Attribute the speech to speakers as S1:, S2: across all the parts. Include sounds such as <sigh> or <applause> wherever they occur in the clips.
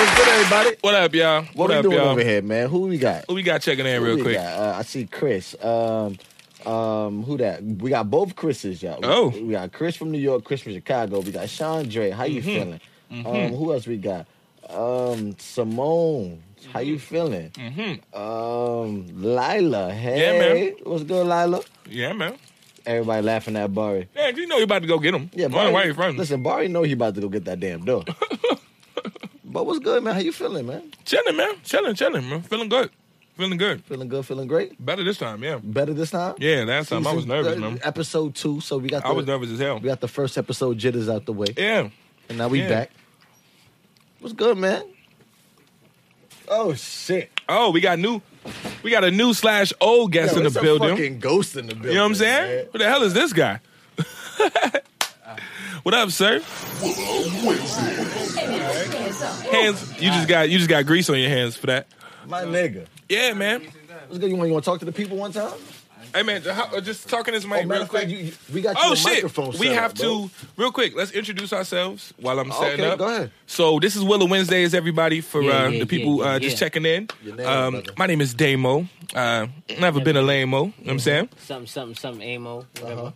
S1: about it?
S2: What up, y'all?
S1: What, we
S2: up,
S1: doing
S2: y'all?
S1: over here, man? Who we got?
S2: Who we got checking in
S1: Who
S2: real
S1: we
S2: quick?
S1: got? Uh, I see Chris. Um, um, who that? We got both Chris's, y'all.
S2: Oh.
S1: we got Chris from New York, Chris from Chicago. We got Sean Dre. How you
S2: Mm-hmm.
S1: feeling? Um, who else we got? Um, Simone. How you feeling? Mm-hmm. Um, Lila. Hey,
S2: man.
S1: what's good, Lila?
S2: Yeah, man.
S1: Everybody laughing at Barry.
S2: Man, you know you about to go get him.
S1: Yeah,
S2: Why-
S1: Barry.
S2: why you from?
S1: Listen, Barry know he about to go get that damn
S2: <laughs>
S1: door. but what's good, man? How you feeling, man?
S2: Chilling, man. Chilling, chilling, man. Feeling good. Feeling good.
S1: Feeling good, feeling great.
S2: Better this time, yeah.
S1: Better this time.
S2: Yeah, last time I was
S1: Season-
S2: nervous,
S1: uh,
S2: man.
S1: Episode two, so we got the,
S2: I was nervous as hell.
S1: we got the first episode jitters out the way,
S2: Yeah.
S1: and now we
S2: yeah.
S1: back. What's good, man? Oh shit!
S2: Oh, we got new. We got a new slash old guest
S1: Yo,
S2: in
S1: it's
S2: the
S1: a
S2: building.
S1: Fucking ghost in the building.
S2: You know what I'm saying?
S1: man.
S2: Who the hell is this guy? <laughs> what up, sir? Hands, you just got you just got grease on your hands for that.
S1: My nigga.
S2: Yeah, man.
S1: What's good? You want, you want to talk to the people one time?
S2: Hey, man. how- Just talking this
S1: Oh,
S2: mic
S1: matter
S2: real
S1: of fact,
S2: quick.
S1: you, you, we got you
S2: Oh
S1: a
S2: shit!
S1: microphone.
S2: we
S1: set
S2: have
S1: up, bro.
S2: to real quick. Let's introduce ourselves while I'm setting
S1: Okay,
S2: up.
S1: go ahead.
S2: So this is Willow Wednesdays, everybody. For
S3: Yeah,
S2: uh,
S3: yeah,
S2: the people
S3: yeah,
S2: uh,
S3: yeah,
S2: just
S3: yeah.
S2: checking in,
S1: Your name,
S2: um,
S1: brother.
S2: my name is Damo. Uh, never been a lameo. You know what
S3: Mm-hmm.
S2: I'm saying
S3: Something, something, something, Amo,
S1: Uh-huh.
S3: whatever.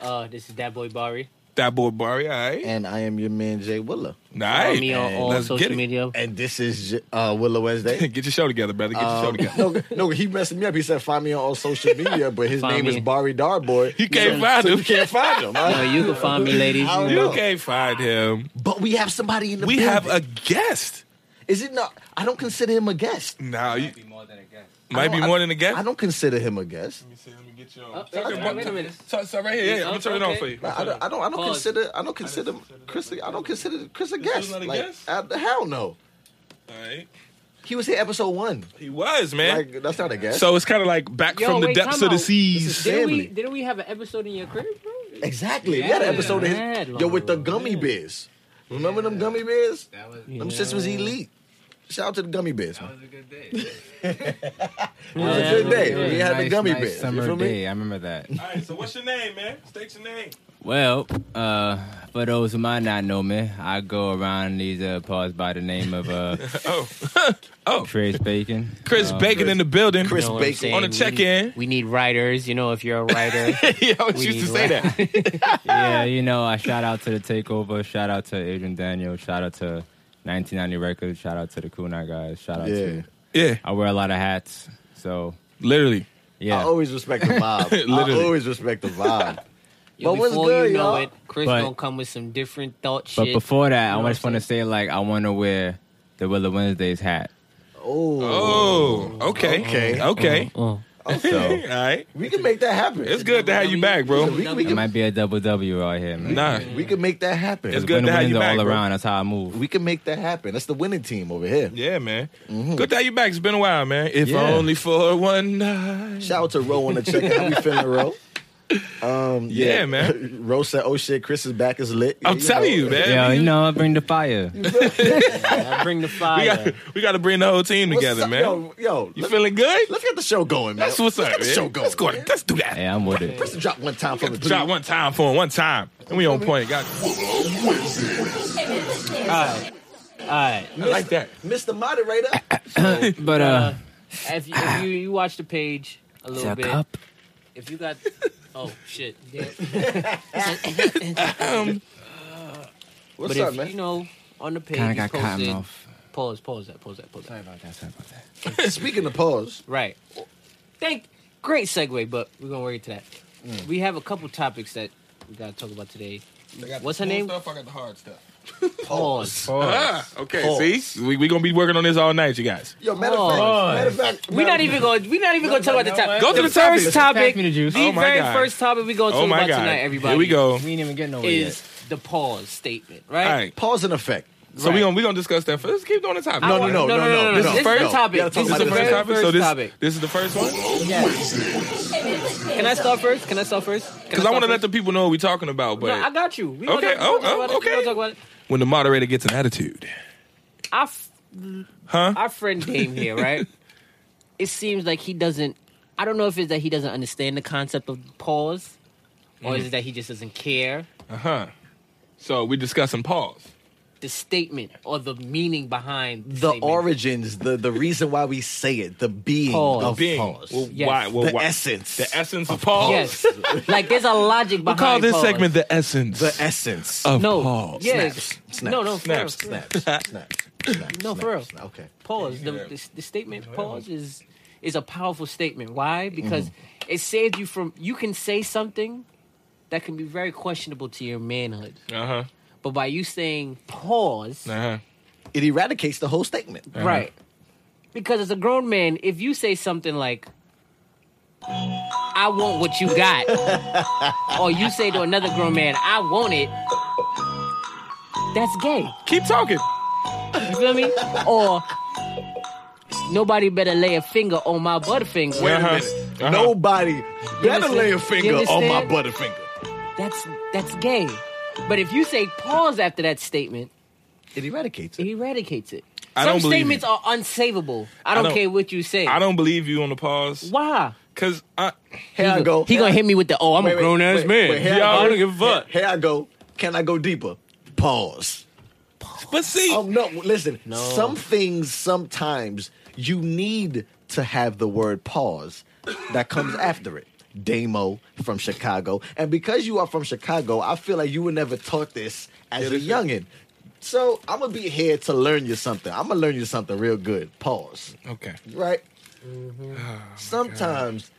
S3: uh this is that boy Bari.
S2: that boy Barry. All right,
S1: And I am your man Jay Willow,
S2: nice.
S3: Follow me on all
S2: Let's
S3: social
S2: get it.
S3: media.
S1: and this is J- uh, Willow <laughs> Wednesday.
S2: <laughs> Get your show together, brother. Get your show
S1: Um,
S2: together.
S1: <laughs>
S3: <laughs>
S1: no, no, he messed me up. He said, "Find me on all
S2: <laughs>
S1: social media," but his
S3: Find
S1: name
S3: me.
S1: is Barry Darboy.
S2: You can't find
S1: so
S2: him.
S1: You can't find him.
S3: No, you can find
S1: <laughs>
S3: me, ladies.
S1: I don't
S2: You
S1: know.
S2: can't find him.
S1: But we have somebody in the
S2: We
S1: building.
S2: have a guest.
S1: Is it not? I don't consider him a guest.
S2: Now you
S4: be more than a guest.
S1: I
S2: might
S1: don't-
S2: be
S1: I-
S2: more than a guest.
S1: I don't consider him a guest.
S2: Let me see. Let me
S4: Uh,
S2: get your.
S3: oh,
S2: Turn it
S3: oh,
S2: on-
S3: wait a minute.
S2: So, so right here, yeah, yeah. I'm gonna turn it on
S3: Okay.
S2: for you.
S1: I I don't. I don't. I don't
S3: Pause.
S1: consider. I don't consider Chris. I don't consider Chris a guest.
S2: not a
S1: Like,
S2: guest?
S1: I, hell no.
S2: All right.
S1: He was here episode one.
S2: He was man.
S1: Like that's not a guest.
S2: So it's kind of like back
S3: Yo,
S2: from the
S3: wait,
S2: depths
S3: time
S2: of the
S3: out.
S2: seas.
S3: Didn't we,
S1: family.
S3: didn't we have an episode in your crib, bro?
S1: exactly. we had
S3: Yeah,
S1: an episode of his,
S3: mad
S1: yo with the
S3: long.
S1: gummy bears. Remember them gummy bears?
S4: That was
S1: Them shits was elite. Shout out to the gummy bears.
S4: that was a good day.
S1: It was
S3: Yeah,
S1: a good
S3: yeah.
S1: day. We had the
S4: Nice,
S1: gummy
S4: nice
S1: bears. You
S4: Summer
S1: feel me?
S4: day. I remember that.
S2: All right, so what's your name, man? State your name.
S4: well, uh, for those who might not know me, I go around these uh, parts by the name of
S1: <laughs>
S4: uh,
S2: <laughs> Oh,
S4: Chris Bacon.
S2: <laughs> Chris
S4: Uh,
S2: Bacon in the building. <laughs>
S1: Chris
S3: You know what I'm
S1: Bacon.
S3: saying?
S2: On the
S3: We
S2: check
S3: need-
S2: in.
S3: We need writers, you know, if you're a
S1: <laughs>
S3: writer.
S2: yeah, I always
S3: We
S2: used to
S3: need
S2: say
S3: to
S2: that.
S1: Ah.
S4: yeah, you know, I shout out to the takeover. Shout out to Adrian Daniel. Shout out to 1990 Records. Shout out to the Kunai guys. Shout out
S1: Yeah.
S4: to.
S2: <laughs> Yeah,
S4: I wear a lot of hats, so
S2: literally.
S1: I
S4: yeah.
S1: always respect
S2: <laughs>
S1: the vibe. I
S2: Literally.
S1: always respect the vibe.
S3: Yo,
S1: But what's
S3: before
S1: good,
S3: you know
S1: y'all?
S3: it, Chris
S4: But-
S3: gonna come with some different thought
S4: But
S3: shit.
S4: before that,
S3: know
S4: I
S3: what
S4: just
S3: I'm
S4: want to say like I want to wear the Willow Wednesdays hat.
S2: <laughs> Oh, okay.
S1: Okay.
S2: Okay.
S3: Oh.
S2: <laughs>
S4: So
S2: All right.
S1: <laughs> We can make that happen.
S2: It's good to have you back, bro.
S1: We, we
S4: it
S1: can,
S4: might be a double W out here, man.
S2: Nah.
S1: we can make that happen.
S2: It's good to
S4: Winning-
S2: have you
S4: winning's
S2: back,
S4: all
S2: bro.
S4: around. That's how I move.
S1: We can make that happen. That's the winning team over here.
S2: Yeah, man.
S1: Mm-hmm.
S2: Good to have you back. It's been a while, man. If
S4: Yeah.
S2: only for one night.
S1: Shout out to Ro on the check. How we feeling, Ro? Um,
S2: Yeah,
S1: <laughs>
S2: man.
S1: Ro said, "Oh shit, Chris's back is lit."
S2: I'm telling you, man.
S4: Yeah, you know, I bring the fire.
S3: I
S4: <laughs>
S3: bring the
S2: We
S3: fire.
S2: got we got to bring the whole team
S1: What's
S2: together,
S1: up?
S2: man.
S1: Yo, yo
S2: you
S1: let,
S2: feeling good?
S1: us get the show going, man.
S2: That's what's
S1: let's
S2: up,
S1: Get the
S2: man.
S1: show going.
S2: Let's go.
S1: man.
S2: Let's do that.
S4: Hey, I'm with it.
S1: Press the drop one time for the
S2: Drop one time for him, one time, and we on point. Got
S3: All
S4: <laughs>
S3: right.
S2: I like that.
S1: Mr. Moderator.
S4: But uh,
S3: If you, if you you watch the page a little
S4: a
S3: bit,
S4: cup.
S3: if you got, oh
S1: <laughs>
S3: shit. <laughs> Yeah.
S1: What's
S3: but
S1: up,
S3: if
S1: man?
S3: you know on the page,
S4: Kind of
S3: he's
S4: got
S3: posted,
S4: cotton off.
S3: Pause, pause that, pause that, pause that.
S4: Sorry about that. Sorry about
S1: <laughs>
S4: that.
S1: Speaking of pause,
S3: Right. Thank. Great segue, but we're gonna work to that.
S2: Mm.
S3: We have a couple topics that we gotta talk about today. What's her name?
S2: I got the hard stuff.
S3: Pause.
S2: Ah, okay,
S1: Pause.
S2: see, we we gonna be working on this all night, you guys.
S1: yo, matter of fact,
S3: Pause.
S1: matter of fact,
S3: We're not
S1: matter-
S3: even going. We're not even going to talk about the topic.
S2: Go to the
S3: first
S2: topics.
S3: topic.
S4: Pass me the juice.
S3: The
S2: Oh my
S3: very
S2: God.
S3: first topic we're going to
S2: Oh
S3: talk
S2: my
S3: about
S2: god,
S3: tonight, everybody.
S2: here we go.
S4: We ain't even getting over
S3: Is
S4: yet.
S3: the pause statement right?
S2: All right,
S1: pause in effect.
S2: so we gonna we gonna discuss that first. Let's keep doing the topic.
S1: No,
S3: I
S1: no,
S3: want-
S1: no, no, no, no.
S3: This
S1: no.
S3: is the first
S1: No.
S3: topic.
S1: We gotta talk
S3: This is
S1: about
S2: this is the
S3: very
S2: first topic.
S3: first
S2: so this
S3: topic.
S2: this is the first one
S3: Can I start first? Can I start first?
S2: because I want to let the people know what we're talking about. But
S3: No, I got you. We gonna
S2: Okay,
S3: talk- we gonna
S2: oh, oh,
S3: talk about it. We
S2: okay.
S3: gonna talk about it.
S2: when the moderator gets an attitude,
S3: Our f-
S2: huh?
S3: our friend Dame here,
S2: <laughs>
S3: right? it seems like he doesn't. I don't know if it's that he doesn't understand the concept of pause,
S2: Mm. Uh-huh.
S3: or is it that he just doesn't care?
S2: Uh huh. So we discussing pause.
S3: the statement or the meaning behind the,
S1: The
S3: statement.
S1: origins, the the reason why we say it, the being
S3: Pause.
S1: of
S2: Being.
S1: pause.
S2: Well,
S3: Yes.
S2: why, well,
S1: The
S2: why-
S1: essence.
S2: The essence of pause.
S3: Yes, <laughs> like there's a logic behind.
S2: We'll call this
S3: pause.
S2: segment the essence.
S1: the essence.
S2: of
S3: No,
S2: pause.
S3: yes,
S1: Snaps.
S3: no, no, for real,
S2: Snaps.
S3: for real.
S1: Snaps, snaps, snaps,
S3: No, for
S1: snaps,
S3: real.
S1: snaps. Okay.
S3: pause. The, the, the statement pause is is a powerful statement. Why?
S2: Mm-hmm.
S3: Because it saves you from. You can say something that can be very questionable to your manhood,
S2: Uh huh.
S3: but by you saying pause,
S2: Uh huh.
S1: It eradicates the whole statement.
S2: Uh-huh.
S3: right? Because as a grown man, if you say something like. I want what you got.
S2: <laughs>
S3: or you say to another grown man, I want it. That's gay.
S2: Keep talking.
S3: You feel me? Or nobody better lay a finger on my butterfinger.
S2: Wait a
S1: Uh-huh.
S2: minute. Uh-huh.
S1: Nobody better
S3: understand?
S1: lay a
S3: You
S1: finger on my
S3: understand?
S1: butterfinger.
S3: That's that's gay. But if you say pause after that statement,
S1: It eradicates
S3: it
S1: it.
S3: eradicates it.
S2: I
S3: Some
S2: don't believe
S3: statements
S2: you.
S3: are unsavable. I don't,
S2: don't-
S3: care what you say.
S2: I don't believe you on the pause.
S3: Why?
S2: Cause I
S1: Here I
S3: he
S1: go.
S3: He gonna hit me with the oh, I'm
S1: Wait,
S3: a
S1: wait,
S3: grown ass
S1: wait,
S3: man.
S1: wait, here I
S2: y'all
S1: go.
S2: I don't give a fuck.
S1: Here I go. Can I go deeper? Pause.
S2: But see,
S1: Oh no! Listen, some things sometimes you need to have the word pause that comes after it. Damo from Chicago, and because you are from Chicago, I feel like you were never taught this as a youngin. So I'm gonna be here to learn you something. I'm gonna learn you something real good. Pause.
S2: okay,
S1: Right? <sighs> Sometimes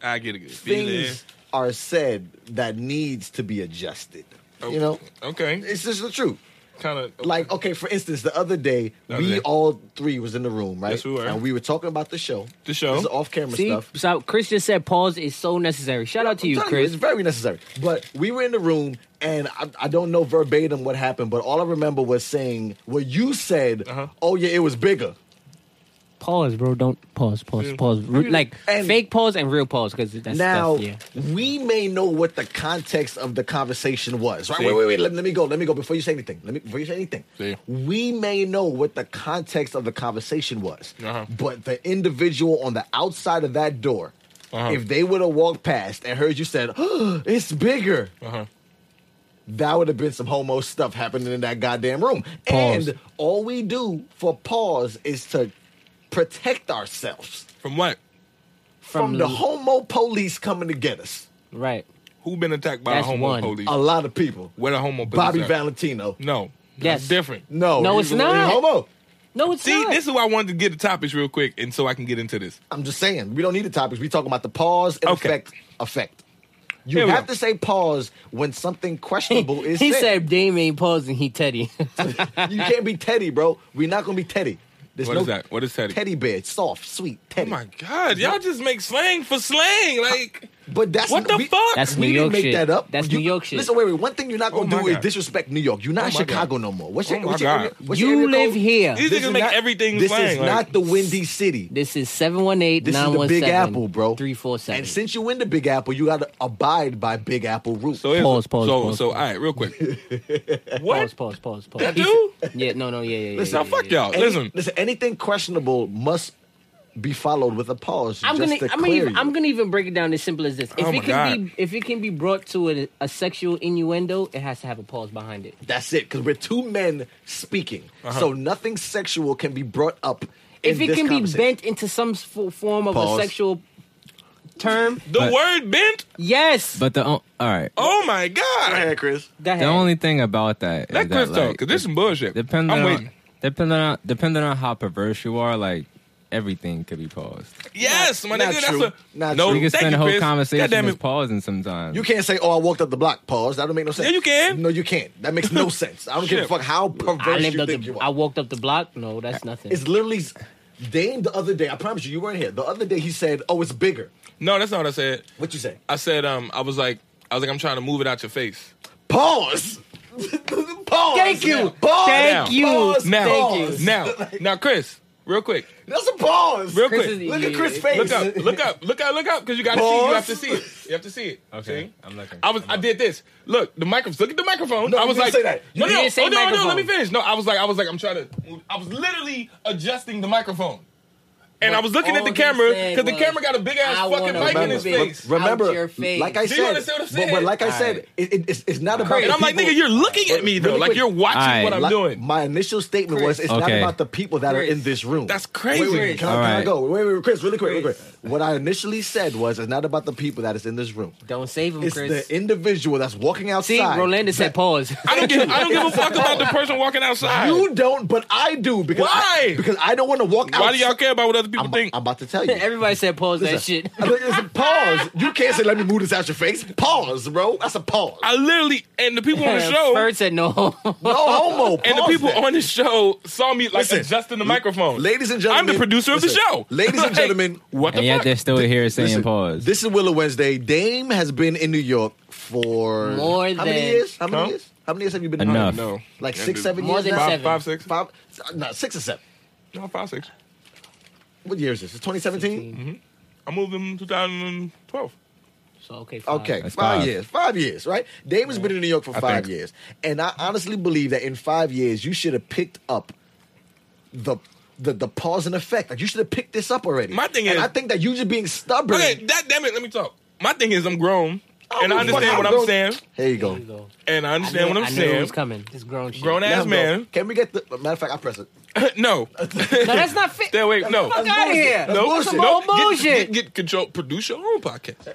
S2: I get a good feeling.
S1: things are said that needs to be adjusted.
S2: Oh,
S1: You know,
S2: okay,
S1: it's just the truth.
S2: kind of
S1: Like, okay, for instance, the other day
S2: The other
S1: we
S2: day.
S1: all three was in the room, right?
S2: Yes, we were.
S1: and we were talking about the show.
S2: The show.
S1: This is off camera
S3: See,
S1: stuff.
S3: so Chris just said pause is so necessary. Shout out to
S1: I'm
S3: you,
S1: telling
S3: Chris.
S1: it's very necessary. But we were in the room, and I, I don't know verbatim what happened, but all I remember was saying what you said.
S2: Uh-huh.
S1: Oh yeah, it was bigger.
S3: Pause, bro. Don't pause,
S1: Mm.
S3: pause, pause. Re- like
S1: And-
S3: fake pause and real pause because that's
S1: Now
S3: that's- yeah.
S1: we may know what the context of the conversation was. Right?
S2: See.
S1: Wait, wait, wait. Let, let me go. Let me go before you say anything. Let me before you say anything.
S2: See.
S1: We may know what the context of the conversation was,
S2: Uh-huh.
S1: but the individual on the outside of that door,
S2: Uh-huh.
S1: if they would have walked past and heard you said, <gasps> oh, "It's bigger,"
S2: uh-huh.
S1: that would have been some homo stuff happening in that goddamn room.
S3: Pause.
S1: And all we do for pause is to protect ourselves
S2: from what?
S1: from,
S3: From
S1: the
S3: the-
S1: homo police coming to get us.
S3: Right.
S2: Who been attacked by
S3: That's
S2: a homo
S3: one.
S2: police?
S1: A lot of people.
S2: Where the homo police?
S1: Oh. Bobby
S2: at?
S1: Valentino.
S2: No,
S3: Yes.
S2: that's different.
S1: No,
S3: No,
S1: you-
S3: it's
S1: you
S3: not.
S1: Homo.
S3: No, it's
S2: See,
S3: not.
S2: this is why I wanted to get the topics real quick, and so I can get into this.
S1: I'm just saying we don't need the topics. We talking about the pause and
S2: Okay.
S1: effect. Effect. You
S2: Here we
S1: have
S2: go.
S1: to say pause when something
S3: <laughs>
S1: questionable is
S3: he
S1: said.
S3: said Dame ain't pausing, he Teddy.
S1: <laughs> you can't be Teddy, bro. We're not gonna be Teddy. There's
S2: What
S1: no
S2: is that? What is Teddy?
S1: Teddy bear, soft, sweet
S2: Oh
S1: Teddy.
S2: my god, y'all just make slang for slang. Like,
S1: But that's
S2: What the
S1: we-
S2: fuck?
S3: That's
S1: we
S3: New
S1: didn't
S3: York
S1: make
S3: shit.
S1: that up.
S3: That's
S1: You-
S3: New York shit.
S1: Listen, wait, wait. One thing you're not gonna
S2: Oh
S1: do
S2: my
S1: is
S2: God.
S1: disrespect New York. You're not
S2: Oh
S1: in
S2: my
S1: Chicago
S2: God.
S1: no more. What's
S2: Oh
S1: your,
S2: my
S1: what's your
S2: God.
S1: area- <laughs> what's your
S3: you
S1: area
S3: live
S1: code?
S3: here.
S2: These
S1: This
S2: niggas
S1: is
S2: make
S1: not-
S2: everything
S1: This is
S2: slang, like-
S1: not the Windy City.
S3: This is 718
S1: This is the Big Apple, bro.
S3: 347.
S1: And since you're in the Big Apple, you gotta abide by Big Apple rules.
S2: so here's-
S3: Pause, pause,
S2: so
S3: pause,
S2: so.
S3: pause.
S2: All right,
S1: <laughs>
S2: real quick. what?
S3: pause, pause, pause, pause.
S2: That
S3: He
S2: dude?
S3: said- Yeah, no, no, yeah, yeah, yeah.
S1: Listen,
S2: Now
S3: yeah,
S2: fuck
S3: yeah.
S2: y'all.
S1: Any-
S2: Listen,
S1: listen. Anything questionable must be followed with a pause.
S3: I'm
S1: just
S3: gonna,
S1: to
S3: I'm gonna,
S1: clear
S3: even,
S1: you.
S3: I'm gonna even break it down as simple as this. If
S2: Oh my
S3: it can be, if it can be brought to a, a sexual innuendo, it has to have a pause behind it.
S1: That's it, because we're two men speaking,
S2: Uh-huh.
S1: so nothing sexual can be brought up.
S3: If
S1: in
S3: it
S1: this
S3: can be
S1: conversation.
S3: bent into some s- fo- form of
S1: Pause.
S3: a sexual term,
S2: the
S4: But-
S2: word bent.
S3: yes.
S4: But the o- all right.
S2: Oh my
S1: go
S2: god,
S1: ahead, Chris.
S3: Go ahead.
S4: The only thing about that is
S2: that Chris
S4: that,
S2: talk,
S4: like,
S2: Cause this is some bullshit.
S4: depending
S2: I'm
S4: on,
S2: waiting.
S4: depending on depending on how perverse you are, like everything could be paused.
S2: Yes, my
S1: not
S2: nigga.
S1: true.
S2: That's a
S1: Not
S2: no.
S1: true.
S4: You can
S2: thank
S4: spend
S2: you,
S4: a whole
S2: Chris.
S4: conversation
S2: God damn
S4: just
S2: it.
S4: pausing sometimes.
S1: You can't say, "Oh, I walked up the block." Pause. That don't make no sense.
S2: Yeah, you can.
S1: No, you can't. That makes
S2: <laughs>
S1: no sense. I don't give a
S2: Shit.
S1: fuck how
S3: I
S1: perverse
S3: lived
S1: you
S3: up the,
S1: think you
S3: I
S1: are.
S3: walked up the block. No, that's nothing.
S1: It's literally s- Dame. The other day, I promise you, you weren't here. The other day, he said, "Oh, it's bigger."
S2: No, that's not what I said.
S1: What you say?
S2: I said um, I was like, I was like, I'm trying to move it out your face.
S1: Pause. Pause.
S3: Thank you.
S1: Pause.
S3: Thank you.
S1: Pause.
S2: Now,
S1: Pause. <laughs>
S2: now, now, Chris, real quick,
S1: That's a pause.
S2: real
S3: Chris
S2: quick.
S3: is-
S1: Look at
S3: Yeah.
S1: Chris' face.
S2: Look up, look up, look up, look up, because you gotta see. You
S1: Pause.
S2: have to see it. You have to see it. See?
S4: I'm looking.
S2: I was. I did this. Look, the microphone. Look at the microphone.
S1: No,
S2: I
S1: you
S2: was
S1: didn't
S2: like,
S1: say that.
S2: no,
S3: You
S2: no, no,
S3: didn't say
S2: oh, no, no.
S3: microphone.
S2: Let me finish. No, I was like, I was like, I'm trying to. Move. I was literally adjusting the microphone. and I was looking at
S3: all
S2: the
S3: he
S2: camera
S3: said
S2: because the
S3: was,
S2: camera got a big ass
S3: "I
S2: fucking
S3: wanna
S2: mic in
S3: rub
S2: his
S3: it out
S2: face.
S1: remember,
S3: your face.
S1: like I
S2: Do
S1: said,
S2: you understand what I'm
S1: But, but
S2: saying?
S1: like I said,
S4: Alright.
S1: it, it, it's, it's not about.
S2: And
S1: the
S2: I'm like,
S1: people-
S2: nigga, you're looking at
S1: But
S2: me though.
S1: really
S2: Like
S1: quick,
S2: you're watching
S4: Alright.
S2: what I'm
S1: like,
S2: doing.
S1: My initial statement was, it's not
S4: Okay.
S1: about the people that are
S3: Chris.
S1: in this room.
S2: That's
S1: Wait, wait,
S2: crazy.
S1: can,
S4: All
S1: I- can I
S4: right.
S1: go? Wait, wait, wait, Chris, really quick, really quick. What I initially said was, it's not about the people that is in this room.
S3: Don't save him,
S1: It's
S3: Chris.
S1: the individual that's walking outside.
S3: See, Rolanda said pause. <laughs>
S2: I don't give I don't give a fuck
S1: <laughs>
S2: about the person walking outside.
S1: You don't, but I do because
S2: Why?
S1: I, because I don't want to walk out.
S2: Why do y'all care about what other people
S1: I'm,
S2: think?
S1: I'm about to
S2: <laughs>
S1: tell you.
S3: Everybody said pause that
S1: Listen,
S3: shit.
S1: <laughs> listen, pause. You can't say let me move this out your face. Pause, bro. That's a pause.
S2: I literally and the
S3: <laughs>
S2: people on the show
S3: Bird
S1: <laughs>
S3: said no.
S1: no homo.
S2: and the
S1: Pause
S2: people
S1: that.
S2: on this show saw me like
S1: Listen,
S2: adjusting the microphone.
S1: Ladies and
S2: I'm
S1: gentlemen,
S2: the producer of the
S1: listen,
S2: show.
S1: Ladies and
S2: <laughs> Like,
S1: gentlemen,
S2: what the
S4: and yet
S2: fuck?
S4: they're still here saying
S1: listen,
S4: pause.
S1: This is Willow Wednesday. Dame has been in New York for
S3: More
S1: how
S3: than-
S1: many years? How many
S2: Huh?
S1: years? How many years have you been?
S2: I don't
S4: Enough.
S2: know.
S1: Like
S2: Yeah,
S1: six,
S2: dude.
S1: seven
S3: More
S1: years
S3: than
S1: now?
S2: Five,
S3: seven.
S2: five, six.
S1: Five, no, six or seven.
S2: No, five, six.
S1: What year is this? It's 2017.
S2: I moved in 2012.
S3: <laughs> So okay, fine.
S1: Okay, five,
S4: That's five.
S1: years. Five years, right? Dame has been in New York for
S2: I
S1: five
S2: think.
S1: years, and I honestly believe that in five years you should have picked up the. The, the pause and effect. Like you should have picked this up already.
S2: My thing
S1: and
S2: is-
S1: I think that you just being stubborn.
S2: Okay, that damn it, let me talk. My thing is I'm grown.
S1: Oh,
S2: and I understand
S1: fuck,
S2: what I'm
S1: bro.
S2: saying.
S1: Here you
S3: There
S1: go.
S3: you go.
S2: And I
S3: I
S2: understand
S3: knew-
S2: what
S3: I
S2: I'm
S3: knew It
S2: saying. <laughs>
S3: was coming. This grown shit.
S2: Grown
S1: Let
S2: ass
S1: him go.
S2: man.
S1: Can we get the matter of fact? I press it.
S2: no. <laughs>
S3: No, that's not fit.
S2: Stay away. No.
S3: Fuck out of
S1: bullshit.
S3: here.
S1: That's
S2: no,
S1: bullshit.
S2: no.
S3: That's bullshit.
S2: Get, get, get control. Produce your own podcast.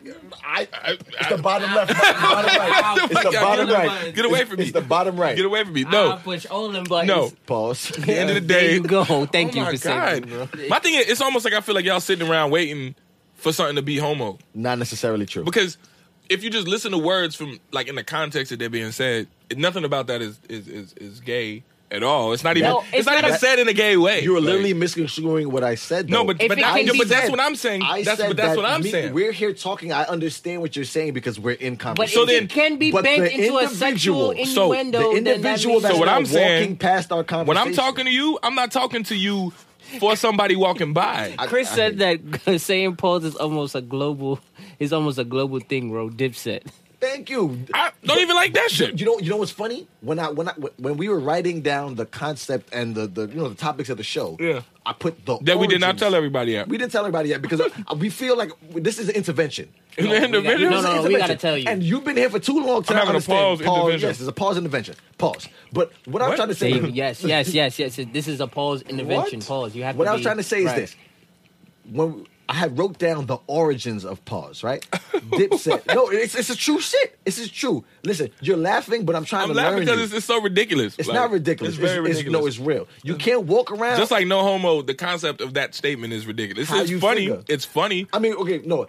S1: I,
S2: I-
S1: it's
S2: I-
S1: the bottom left. Bottom right.
S2: <laughs> Get the
S1: It's
S2: fuck
S1: the
S2: out.
S1: bottom
S2: Get away-
S1: right.
S2: Get away from me.
S1: It's the bottom right.
S2: Get away from me.
S3: No.
S2: No.
S3: I'll push all them buttons.
S2: No.
S1: Pause. <laughs>
S2: the end of the
S3: Ah, There
S2: day.
S3: you go.
S2: <laughs>
S3: Thank
S2: oh
S3: you
S2: my
S3: for
S2: God.
S3: saving me, bro.
S2: My thing is, it's almost like I feel like y'all sitting around waiting for something to be homo.
S1: Not necessarily true.
S2: Because if you just listen to words from like in the context that they're being said, nothing about that is is is, is gay at all. It's not even
S3: No,
S2: it's,
S3: it's
S2: not,
S3: not
S2: even
S3: a-
S2: said in a gay way.
S1: you were literally
S2: Like,
S1: misconstruing what I said.
S2: no,
S1: though.
S2: but
S3: If
S2: but,
S3: it
S2: I,
S3: can be
S2: but that's
S1: said-
S2: what I'm saying.
S1: I
S2: that's
S1: said
S2: but that's
S1: that
S2: what I'm
S1: me-
S2: saying.
S1: We're here talking. I understand what you're saying because we're in
S3: But
S1: conversation.
S2: So
S3: if
S2: then-
S3: it can be
S1: but the
S3: bent into a sexual
S1: individual-
S2: so
S3: innuendo,
S1: the
S3: then that
S1: individual
S3: means-
S1: that's
S2: So what
S1: now
S2: I'm
S1: walking
S2: saying-
S1: past our conversation.
S2: When I'm talking to you, I'm not talking to you for somebody walking by.
S3: Chris
S1: I- I
S3: said that <laughs> saying pause is almost a global is almost a global thing, bro. Dipset.
S1: thank you.
S2: I don't even like that shit.
S1: You know, you know what's funny? When I when I when we were writing down the concept and the the you know the topics of the show,
S2: Yeah.
S1: I put the
S2: That we did not
S1: origins-
S2: tell everybody yet.
S1: We didn't tell everybody yet
S2: <laughs>
S1: because uh, we feel like this is an intervention.
S2: <laughs> In the end of
S3: we got-
S2: it,
S3: no,
S1: This is
S3: no,
S1: an
S3: we
S1: intervention.
S3: gotta tell you.
S1: And you've been here for too long. to
S2: I'm having a
S1: understand.
S2: pause intervention.
S1: Yes, it's a pause intervention. Pause. But what, I'm
S2: What?
S1: trying to say, <laughs>
S3: Dave, yes, yes, yes, yes. This is a pause intervention.
S1: What?
S3: Pause. You have
S1: What
S3: to
S1: I was
S3: be-
S1: trying to say
S3: right.
S1: is this: when I had wrote down the origins of pause, right?
S2: <laughs>
S1: Dipset. no, it's it's a true shit. This is true. Listen, you're laughing, but I'm trying
S2: I'm
S1: to
S2: laughing
S1: learn.
S2: because
S1: you.
S2: it's, it's so ridiculous.
S1: It's
S2: Like,
S1: not ridiculous.
S2: It's very ridiculous.
S1: no, it's real. You can't walk around.
S2: Just like no homo, the concept of that statement is ridiculous.
S1: How
S2: It's
S1: you
S2: funny.
S1: figure?
S2: It's funny,
S1: I mean, okay, no.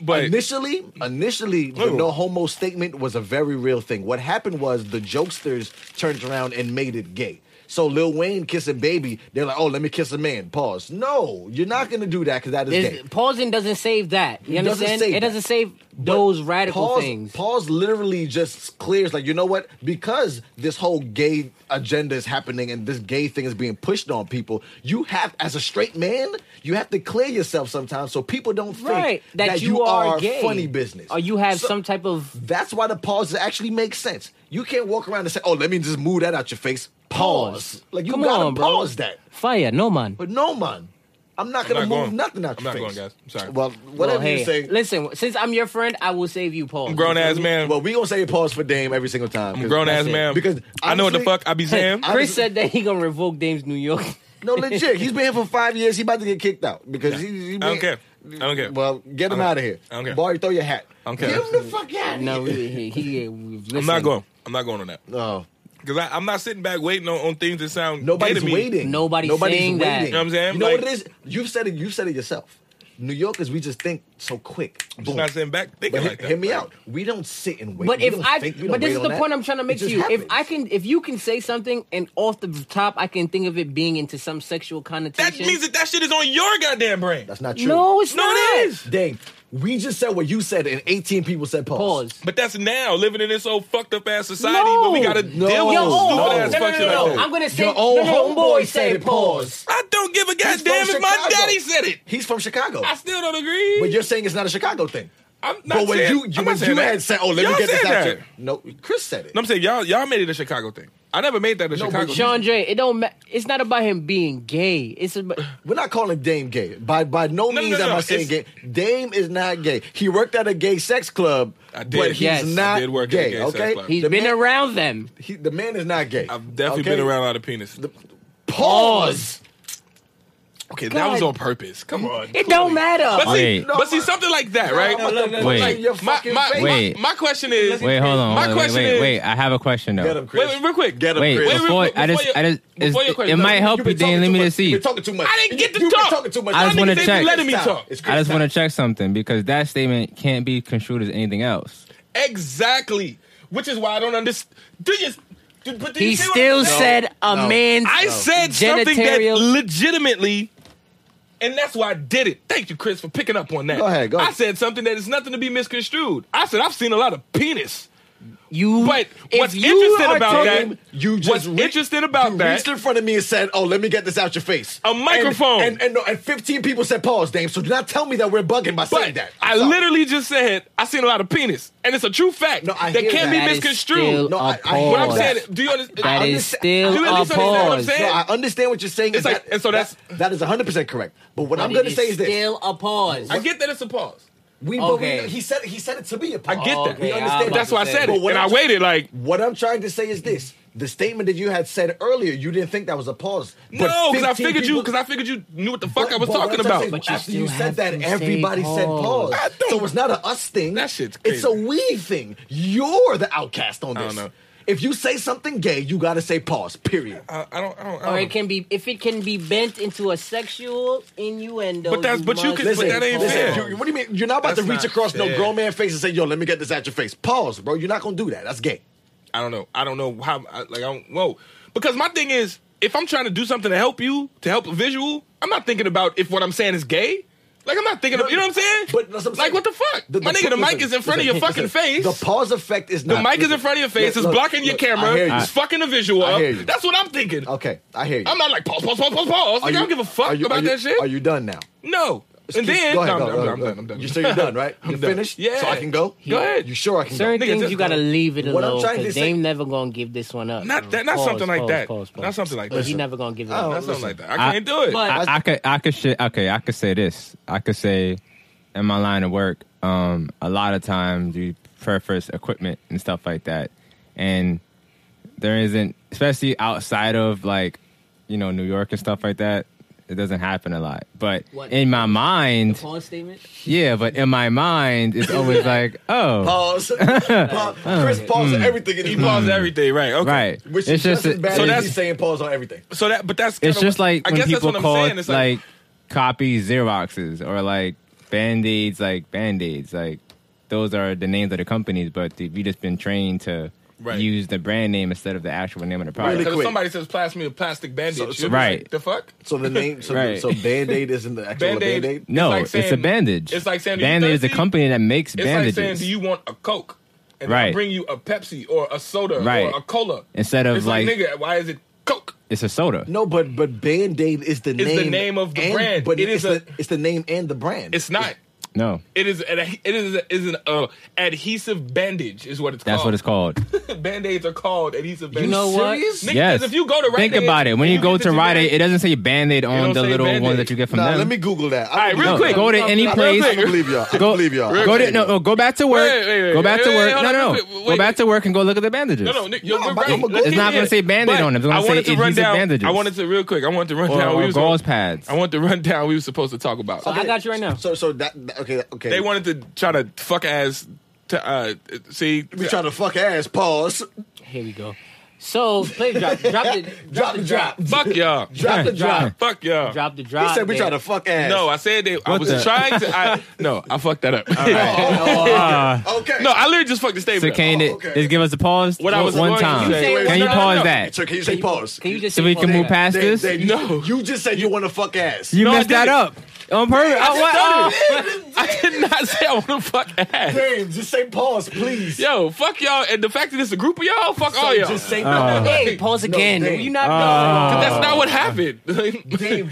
S2: but
S1: initially, initially, the
S2: Ooh.
S1: no homo statement was a very real thing. What happened was the jokesters turned around and made it gay. So Lil Wayne kissing baby, they're like, "Oh, let me kiss a man." Pause. No, you're not gonna do that because that is
S3: It's-
S1: gay.
S3: pausing doesn't save that. You
S1: It doesn't
S3: understand?
S1: save
S3: It
S1: that.
S3: doesn't save those
S1: But
S3: radical
S1: pause,
S3: things.
S1: Pause literally just clears, like, you know what? Because this whole gay agenda is happening and this gay thing is being pushed on people, you have, as a straight man, you have to clear yourself sometimes so people don't think
S3: Right. That, you,
S1: are,
S3: gay.
S1: funny business.
S3: Or you have
S1: So-
S3: some type of
S1: That's why the pauses actually make sense. You can't walk around and say, oh, let me just move that out your face. Pause. Like, you
S3: Come
S1: gotta
S3: on, bro.
S1: pause that.
S3: fire. No man.
S1: But no, man, I'm not
S2: I'm
S1: gonna move
S2: not going.
S1: nothing out
S2: I'm
S1: your
S2: not
S1: face.
S2: going, guys. I'm sorry.
S1: Well, whatever
S3: Well,
S1: you
S3: hey,
S1: say.
S3: Listen, since I'm your friend, I will save you, Paul.
S2: grown ass man.
S1: Well, we gonna say pause for Dame every single time.
S2: I'm grown ass
S3: that's it.
S2: man.
S1: Because
S2: I know what the
S1: honestly-
S2: fuck I be saying.
S1: I-
S3: <laughs> Chris
S1: Honestly-
S3: said that he gonna revoke Dame's New York. <laughs>
S1: No, legit. He's been here for five years. He about to get kicked out because he. he
S2: I don't care. I don't care.
S1: Well, get him
S2: I don't-
S1: out of here.
S2: I don't care.
S1: Boy, throw your hat.
S2: I don't care.
S1: Get him the fuck out. <laughs>
S3: no, he, he, he, listen,
S2: I'm not going. I'm not going on that
S1: No,
S2: because I'm not sitting back waiting on, on things that sound gay
S1: Oh, nobody's
S2: to me.
S1: waiting.
S3: Nobody's saying that.
S2: You know what I'm saying?
S1: You know
S2: Like-
S1: what it is? You've said it. You've said it yourself. New Yorkers, we just think so quick.
S2: I'm just
S1: Boom.
S2: not sitting back thinking
S1: But he-
S2: like that.
S1: hear me
S2: Like,
S1: out. We don't sit and wait.
S3: But
S1: We
S3: if
S1: don't
S3: I,
S1: think- we don't
S3: but this
S1: wait
S3: is
S1: on
S3: the
S1: that.
S3: point I'm trying to make
S1: It
S3: to
S1: just
S3: you. If
S1: happens.
S3: I can, if you can say something and off the top, I can think of it being into some sexual connotation.
S2: That means that that shit is on your goddamn brain.
S1: that's not true.
S3: no, it's
S2: No,
S3: not.
S2: it is.
S1: Dame, we just said what you said, and 18 people said pause.
S3: Pause.
S2: But that's now living in this old fucked up ass society
S3: No.
S2: where we gotta
S1: No.
S2: deal with
S3: Your
S1: Oh,
S2: some stupid
S3: own,
S1: no,
S2: ass
S3: no, no,
S2: fucking
S3: no, no,
S1: like
S3: I'm gonna say
S1: Your old
S3: no, no, no,
S1: homeboy
S3: said
S1: said it. Pause.
S2: I don't give a
S1: He's from
S2: goddamn. It's my
S1: Chicago.
S2: Nobody said it.
S1: He's from Chicago.
S2: I still don't agree.
S1: But you're saying it's not a Chicago thing.
S2: I'm not
S1: But when
S2: saying-
S1: you,
S2: I'm
S1: you
S2: not
S1: when
S2: saying
S1: you
S2: that.
S1: had said, "Oh, let
S2: Y'all
S1: me get this
S2: said
S1: out,"
S2: that.
S1: here. no, Chris said it.
S2: No, I'm saying y'all y'all made it a Chicago thing. I never made that
S1: No,
S2: a Chicago.
S1: but
S2: thing.
S3: Sean Dre, it don't. Ma- it's not about him being gay. It's about,
S1: We're not calling Dame gay. By by no,
S2: no,
S1: means
S2: no,
S1: am I
S2: no,
S1: saying gay.
S2: it's-
S1: Dame is not gay. He worked at a gay sex club,
S2: I did.
S1: but he's
S3: Yes. I
S1: not
S2: did work at a
S1: gay.
S2: gay sex
S1: okay,
S2: club.
S3: he's
S1: the
S3: been
S1: man,
S3: around them.
S1: he- the man is not gay.
S2: I've definitely
S1: okay?
S2: been around a lot of penis.
S1: Pause.
S2: Okay, that was on purpose. Come on.
S3: It don't matter.
S2: But see,
S4: Wait.
S2: but see something like that, right?
S1: No, look, look,
S4: Wait.
S1: look, your
S2: My,
S1: fucking
S2: my,
S1: face.
S2: my,
S4: Wait.
S2: my question is.
S4: Wait, hold on.
S2: My
S4: wait, wait,
S2: question
S4: wait,
S2: is-
S4: wait, I have a question though.
S1: Get him,
S2: Wait,
S1: Chris.
S2: wait, real quick.
S1: Get him,
S4: Wait,
S1: Chris.
S2: Wait,
S4: before,
S2: wait,
S4: I just,
S2: before
S4: I
S2: your-
S4: just, it's,
S2: before your
S4: it
S2: question.
S4: might help
S1: You've
S4: you.
S1: been
S4: Dane.
S1: talking
S4: Let
S1: too
S4: me
S1: much.
S4: to see.
S1: You've been talking too much.
S2: I didn't get to
S1: You've
S2: talk.
S1: Been talking too much.
S4: I just
S2: Y'all
S4: wanna
S2: niggas ain't
S4: check.
S2: Letting me
S1: It's
S2: talk.
S1: Chris
S4: I just
S1: time.
S4: want to check something because that statement can't be construed as anything else.
S2: Exactly. Which is why I don't understand. Do you? Do, but do you
S3: He
S2: see what-
S3: still
S2: No.
S3: said a
S1: no.
S3: man's.
S2: I said something that
S3: Genitalia-
S2: legitimately, and that's why I did it. Thank you, Chris, for picking up on that.
S1: Go ahead, go
S2: I
S1: ahead.
S2: said something that is nothing to be misconstrued. I said I've seen a lot of penis.
S3: you.
S2: But
S3: if
S2: what's
S3: you
S2: interesting
S3: are
S2: about
S3: taking-
S2: that?
S1: You just
S2: what's
S1: re-
S2: interesting about
S1: you
S2: that?
S1: reached in front of me and said, "Oh, let me get this out your face."
S2: A
S1: And-
S2: microphone.
S1: and and, no, and fifteen people said pause, Dame. So do not tell me that we're bugging by saying
S2: But
S1: that.
S2: I
S1: I'm sorry.
S2: literally just said I seen a lot of penis, and it's a true fact
S1: No, I
S2: that
S1: hear
S2: can't
S1: that.
S2: be
S1: That
S3: is still
S2: misconstrued.
S1: No, I- I hear
S2: What I'm
S1: that.
S2: saying, do you understand?
S3: That
S2: I
S3: is
S2: understand-
S3: still
S2: do you at least
S3: a
S2: understand what I'm
S3: pause.
S2: saying?
S1: No, I understand what you're saying.
S2: It's like- and so that's-
S1: that is 100 percent correct. But what I'm
S3: It
S1: going to
S3: is
S1: say is this:
S3: Still a pause.
S2: I get that it's a pause.
S1: we, but we-
S3: Okay.
S1: he said he said it to me.
S2: I get that.
S1: We
S3: Okay,
S1: understand.
S3: I'm
S2: That's why I said
S1: But
S2: it,
S1: what
S2: and I
S1: I'm-
S2: waited like
S1: What I'm trying to say is this: the statement that you had said earlier, you didn't think that was a pause. But
S2: no, because I
S1: 15
S2: figured you,
S1: people-
S2: because I figured you knew what the fuck
S1: But-
S2: I was
S1: but what
S2: talking
S1: I'm trying
S2: about.
S1: to say is
S3: But you
S1: after
S3: still
S1: you said
S3: have
S1: that,
S3: to say
S1: everybody said
S3: pause.
S1: pause.
S2: I don't-
S1: So it's not a us thing.
S2: That shit's
S1: It's
S2: crazy.
S1: a we thing. You're the outcast on
S2: I
S1: this.
S2: don't know.
S1: If you say something gay, you gotta say pause.
S2: <laughs>
S1: Period.
S2: I, I don't, I don't, I
S3: or
S2: don't
S3: it can be if it can be bent into a sexual innuendo.
S2: But that's- but you
S3: must
S2: can- but
S1: Listen,
S2: that ain't
S1: listen,
S2: fair.
S1: you- what do you mean? You're not about
S2: That's
S1: to reach
S2: not
S1: across
S2: fair.
S1: no grown man face and say, "Yo, let me get this at your face." Pause, bro. You're not gonna do that. That's gay.
S2: I don't know. I don't know how. I, like I don't. Whoa. Because my thing is, if I'm trying to do something to help you, to help a visual, I'm not thinking about if what I'm saying is gay. Like I'm not thinking. of, you know what I'm saying?
S1: But that's what I'm
S2: like,
S1: saying.
S2: what the fuck? my nigga, the mic
S1: listen,
S2: is in front of your
S1: listen,
S2: fucking
S1: listen.
S2: face.
S1: The pause effect is not.
S2: The mic is in
S1: listen,
S2: front of your face.
S1: look,
S2: it's
S1: look,
S2: blocking your
S1: look, I
S2: camera.
S1: hear you.
S2: It's fucking the visual
S1: I
S2: up.
S1: hear you.
S2: That's what I'm thinking.
S1: Okay, I hear you.
S2: I'm not like pause, pause, pause, pause, pause. Like,
S1: Are
S2: I
S1: you-
S2: don't give a fuck
S1: are you-
S2: about
S1: are you-
S2: that shit.
S1: Are you done now?
S2: no. And then
S1: go ahead, go,
S2: no, I'm,
S1: go,
S2: done,
S1: go,
S2: I'm
S1: go.
S2: done. I'm done.
S1: You sure you're done, right?
S2: I'm
S1: you're
S2: done.
S1: finished?
S2: Yeah.
S1: So I can go?
S2: Go ahead.
S1: You sure I can
S3: Certain
S1: go?
S2: Nigga,
S3: things
S2: just
S3: you gotta
S2: go.
S3: leave it
S1: What I'm
S3: alone.
S1: trying to
S3: Because
S1: say-
S3: Dame never gonna give this one up.
S2: Not that- not
S3: Pause,
S2: something like
S3: pause,
S2: that.
S3: Pause, pause.
S2: Not something like
S3: But he
S2: that.
S3: never gonna give it
S1: I
S2: Not
S3: up.
S1: don't-
S2: something like that. I
S4: I-
S2: can't do it.
S3: But-
S4: I, I could I could shit okay, I could say this. I could say in my line of work, um, a lot of times you preface equipment and stuff like that. And there isn't especially outside of like, you know, New York and stuff like that, it doesn't happen a lot. But
S3: What?
S4: in my mind
S3: Pause statement.
S4: Yeah, but in my mind it's always like, oh
S1: Pause. Pause. Chris paused on everything. in
S2: he
S1: his
S2: paused
S1: mind.
S2: everything, right? Okay.
S4: right.
S1: Which is just as bad
S2: so
S1: so as
S2: that's-
S1: me saying pause on everything.
S2: So that, but that's
S4: it's
S2: kinda
S4: just
S2: what-
S4: like
S2: I
S4: when
S2: guess that's
S4: people
S2: what I'm
S4: call
S2: saying.
S4: it,
S2: It's
S4: like, copy Xeroxes or like band aids, like band aids, like those are the names of the companies, but the, we just been trained to
S2: Right.
S4: use the brand name instead of the actual name of the product.
S1: Really
S2: Because if
S1: quick.
S2: somebody says plastic, me a plastic bandage.
S1: So- so-
S2: you're
S4: Right.
S2: like, the fuck?
S1: So the name, so,
S4: Right.
S1: so Band Aid isn't the actual
S2: Band-Aid.
S1: Band Aid.
S4: No,
S2: like
S4: it's, a
S2: saying-
S4: bandage.
S2: it's like saying, "Are you
S4: Band Aid is the
S2: thirsty?"
S4: company that makes
S2: It's
S4: bandages
S2: like saying, do you want a Coke? And I
S4: Right.
S2: bring you a Pepsi or a soda
S4: Right.
S2: or a cola.
S4: instead of
S2: it's
S4: like,
S2: like, nigga, why is it Coke?
S4: it's a soda.
S1: No, but but Band Aid is the
S2: the
S1: name.
S2: name of the
S1: and-
S2: brand.
S1: But
S2: It
S1: it's
S2: is a-
S1: the, it's the name and the brand.
S2: It's not.
S4: No,
S2: It is an it is a, is an uh, adhesive bandage is what it's
S4: that's
S2: called. <laughs>
S4: what it's called.
S2: called. Band aids are called adhesive
S3: You
S2: bandages.
S3: know what?
S1: serious?
S2: Nigga, 'cause
S4: yes.
S2: If you go to Rite
S4: Think
S2: Aid,
S4: about it. When you
S2: and
S4: go
S2: get
S4: to
S2: this
S4: Rite
S2: generic-
S4: Aid, it doesn't say Band Aid on
S2: don't
S4: the
S2: say
S4: little
S2: Band-Aid.
S4: ones that you get from
S1: Nah,
S4: them.
S1: let me Google that.
S2: All right, real
S4: no,
S2: quick.
S4: go to any
S3: Real
S4: place.
S1: I believe y'all. I
S4: Go-
S1: believe y'all. I
S4: Go to
S1: believe
S4: no,
S1: y'all.
S4: no. Go back to work.
S2: Wait, wait, wait,
S4: go back
S2: wait,
S4: to
S2: wait,
S4: work.
S2: hold
S4: no,
S2: on,
S4: no,
S2: wait,
S4: no.
S2: wait,
S4: Go
S2: wait.
S4: back to work and go look at the bandages.
S2: No, no, Nick,
S1: No,
S2: you're
S1: I'm
S2: right.
S1: about- I'm gonna go
S4: It's not gonna say Band-Aid on it. It's gonna
S2: I
S4: say
S2: wanted to run
S4: adhesive
S2: down.
S4: bandages.
S2: I wanted to real quick. I wanted to run
S4: or,
S2: down.
S4: or
S2: We was
S4: gauze
S2: gonna-
S4: pads.
S2: I want <laughs> to run down. We were supposed to talk about.
S3: I got you right now.
S1: So so that that- okay okay.
S2: They wanted to try to fuck ass. To, uh, see,
S1: we try to fuck ass. Pause.
S2: <laughs>
S3: Here we go. So play drop, drop
S1: <laughs>
S3: the drop the drop,
S2: fuck y'all.
S1: Drop the drop.
S2: Fuck y'all.
S3: drop the drop.
S1: He said we
S3: man.
S1: try to fuck ass.
S2: No, I said that. I
S4: What
S2: was
S4: the-
S2: trying to.
S1: <laughs>
S2: I, no, I fucked that up.
S4: Uh,
S1: Okay.
S2: no, I literally just fucked the
S4: so
S2: statement.
S4: can
S1: Oh,
S4: it
S1: okay.
S4: just give us a pause?
S2: What I
S4: One-
S2: was
S4: one
S2: going to
S4: time.
S2: say
S4: can
S2: was- no,
S4: you
S2: no,
S4: pause
S2: no.
S4: that
S1: So can you say pause?
S3: Can you just
S4: so
S3: say
S4: we can
S3: pause
S4: move
S3: that?
S4: past
S1: Dave,
S4: this?
S1: Dave,
S4: You
S1: you-
S2: No.
S1: You just said you want to fuck ass.
S2: No, I
S4: messed that
S2: didn't.
S4: up. on purpose. Oh, what? Oh.
S2: <laughs> I did not say I want to fuck ass.
S1: James, just say pause, please.
S2: Yo, fuck y'all, and the fact that it's a group of y'all, fuck all y'all.
S1: Just say
S2: <laughs>
S3: Hey, pause again.
S1: Dave.
S3: you
S2: Uh,
S3: not
S4: Oh.
S2: That's not what happened. <laughs>
S1: Dave, you literally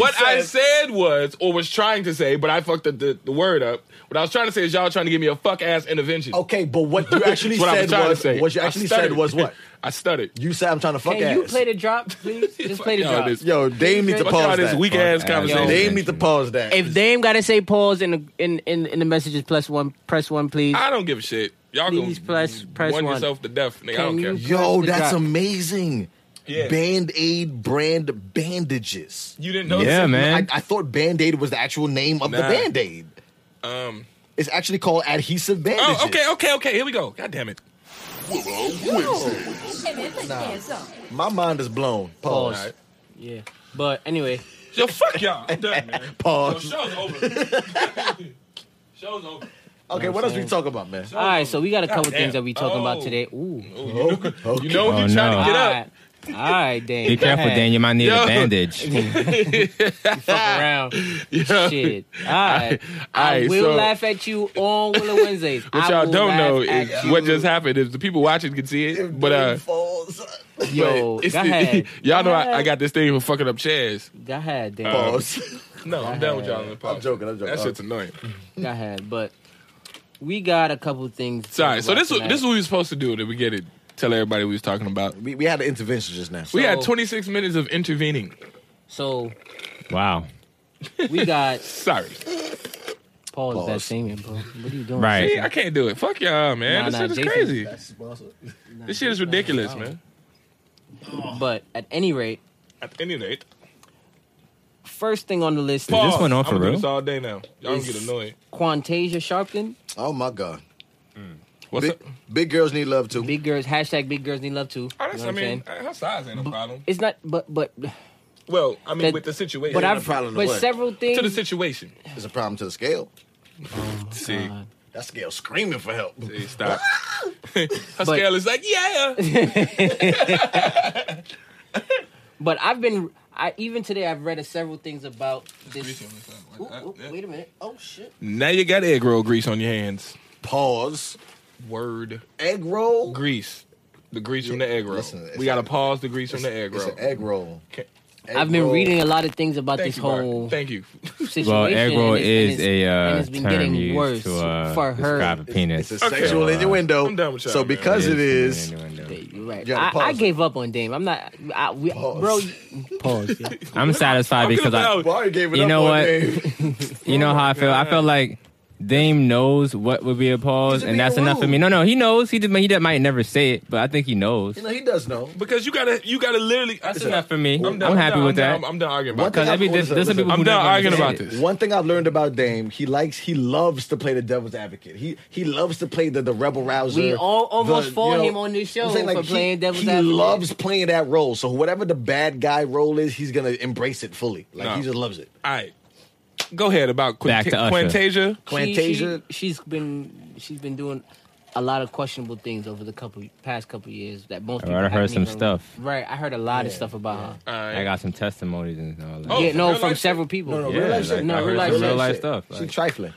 S2: what
S1: said,
S2: I said was, or was trying to say, but I fucked the, the, the word up. What I was trying to say is y'all trying to give me a fuck ass intervention.
S1: Okay, but what
S2: <laughs>
S1: you actually
S2: That's what I
S1: said
S2: was trying
S1: was
S2: to say.
S1: what you
S2: I
S1: actually
S2: stuttered.
S1: said was
S2: <laughs>
S1: what
S2: I stuttered.
S1: you said. I'm trying to fuck
S3: Can you
S1: ass.
S3: play the
S2: <laughs>
S3: drop, please? Just play the
S2: Yo,
S3: drop.
S2: this-
S1: Yo, Dame needs to
S2: Fuck y'all
S1: pause
S2: this
S1: that.
S2: weak ass
S4: Fuck ass.
S2: conversation.
S4: Yo.
S1: Dame needs to pause that.
S3: If they ain't gotta say pause in the in, in in the messages, plus one, press one, please.
S2: I don't give a shit. Y'all
S3: Please
S2: gonna
S3: press- press
S2: one
S3: one.
S2: yourself to death, nigga. I
S3: Can
S2: don't care.
S3: you-
S1: Yo,
S3: Press the
S1: that's
S3: drop.
S1: amazing.
S2: Yeah.
S1: Band Aid brand bandages.
S2: You didn't know?
S4: Yeah,
S2: this?
S1: I,
S4: man.
S1: I thought Band Aid was the actual name of the
S2: Nah.
S1: Band Aid.
S2: Um.
S1: It's actually called adhesive bandages.
S2: Oh, okay, okay, okay. Here we go. God damn it.
S1: My mind is blown. Pause.
S3: Pause. yeah, but anyway,
S2: Yo, fuck y'all. I'm done, man. Yo,
S1: <laughs> Pause.
S2: show's over.
S1: <laughs>
S2: show's over.
S1: Okay, what else we talk about, man?
S3: all right. So we got a couple
S2: Goddamn.
S3: things that we talking about
S2: Oh.
S3: today. Ooh,
S2: You know when
S4: Oh,
S2: you trying
S4: no.
S2: to get
S3: all
S2: up.
S3: right, all right, Dane.
S4: Be
S3: go
S4: careful,
S3: ahead.
S4: Dan. You might need
S2: Yo.
S4: a bandage.
S3: Fuck around.
S2: <laughs> Yeah.
S3: Ah, Shit. All right. I
S2: All right,
S3: will
S2: so-
S3: laugh at you on Willow Wednesdays.
S2: What
S3: I
S2: y'all
S3: will
S2: don't
S3: laugh
S2: know
S3: at
S2: is
S3: you.
S2: what just happened is the people watching can see it, but uh,
S1: Pause.
S3: Yo,
S2: but <laughs> it's
S3: go
S2: the-
S3: ahead.
S2: y'all know I, I
S3: ahead.
S2: got Uh, this thing for fucking up chairs.
S3: Go ahead, Dan.
S1: Pause. <laughs>
S2: No, I'm done with y'all. in the
S1: I'm
S2: pause.
S1: joking. I'm joking.
S2: That
S3: Oh.
S2: shit's annoying.
S3: Go ahead, but we got a couple things. to
S2: Sorry.
S3: talk
S2: So
S3: about
S2: this was-
S3: tonight.
S2: this is what we were supposed to do. Did we get it? Tell everybody we was talking about.
S1: we, we had an intervention just now.
S2: We had
S3: So-
S2: 26 minutes of intervening.
S3: so
S4: wow.
S3: we got
S2: Sorry.
S3: pause, that
S1: Pause.
S3: singing, bro. What are you doing?
S4: Right.
S2: See, I can't do it. Fuck y'all, man.
S3: Nah,
S2: this
S3: nah,
S2: shit is
S3: Jason-
S2: crazy. This shit is ridiculous, man.
S3: But at any rate,
S2: At any rate,
S3: first thing on the list
S2: pause.
S4: one on
S2: I'ma
S4: for
S2: do
S4: real?
S2: This all day now. Y'all gonna
S3: It's-
S2: get annoyed.
S3: is Quantasia Sharpton.
S1: Oh my god.
S2: What's
S1: Big,
S2: up?
S1: big girls need love too.
S3: Big girls hashtag big girls need love too.
S2: Oh,
S3: you
S2: that's,
S3: know what
S2: I
S3: I'm
S2: mean,
S3: saying?
S2: uh, her size ain't no problem.
S3: It's not, but but
S2: Well, I mean,
S3: That-
S2: with the situation.
S3: but
S1: no
S3: I've
S1: problem,
S3: but
S1: what?
S3: several things.
S2: to the situation.
S1: It's a problem to the scale.
S2: See,
S3: God.
S1: That scale screaming for help.
S2: see, stop.
S3: <laughs>
S2: her scale is like, yeah.
S3: But I've been, I even today I've read several things about this. Ooh,
S2: Uh,
S3: ooh, wait a minute. Oh shit.
S2: Now you got egg roll grease on your hands.
S1: Pause.
S2: Word
S1: Egg roll.
S2: grease, the grease from the egg roll.
S1: listen, it's
S2: we gotta
S1: like-
S2: pause the grease from the egg
S1: It's
S2: roll.
S1: an egg roll.
S2: Okay.
S1: Egg
S3: I've been
S1: roll.
S3: reading a lot of things about
S2: Thank
S3: this
S2: you,
S3: whole
S2: Mark. Thank you.
S3: situation.
S4: Well, egg roll
S3: and it's-
S4: is
S3: and it's-
S4: a uh,
S3: and it's been
S4: term
S3: getting
S4: used
S3: worse
S4: to uh,
S3: for her.
S4: describe a penis.
S1: It's a
S2: Okay.
S1: sexual
S4: So, uh,
S1: innuendo.
S2: I'm done with y'all,
S1: so
S2: man.
S1: because it is,
S4: innuendo.
S3: You're right.
S1: You gotta
S3: I,
S1: pause
S3: I
S1: it.
S3: gave up on Dame. I'm not. I, we,
S1: Pause.
S3: Bro, you- pause. Yeah.
S4: I'm satisfied because
S2: <laughs>
S4: I,
S2: about-
S1: Well, I already gave it
S4: You
S1: up
S4: know
S1: on
S4: what?
S3: <laughs>
S1: Dave.
S4: you know how I feel. I feel like Dame knows what would be a pause,
S1: He's
S4: and that's
S1: being
S4: enough for
S1: rude.
S4: me. No, no, he knows. He just, he might never say it, but I think he knows.
S1: You know, he does know.
S2: because you gotta, you gotta literally.
S4: That's enough for me. I'm,
S2: done-
S4: happy
S2: done-
S4: with
S2: I'm
S4: that.
S2: Done, I'm done arguing about
S1: What
S2: that.
S4: Because
S1: I'm-
S4: every there's,
S1: listen,
S4: there's
S1: listen,
S4: some people who
S2: I'm done
S4: never
S2: arguing
S4: say
S2: about
S4: it.
S2: this.
S1: One thing I've learned about Dame, he likes, he loves to play the devil's advocate. He he loves to play the, the rebel rouser.
S3: We all almost
S1: the,
S3: fought
S1: you know,
S3: him on this show
S1: I'm saying,
S3: for playing
S1: he,
S3: devil's
S1: he
S3: advocate.
S1: loves playing that role. So whatever the bad guy role is, he's gonna embrace it fully. Like
S2: No.
S1: he just loves it.
S2: All right, go ahead about
S4: Back
S2: Quint-
S4: to Usher.
S2: Quantasia.
S1: Plantasia.
S3: She, has been she's been doing a lot of questionable things over the couple past couple years that most.
S4: I
S3: people
S4: heard
S3: haven't
S4: some
S3: even-
S4: stuff.
S3: Right, I heard a lot of stuff about her.
S2: All right.
S4: I got some testimonies and all that.
S2: Oh,
S3: yeah, no,
S2: real
S3: from
S2: life
S3: several people.
S1: No, no,
S4: yeah,
S1: real life
S4: like,
S1: shit.
S4: I
S3: No,
S4: heard
S3: real life
S4: some
S3: shit.
S4: real life
S1: shit.
S4: stuff. Like,
S1: she trifling.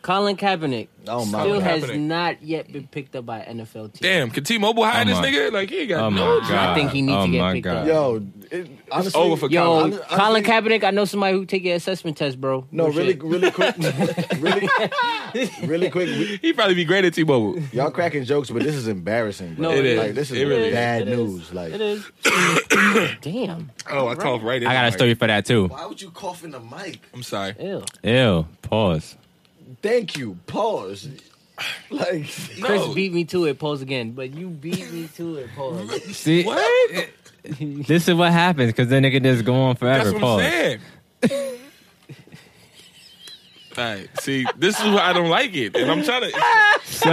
S3: Colin Kaepernick
S1: Oh, my
S3: still
S1: God.
S3: has
S2: Kaepernick.
S3: not yet been picked up by NFL team.
S2: Damn, can T-Mobile hire
S4: Oh
S2: this
S4: my-
S2: nigga? Like he ain't got
S4: oh
S2: no
S4: my
S2: job.
S4: god!
S3: I think he needs
S4: oh
S3: to get
S4: my
S3: picked
S4: god.
S3: up.
S1: Yo, it, honestly,
S2: over for
S3: Yo,
S2: Colin.
S1: Honestly-
S3: Colin Kaepernick, I know somebody who take your assessment test, bro.
S1: No,
S3: Real
S1: really,
S3: shit.
S1: really quick,
S3: <laughs>
S1: really, really quick. We,
S2: <laughs> He probably be great at T-Mobile.
S1: y'all cracking jokes, but this is embarrassing. Bro.
S3: No, it
S1: Like,
S2: is.
S1: this is
S2: It really is.
S1: bad
S3: It is.
S1: news. Like,
S3: It is. <coughs> Damn.
S2: Oh, I coughed right. in
S4: I got
S2: my
S4: a
S2: mic.
S4: story for that too.
S1: why would you cough in the mic?
S2: I'm sorry.
S3: Ew.
S4: Ew. Pause.
S1: Thank you. Pause. <sighs> Like,
S3: Chris beat me to it, pose again. But you beat me to it,
S2: <laughs>
S3: pose.
S4: See,
S2: What?
S4: this is what happens because then it can just go on
S2: That's
S4: forever.
S2: what
S4: pause.
S2: I'm saying. All <laughs> right, see, this is why I don't like it, and I'm trying to.
S4: So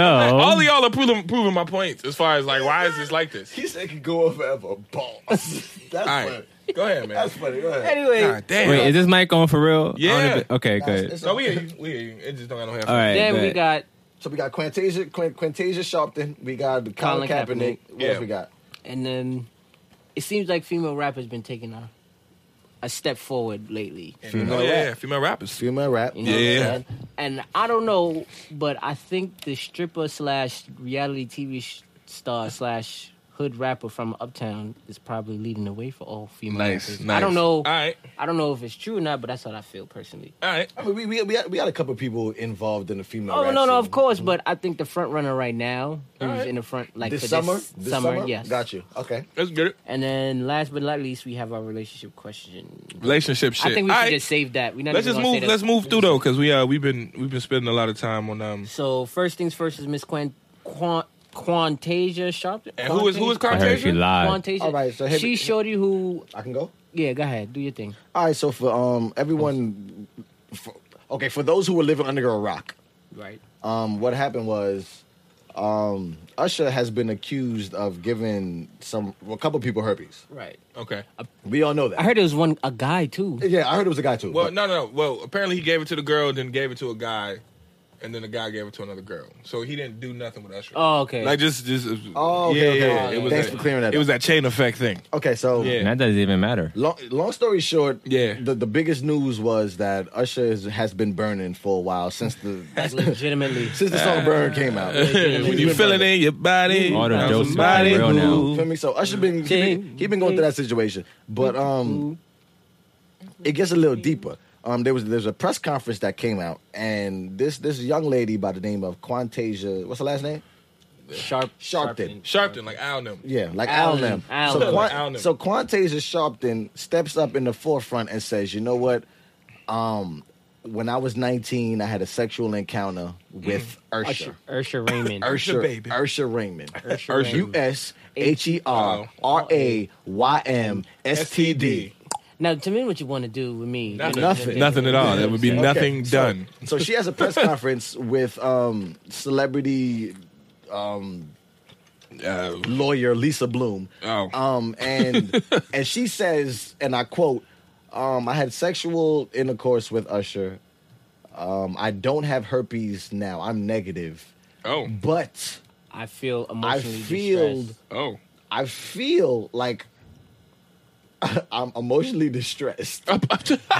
S2: <laughs> All of y'all are proving, proving my points as far as like why is this like this.
S1: he said it could go on forever. Pause. <laughs> That's
S2: All
S1: funny.
S2: right, go ahead, man.
S1: That's funny. Go ahead.
S3: anyway,
S2: God damn.
S4: wait, is this mic on for real? I don't
S2: Yeah.
S4: even- Okay,
S1: That's-
S4: good.
S1: it's-
S2: no, we hear you. We hear you. It just don't got no hair.
S4: All right.
S3: then we
S4: bet.
S3: got
S1: So we got Quantasia, Qu- Quantasia Sharpton. We got the Colin,
S3: Colin
S1: Kaepernick.
S3: Kaepernick.
S1: What
S2: Yeah.
S3: um,
S1: else we got?
S3: and then it seems like female rappers been taking a, a a step forward lately.
S2: Female Oh, yeah, yeah, female rappers.
S1: Female rap.
S3: You know what I'm
S2: Yeah.
S3: saying? And I don't know, but I think the stripper slash reality TV sh- star slash hood rapper from Uptown is probably leading the way for all female. rappers. I don't know.
S2: All right,
S3: I don't know if it's true or not, but that's what I feel personally.
S2: all right.
S1: I mean, we we we had, we had a couple people involved in the female.
S3: Oh
S1: rap
S3: no, no,
S1: scene.
S3: of course, but I think the front runner right now, who's
S2: Alright.
S3: in the front, like
S1: This
S3: for
S1: summer,
S3: this, summer, yes,
S1: Got you. Okay.
S2: Let's get it.
S3: And then last but not least, we have our relationship question.
S2: Relationship shit.
S3: I think we
S2: All
S3: should
S2: right.
S3: just save that. We're not
S2: let's
S3: even
S2: just
S3: gonna
S2: move.
S3: say that.
S2: Let's move through though, because we uh we've been we've been spending a lot of time on um.
S3: So first things first is Miss Quan, Quan Quantasia Sharp.
S2: And who is who is
S4: I heard she
S2: Contagion?
S4: lied.
S3: Quantasia.
S1: All right, so hit
S3: she
S1: me-
S3: showed you who.
S1: I can go.
S3: Yeah, go ahead, do your thing.
S1: All right. So for um everyone, for, okay, for those who were living under a rock,
S3: Right.
S1: um, what happened was, um, Usher has been accused of giving some well, a couple people herpes.
S3: Right.
S2: Okay.
S1: We all know that.
S3: I heard it was one a guy too.
S1: Yeah, I heard it was a guy too.
S2: Well,
S1: but-
S2: no, no, no. Well, apparently he gave it to the girl, then gave it to a guy, and then the guy gave it to another girl. So he didn't do nothing with Usher.
S3: Oh, okay.
S2: Like just, just. uh,
S1: Oh, okay,
S2: yeah,
S1: okay.
S2: yeah. It was
S1: Thanks
S2: that,
S1: for clearing that
S2: It
S1: up.
S2: was that chain effect thing.
S1: Okay, so
S2: Yeah.
S4: And that doesn't even matter.
S1: Long, long story short,
S2: Yeah.
S1: the, the biggest news was that Usher is, has been burning for a while since the <laughs>
S3: Like, legitimately.
S1: since the song Burn came out.
S2: <laughs> when you feel it in your body,
S4: All the
S2: I'm
S4: jokes is
S2: somebody
S4: real now.
S2: who-
S1: Feel me? So Usher been he been, he been going through that situation, but um, it gets a little deeper. Um, there was there's a press conference that came out, and this this young lady by the name of Quantasia, what's her last name?
S3: Sharp.
S1: Sharpton.
S2: Sharpton, like Al and them.
S1: Yeah, like Al
S3: Allen.
S1: them. So,
S3: Allen.
S2: Like
S1: Quan-
S2: Allen.
S1: so Quantasia Sharpton steps up in the forefront and says, "You know what? Um, when I was 19, I had a sexual encounter with
S3: Mm.
S1: Ursha.
S3: Ursha Raymond.
S2: Ursha baby.
S1: Ursha Raymond.
S2: Ursha.
S1: U S H E R R A Y M S T D.
S3: Now, to me, what you want to do with me?
S2: Nothing.
S1: Nothing.
S2: Nothing at all. There would be
S3: Okay,
S2: nothing
S1: so-
S2: done.
S1: <laughs> So she has a press conference with um, celebrity
S2: Uh,
S1: lawyer Lisa Bloom.
S2: Oh.
S1: Um, and and she says, and I quote, um, I had sexual intercourse with Usher. Um, I don't have herpes now. I'm negative.
S2: oh,
S1: But
S3: I feel
S1: I
S3: emotionally
S1: feel
S3: distressed.
S2: oh.
S1: I feel like <laughs> I'm emotionally distressed.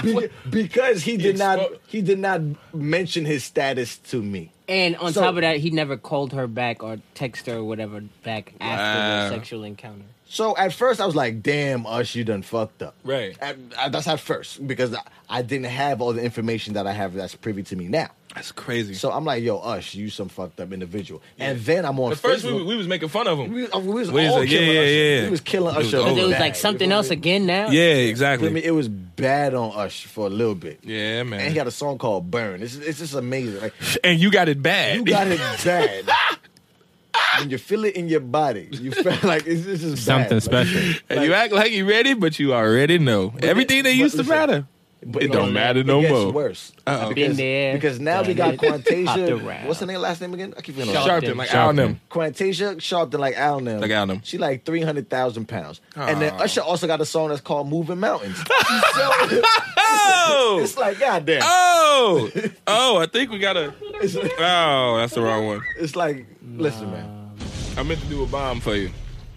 S1: Be- because he did not
S2: expo-
S1: he did not mention his status to me.
S3: And on
S1: So-
S3: top of that, he never called her back or texted her or whatever back after
S2: Wow.
S3: the sexual encounter.
S1: So at first I was like, damn, Ush, you done fucked up.
S2: Right.
S1: At, at- that's at first because I, I didn't have all the information that I have that's privy to me now.
S2: <laughs> That's crazy.
S1: So I'm like, yo, Ush, you some fucked up individual. And then I'm on
S2: At first, we,
S1: Facebook.
S2: we was making fun of him.
S1: we, we was
S2: we was
S1: all
S2: like, yeah,
S1: killing
S2: yeah,
S1: Usher.
S2: yeah, yeah.
S1: We was killing
S2: It was
S1: Usher.
S2: over.
S3: But there was
S1: bad.
S3: like something else again now.
S2: Yeah,
S1: Feel me?
S2: exactly.
S1: It was bad on Ush for a little bit.
S2: Yeah,
S1: And he
S2: man.
S1: got a song called Burn. It's, it's just amazing. Like,
S2: And you got it bad. <laughs>
S1: you got it bad. when you feel it in your body, you feel <laughs> like it's, it's just bad.
S4: Something
S1: Like,
S4: special.
S2: And you act like you ready, but you already know everything that
S1: but
S2: used to
S1: listen,
S2: matter.
S1: but
S2: It don't matter no
S1: it gets
S2: more.
S1: worse.
S2: Uh-oh.
S1: Because,
S3: Been there,
S1: because now we got
S3: done it, hopped
S1: Quantasia.
S3: around.
S1: What's her name? Last name again? I keep forgetting. her
S3: Sharp.
S1: last
S2: Sharpton, like
S4: Sharpton.
S2: Al and them.
S1: Quantasia Sharp than like Al Nim.
S2: Like Al Nim.
S1: She like 300,000 pounds. And then
S2: Aw.
S1: Usher also got a song that's called Moving Mountains. so
S2: Oh,
S1: <laughs> it's like, goddamn. <laughs>
S2: oh, oh! I think we gotta.
S1: It's,
S2: Oh, that's the wrong one.
S1: it's like, listen, man.
S2: I meant to do a bomb for you.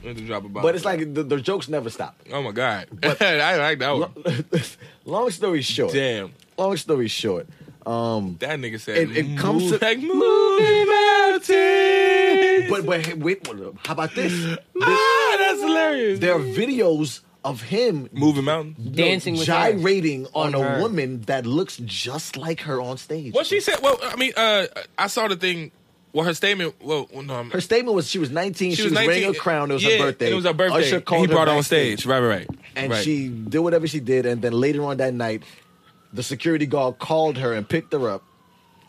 S2: I meant to drop a bomb.
S1: But it's like the, the jokes never stop. <laughs>
S2: oh my god, <laughs> I like that one.
S1: long story short.
S2: Damn,
S1: Long story short. Um,
S2: that nigga said
S1: It- it comes
S2: "Move
S1: to-
S2: like moving mountains.
S1: But but wait, wait, how about this? There-
S2: ah, that's hilarious.
S1: there are videos of him
S2: moving mountains.
S3: Dancing with her.
S1: gyrating on,
S3: On
S1: a
S3: her.
S1: woman that looks just like her on stage.
S2: What she said? Well, I mean, uh, I saw the thing. Well, her statement. Well, no, I'm,
S1: Her statement was she was 19, she, was,
S2: 19
S1: wearing a crown, it was
S2: yeah,
S1: her birthday.
S2: It was her birthday.
S1: Usher
S2: and
S1: called
S2: he
S1: her
S2: brought her on
S1: backstage,
S2: stage. Right, right, right.
S1: And
S2: Right.
S1: she did whatever she did, and then later on that night, the security guard called her and picked her up.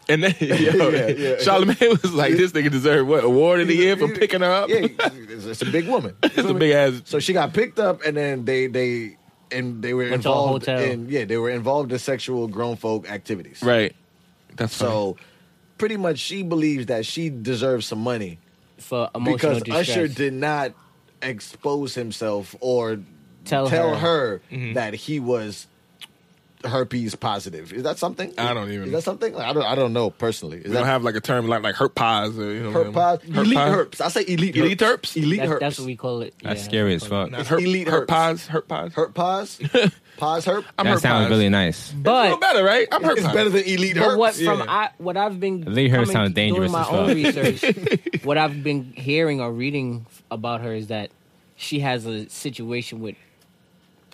S2: And then, <laughs> yo,
S1: Yeah, yeah.
S2: Charlemagne was like, "This nigga deserved what award of the year for picking her up." <laughs>
S1: Yeah, it's, it's a big woman.
S2: It's a big ass.
S1: So she got picked up, and then they they and they were
S3: Went to a
S1: involved
S3: hotel.
S1: in yeah they were involved in sexual grown folk activities.
S2: Right. That's so.
S1: So pretty much she believes that she deserves some money
S3: For emotional
S1: because
S3: distress.
S1: Usher did not expose himself or
S3: Tell
S1: tell
S3: her. Mm-hmm.
S1: her, that he was herpes positive. Is that something?
S2: I don't even-
S1: Is that something? I don't. I don't know personally. Is
S2: We
S1: that
S2: don't have like a term like like herp pies or you know
S1: herp pod?
S2: herp
S1: elite
S2: pies.
S1: herps. I say elite.
S2: Elite herps?
S1: Elite
S3: That-
S1: herps.
S3: That's what we call it.
S4: That's
S3: Yeah,
S4: scary
S3: that's
S4: as
S3: what we
S4: fuck.
S2: Not herp,
S1: elite
S2: herp
S1: herps.
S2: pies. Herp pies.
S1: herp pies. Pies herp.
S2: <laughs> I'm
S4: that
S2: herp
S4: sounds
S2: pies.
S4: really nice.
S2: It's a little
S3: call it. But
S2: better, right? I'm herp
S1: It's
S2: pies.
S1: better than elite
S3: But
S1: herps.
S3: what from
S2: yeah.
S3: I what I've been
S4: Lee Herb
S3: coming-
S4: sounds
S3: doing
S4: dangerous
S3: my
S4: as
S3: own research. what I've been hearing or reading about her is that she has a situation with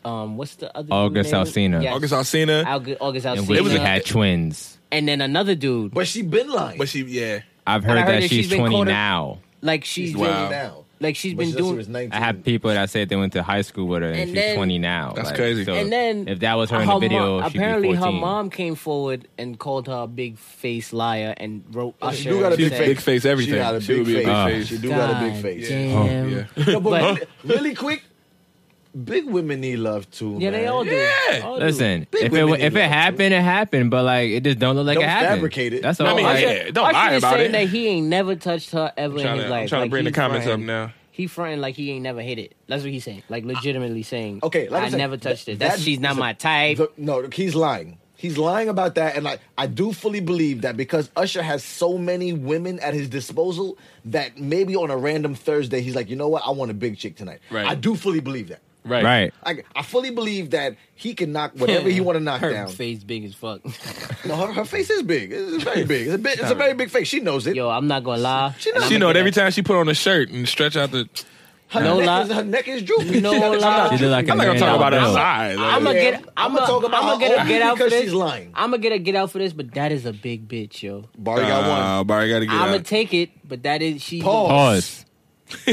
S3: um what's the other
S4: August
S3: dude name?
S4: Alsina.
S3: Yes.
S2: August Alsina,
S3: Algu- August
S4: And we
S2: It was
S3: Alsina.
S2: a-
S4: had twins.
S3: and then another dude.
S1: But she been lying.
S2: but she yeah.
S4: I've
S3: I
S4: heard,
S3: heard
S4: that,
S3: that
S4: she's
S3: she's been
S4: 20
S3: called a-
S4: now.
S3: like she's
S2: Wow.
S3: been-
S1: now.
S3: like she's
S1: But
S3: been
S1: she, that's
S3: doing
S1: was 19.
S4: I have people that said they went to high school with her, and,
S3: And
S4: she's
S3: then-
S4: 20 now.
S2: That's
S4: Like,
S2: crazy.
S4: so
S3: and then
S4: if that was her in
S3: her
S4: the video,
S3: mom-
S4: she'd be
S3: apparently her
S4: 14.
S3: mom came forward and called her a big face liar and wrote
S1: She
S3: Usher.
S1: do got a
S3: and
S1: big
S2: She's
S3: said-
S2: big face everything.
S1: She got a
S2: She
S1: big
S2: would be a
S1: face.
S2: big
S4: Ah.
S2: face.
S1: She do got a big
S3: God
S1: face.
S3: <laughs> Damn.
S4: Yeah.
S1: <laughs> No, but really, really quick, big women need love too.
S3: Yeah, they
S1: man.
S3: all do.
S2: Yeah.
S3: All do.
S4: Listen,
S1: Big
S4: if it
S1: women
S4: if
S1: need
S4: it
S1: love,
S4: happened, it happened. But like, it just don't look like
S1: Don't
S4: it happened.
S1: fabricate it.
S4: That's
S1: I
S4: all.
S2: mean,
S4: like,
S2: yeah. don't
S3: Usher
S2: lie
S3: is
S2: about
S3: saying
S2: it.
S3: that he ain't never touched her ever
S2: I'm
S3: in
S2: trying
S3: his
S2: to,
S3: life.
S2: I'm trying
S3: Like,
S2: to bring the
S3: he
S2: comments up
S3: fronting-
S2: now.
S3: He fronting like he ain't never hit it. That's what he's saying. Like legitimately saying,
S1: Okay, like I,
S3: I,
S1: said,
S3: never touched it. That's
S1: that-
S3: she's not
S1: listen,
S3: my type."
S1: the- no, he's lying. He's lying about that, and like I do fully believe that because Usher has so many women at his disposal that maybe on a random Thursday he's like, you know what, I want a big chick tonight.
S2: Right.
S1: I do fully believe that.
S2: Right.
S4: right.
S1: I, I fully believe that he can knock whatever
S3: <laughs>
S1: he want to knock
S3: her
S1: down.
S3: face big as fuck. <laughs>
S1: No, her, her face is big. It's very big. It's a, bit, it's a very big face. She knows it.
S3: Yo, I'm
S1: <laughs>
S3: not gonna lie.
S1: She know-
S3: And
S2: She
S3: I'ma
S2: know it
S3: get
S2: every
S3: that-
S2: time she put on a shirt and stretch out the.
S1: her,
S3: no
S1: neck
S3: lie.
S1: is, her neck is
S2: <laughs>
S1: droopy.
S3: No
S1: She knows-
S3: lie.
S1: I'm not
S4: She look like a
S2: I'm not gonna
S4: man
S2: talk about her
S4: out of milk.
S2: size. like-
S3: I'm gonna
S1: Yeah,
S3: get. I'm
S1: I'ma
S3: gonna
S1: talk about her
S3: get a
S1: only
S3: get out for
S1: because
S3: this.
S1: she's lying.
S3: I'm gonna get a get out for this, but that is a big bitch, yo.
S1: Barry got one.
S2: Uh, Barry got to get
S3: I'm gonna
S2: out.
S3: take it, but that is she. <laughs>
S1: Pause.
S4: Pause.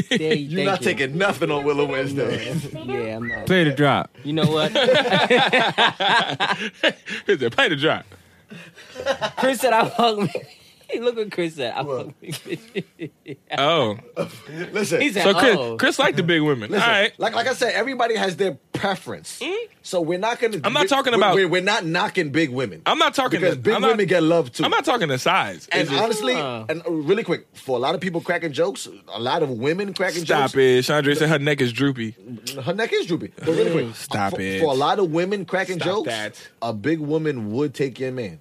S3: There,
S1: You're not taking nothing on Willow Wednesday. <laughs>
S3: Yeah, I'm not.
S4: Play the drop.
S3: You know what? <laughs>
S2: Here's that. Play the drop.
S3: Chris said I fuck me. <laughs> Look what Chris said. I
S1: What?
S3: fuck me.
S2: Oh,
S1: Listen,
S3: He said,
S2: so Chris,
S3: oh.
S2: Chris liked the big women. All
S1: listen,
S2: right. Mm-hmm.
S1: Like like I said, everybody has their preference. So we're not gonna.
S2: I'm not talking
S1: we're-
S2: about-
S1: We're, we're not knocking big women.
S2: I'm not talking
S1: because
S2: to-
S1: big
S2: I'm not-
S1: women get love too.
S2: I'm not talking the size.
S1: and
S2: It's just-
S1: honestly,
S3: Uh.
S1: and really quick, for a lot of people cracking jokes, a lot of women cracking
S2: stop
S1: jokes.
S2: it. Chandra said her neck is droopy.
S1: Her neck is droopy. But really quick,
S2: Stop
S1: for,
S2: it.
S1: For a lot of women cracking
S2: Stop
S1: jokes,
S2: that.
S1: a big woman would take your man.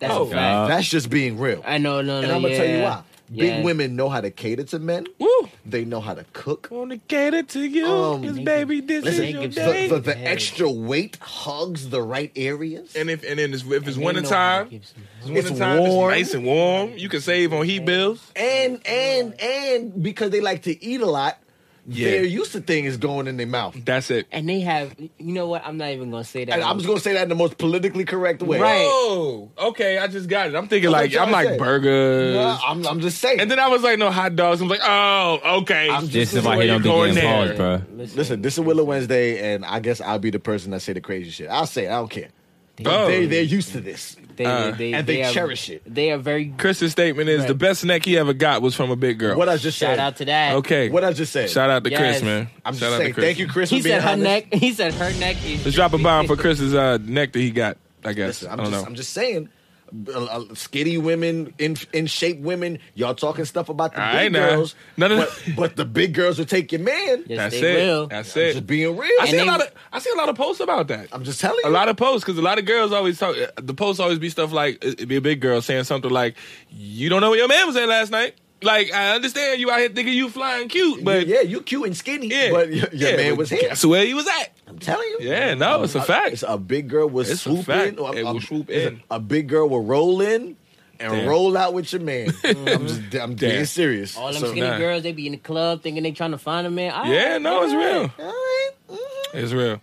S3: That's
S2: Oh,
S3: a fact.
S1: That's just being real.
S3: I know, no, no.
S1: and I'm gonna
S3: yeah.
S1: tell you why.
S3: Yeah.
S1: Big women know how to cater to men.
S2: Woo.
S1: They know how to cook.
S2: Wanna cater to you,
S3: Oh,
S1: Um,
S2: 'cause baby, this
S1: Listen,
S2: is your
S3: Gives-
S1: the,
S2: day.
S1: the, the
S3: Hey.
S1: extra weight hugs the right areas.
S2: <laughs> and if and then it's, if it's
S3: They
S2: winter
S3: know how to
S2: time,
S3: give some-
S2: it's
S1: It's
S2: winter time. It's
S1: warm.
S2: nice and warm. You can save on heat bills.
S1: and and and because they like to eat a lot,
S2: Yeah.
S1: they're used to things going in their mouth.
S2: That's it.
S3: And they have. You know what? I'm not even gonna say that.
S1: And I'm just gonna say that in the most politically correct way.
S3: Right.
S2: Oh, okay. I just got it. I'm thinking
S1: That's
S2: like
S1: what
S2: I'm
S1: I'm
S2: like
S1: saying.
S2: burgers.
S1: Nah, I'm, I'm just saying.
S2: And then I was like, no hot dogs. I'm like, oh, okay.
S1: I'm
S4: This
S1: This
S4: is
S1: is
S4: why
S2: where
S4: he don't
S2: you're going
S4: be getting
S2: there.
S4: paused, bro.
S1: listen, this is Willow Wednesday, and I guess I'll be the person that say the crazy shit. I'll say it. I don't care.
S2: Oh.
S1: They they're used to this.
S3: They,
S2: Uh,
S3: they,
S1: and they
S3: are-
S1: cherish it.
S3: They are very.
S2: Chris's statement is
S3: Right.
S2: the best neck he ever got was from a big girl.
S1: What I just
S3: Shout
S1: said.
S3: out to that.
S2: <laughs> okay.
S1: What I just said.
S2: Oh. Shout out to
S3: Yes.
S2: Chris, man.
S1: I'm
S2: Shout
S1: just
S2: out
S1: saying.
S2: to Chris.
S1: Thank you, Chris.
S3: He
S1: for being
S3: said her
S1: honest.
S3: neck. He said her neck is.
S2: Let's drop a
S1: <laughs>
S2: bomb for Chris's uh, neck that he got. I guess.
S1: Listen,
S2: I
S1: I'm
S2: don't
S1: just,
S2: know.
S1: I'm just saying. uh, uh, Skinny women, in in shape women, y'all talking stuff about the
S2: All
S1: big
S2: right, now.
S1: girls.
S2: None of
S1: but, but the big girls will take your man.
S3: Yes,
S2: That's
S3: they
S2: it.
S3: will.
S2: That's
S1: I'm
S2: it.
S1: just being real.
S2: I see
S3: And
S2: a
S3: they-
S2: lot of I see a lot of posts about that.
S1: I'm just telling you.
S2: A lot of posts because a lot of girls always talk. The posts always be stuff like it'd be a big girl saying something like, "You don't know what your man was at last night." Like I understand you out here thinking you flying cute, but
S1: yeah, you cute and skinny,
S2: yeah,
S1: but your, your
S2: yeah,
S1: man
S2: but
S1: was here.
S2: Guess where he was at?
S1: I'm telling you. Um,
S2: Yeah, no, it's a fact.
S1: It's a big girl will
S2: It's a
S1: swoop
S2: fact.
S1: in. or
S2: It will swoop
S1: it's a-
S2: in.
S1: A, big girl will roll in and
S2: Damn.
S1: roll out with your
S2: <laughs>
S1: man. I'm just, I'm
S2: Damn.
S1: being serious.
S3: All them
S1: So-
S3: skinny
S2: nah.
S3: girls, they be in the club thinking they trying to find a man. All right,
S2: yeah, no, it's
S3: all right.
S2: real.
S1: All right. Mhm.
S2: It's real.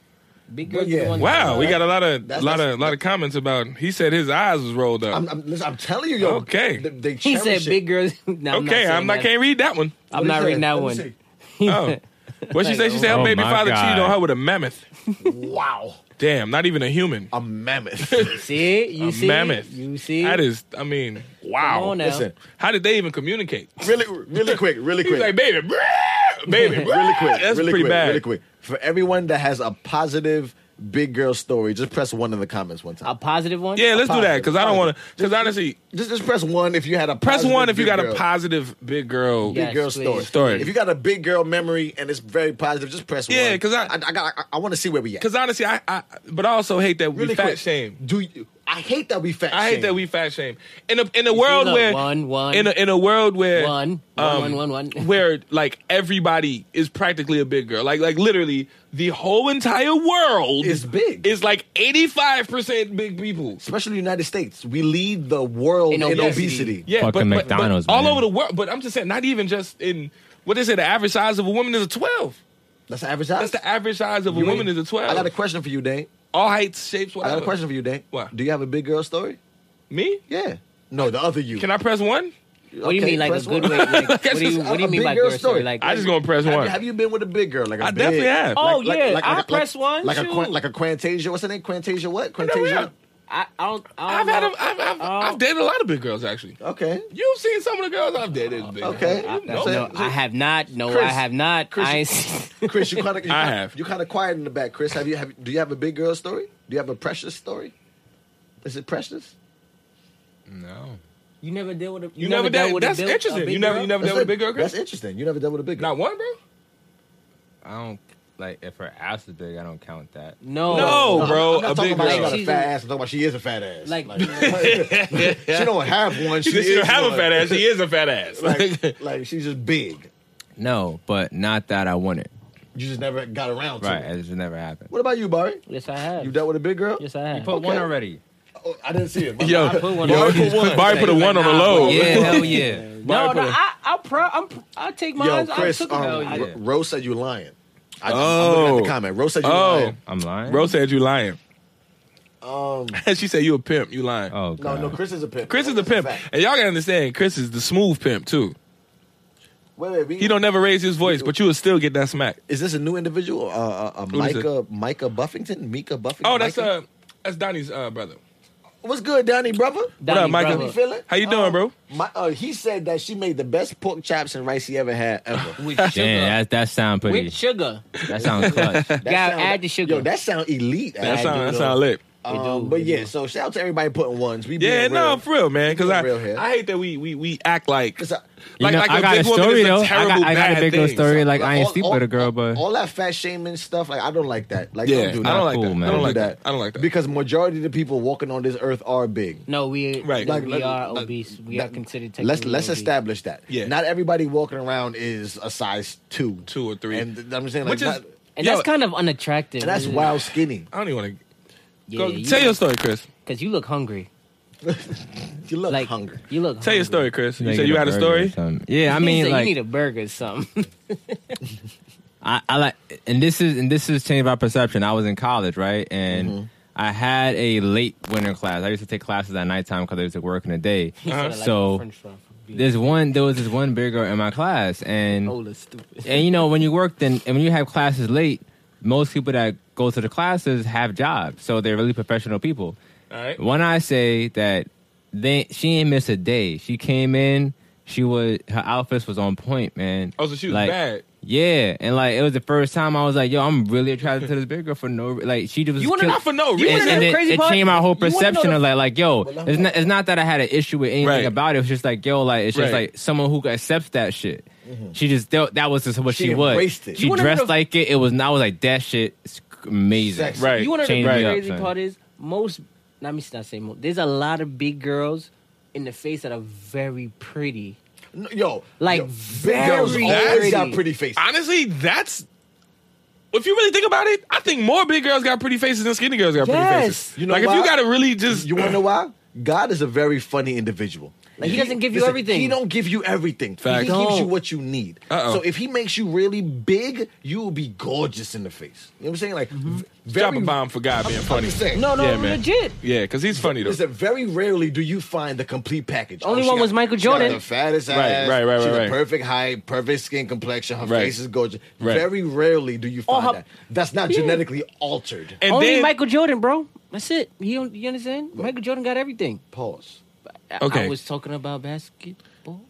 S3: Big girls.
S1: yeah.
S3: Yeah.
S2: Wow, we got a lot of
S1: That's-
S2: lot
S1: that's-
S2: of lot of comments about. He said his eyes was rolled up.
S1: I'm, I'm, listen, I'm telling you, yo.
S2: Okay.
S1: They, they
S3: He said,
S1: cherish it.
S3: "Big girls." <laughs> No, I'm not
S2: okay,
S3: saying
S2: I'm not
S3: that.
S2: can't read
S1: <laughs>
S2: that one.
S1: What
S3: I'm
S1: he
S3: not
S1: said?
S3: reading that
S1: Let me
S3: one.
S1: see.
S3: <laughs>
S2: Oh. What she say? She said her
S4: Oh
S2: baby
S4: my
S2: father
S4: God.
S2: cheated on her with a mammoth.
S1: Wow.
S2: Damn, not even a human.
S1: A mammoth.
S3: See, you
S2: a
S3: see,
S2: mammoth.
S3: You see,
S2: That is, I mean, <laughs>
S3: Come
S2: wow.
S3: on now.
S1: Listen,
S2: How did they even communicate?
S1: really, really quick, really
S2: He's
S1: quick.
S2: like, baby, brah, baby,
S1: <laughs>
S2: brah.
S1: really quick,
S2: That's
S1: really
S2: pretty
S1: quick,
S2: bad.
S1: really quick. For everyone that has a positive big girl story, just press one in the comments one time.
S3: A positive one?
S2: Yeah, let's do that
S1: positive,
S2: because I don't want to.
S1: positive.
S2: Because honestly,
S1: just just press one if you had a
S2: press
S1: positive
S2: one if you
S1: big
S2: got
S1: girl-
S2: a positive big girl.
S3: Yeah.
S1: big girl
S3: Yes, please.
S1: story.
S2: Story.
S1: If you got a big girl memory and it's very positive, just press one.
S2: Yeah, 'cause I-
S1: I got I, I want to see where we at.
S2: Because honestly, I, I but I also hate that we
S1: Really
S2: fat
S1: quick,
S2: shame.
S1: Do you, I hate that we fat?
S2: I hate
S1: shamed.
S2: that we fat shame in a in a world
S3: look,
S2: where
S3: one, one,
S2: in a in a world where um,
S3: one, one, one, one, one. <laughs>
S2: where like everybody is practically a big girl like like literally the whole entire world
S1: Is big.
S2: is like eighty five percent big people
S1: especially the United States. We lead the world in,
S3: In
S1: obesity.
S3: obesity.
S2: yeah
S4: Fucking
S2: but, but- but
S4: McDonald's,
S2: all
S4: man.
S2: over the world but I'm just saying not even just in what they say the average size of a woman is a twelve
S1: That's the average size.
S2: that's the average size of a
S1: You
S2: woman
S1: ain't-
S2: is a twelve
S1: I got a question for you, Dane.
S2: all heights shapes
S1: I
S2: whatever
S1: got a question for you, Dane.
S2: Uh, What?
S1: Do you have a big girl story?
S2: me
S1: Yeah. No, the other you.
S2: can I press one
S3: What do you mean, like a
S2: <laughs>
S3: good way? Like, what do you, what do you
S1: A
S3: mean
S1: big
S3: by
S1: girl
S3: girl
S1: story.
S3: story? Like,
S2: I just gonna
S1: <laughs>
S2: press
S1: Have
S2: one
S1: you, have you been with a big girl? Like a
S2: I
S1: big,
S2: definitely have.
S3: Oh, yeah, I
S1: a-
S3: pressed one,
S1: Like a qu-
S3: shoot.
S1: like a Quantasia. What's her name? Quantasia. What?
S2: yeah.
S1: Quantasia.
S3: I, I don't. I
S2: I've
S3: don't
S2: had a,
S3: know.
S2: I've, I've,
S3: Oh.
S2: I've dated a lot of big girls actually.
S1: Okay.
S2: You've seen some of the girls I've dated. Big.
S1: Okay.
S2: You
S1: That's
S2: know.
S1: it.
S3: No, I have not. No, I
S1: Chris,
S3: have not.
S1: Chris,
S3: I ain't <laughs> seen.
S1: Chris, you kind of
S2: I have.
S1: you kind of quiet in the back. Chris, have you have do you have a big girl story? Do you have a precious story? Is it precious?
S4: No.
S3: You never deal with a.
S2: You never
S3: dealt
S2: dated.
S3: with a
S2: That's
S3: big- a
S2: interesting.
S3: big
S2: You never,
S3: girl?
S2: you never dealt
S1: That's
S2: with a
S1: it.
S2: big girl,
S1: That's
S2: Chris.
S1: interesting. You never dealt with a big girl.
S2: Not one, bro.
S4: I don't like if her ass is big. I don't count that.
S3: No.
S2: No. bro,
S1: I'm not
S2: a
S1: talking
S2: big
S1: about she
S2: girl.
S1: got a
S3: She's
S1: fat
S3: a-
S1: ass. I'm talking about she is a fat ass.
S3: Like-
S1: <laughs> she don't have one. She,
S2: She,
S1: is
S2: don't have
S1: one.
S2: a fat ass. She is a fat ass.
S1: <laughs>
S2: <laughs>
S1: Like, like she's just big.
S4: No, but not that I want it.
S1: You just never got around to
S4: Right,
S1: it.
S4: it just never happened.
S1: What about you, Barry?
S3: Yes, I have.
S1: You dealt with a big girl?
S3: Yes, I have.
S4: Put
S1: one
S4: one already.
S1: Oh, I didn't see it. My
S2: Yo,
S1: bad.
S3: put one
S2: Barry
S3: on.
S2: put one. Barry put a one on the
S3: Nah,
S2: low.
S1: <laughs>
S4: Yeah, hell
S3: No,
S4: yeah.
S2: Barry
S3: no,
S2: put a-
S3: I, I'll pro, I'm, I'll take mine.
S1: Yo,
S3: I
S1: Chris,
S3: took
S1: um,
S3: them.
S4: Hell
S1: Ro-
S4: yeah.
S1: Rose said you lying. I, I'm
S2: Oh.
S1: looking at the comment. Rose said you
S2: Oh.
S1: lying.
S4: I'm lying.
S2: Bro said you lying.
S1: Um,
S2: <laughs> she said you a pimp. You lying.
S4: Oh
S1: no,
S4: god.
S1: no, Chris is a pimp.
S2: Chris is the
S1: That's
S2: pimp,
S1: fact.
S2: and y'all gotta understand. Chris is the smooth pimp too.
S1: Wait, wait, we,
S2: He don't never raise his voice, but you will still get that smack.
S1: Is this a new individual? Uh, uh, uh,
S2: Who is it?
S1: Micah, Micah Buffington, Mika Buffington.
S2: Oh, that's
S1: Micah?
S2: uh, that's Donnie's uh brother.
S1: What's good, Donnie, brother?
S2: What up,
S3: Donnie,
S2: Michael?
S1: You
S3: brother.
S1: feeling?
S2: How you doing,
S1: Um,
S2: bro?
S1: My, uh, he said that she made the best pork chops and rice he ever had ever. <laughs>
S3: With sugar.
S4: Damn, that that sound pretty.
S3: With sugar.
S4: that sounds
S2: <laughs>
S4: clutch.
S1: That
S3: Yeah,
S1: sound-
S3: add the sugar.
S1: Yo, that sound elite.
S2: That
S1: actually.
S2: sound that
S3: dude.
S2: sound lit.
S1: Um,
S3: It do,
S1: but
S3: it
S1: yeah,
S3: do.
S1: so shout out to everybody putting ones. We
S2: Yeah,
S1: being
S2: no,
S1: real.
S2: for real, man. Because
S1: Being
S2: I,
S1: real here.
S2: I hate that we we we act like
S1: 'Cause I-
S4: You
S2: like
S4: know,
S2: like
S4: I
S2: a
S4: got
S2: big
S4: a
S2: woman
S4: story
S2: is
S4: though.
S2: a
S4: I
S2: terrible
S4: got, I got
S2: bad
S4: a big
S2: thing.
S4: little story. Like I ain't
S1: all-
S4: sleep
S1: all-
S4: with a girl,
S1: all-
S4: but
S1: all that fat shaming stuff, like I don't like that. Like,
S2: Yeah,
S1: don't do
S2: I
S1: that.
S2: don't like
S4: cool,
S2: that.
S4: man.
S2: I don't
S4: Don't
S2: like
S1: do
S2: that. I don't like that.
S1: Because majority of the people walking on this earth are big.
S3: No, we
S2: Right.
S3: right.
S2: Like,
S3: we
S1: let-
S3: are
S1: let-
S3: obese. We are considered.
S1: Let's
S3: technically
S1: let's
S3: obese.
S1: establish that.
S2: Yeah.
S1: Not everybody walking around is a size two,
S2: Two or three.
S1: and th- I'm saying like,
S2: Which is-
S1: not-
S3: And
S2: Yo,
S3: that's kind of unattractive.
S1: and that's
S3: isn't it?
S1: wild skinny.
S2: I don't even want to.
S3: Yeah,
S2: Go,
S3: you
S2: tell your story, Chris.
S3: Because you look hungry.
S1: You look
S3: Like
S1: hungry.
S3: You look.
S2: Tell your
S3: hungry.
S2: story, Chris. You
S4: Nigga,
S2: said you
S4: the
S2: had a
S4: burger or
S2: story.
S4: something. Yeah, I
S3: He
S4: mean,
S3: said
S4: like,
S3: you need a burger or something. <laughs>
S4: I, I like, and this is and this is changed my perception. I was in college, right, and
S2: Mm-hmm.
S4: I had a late winter class. I used to take classes at nighttime because I used to work in the day.
S2: Uh-huh.
S4: So, There's one. There was this one big girl in my class, and
S2: Oh,
S3: Ola stupid.
S4: and you know when you work then and when you have classes late, most people that go to the classes have jobs, so they're really professional people.
S2: All right.
S4: When I say that they, she ain't miss a day. She came in, she was her outfits was on point, man.
S2: Oh, so she was
S4: Like,
S2: bad.
S4: Yeah, and like it was the first time I was like, yo, I'm really attracted to this big girl for no re- like she just was
S2: You want to
S4: kill-
S2: not for no
S3: You wanna
S4: and,
S3: know
S2: reason.
S4: and
S3: the
S4: it,
S3: crazy
S4: it
S3: part?
S4: changed my whole
S3: You wanna know
S4: perception
S3: the-
S4: of like, like, yo,
S1: Well, I'm
S4: it's not, it's not that I had an issue with anything
S2: Right.
S4: about it. It's just like, yo, like, it's just
S2: Right.
S4: like someone who accepts that shit. She just that, that was just what
S1: She
S4: she, was.
S1: embraced it.
S4: She
S1: You
S3: wanna know
S4: dressed
S3: the-
S4: like it. It was not. I was like, that shit is amazing.
S1: Sexy.
S2: Right.
S3: You want to know
S4: Change
S3: the
S4: me up,
S3: crazy
S4: son.
S3: part is most. Let me not say most. There's a lot of big girls in the face that are very pretty.
S1: No, yo,
S3: Like,
S1: yo, big girls
S3: very
S1: always got
S3: pretty.
S1: pretty faces.
S2: Honestly, that's. If you really think about it, I think more big girls got pretty faces than skinny girls got pretty
S3: Yes.
S2: faces.
S1: You know
S2: like if
S1: why?
S2: you got to really just
S1: You want to know why? God is a very funny individual.
S3: Like, he doesn't give you everything.
S1: He don't give you everything.
S2: Facts.
S1: He gives you
S3: Don't.
S1: what you need.
S2: Uh-oh.
S1: So if he makes you really big, you will be gorgeous in the face. You know what I'm saying? Like, v- very,
S2: drop a bomb for God being
S1: I'm
S2: funny.
S1: just saying.
S3: Mm-hmm. No, no,
S2: Yeah, man.
S3: legit.
S2: Yeah, because he's funny though.
S1: Listen, very rarely do you find the complete package.
S3: Only
S1: she
S3: one
S1: got-
S3: was Michael
S1: she got
S3: Jordan.
S1: the fattest
S2: Right,
S1: ass.
S2: right, right,
S1: She's
S2: right,
S1: a
S2: right.
S1: perfect height, perfect skin complexion. Her
S2: Right.
S1: face is gorgeous.
S2: Right.
S1: Very rarely do you
S3: Or
S1: find
S3: her-
S1: that. That's not genetically altered.
S2: And
S3: Only
S2: then
S3: Michael Jordan, bro. That's it. You don't- you understand? Michael Jordan got everything.
S1: Pause.
S3: I-
S2: Okay.
S3: I was talking about basketball,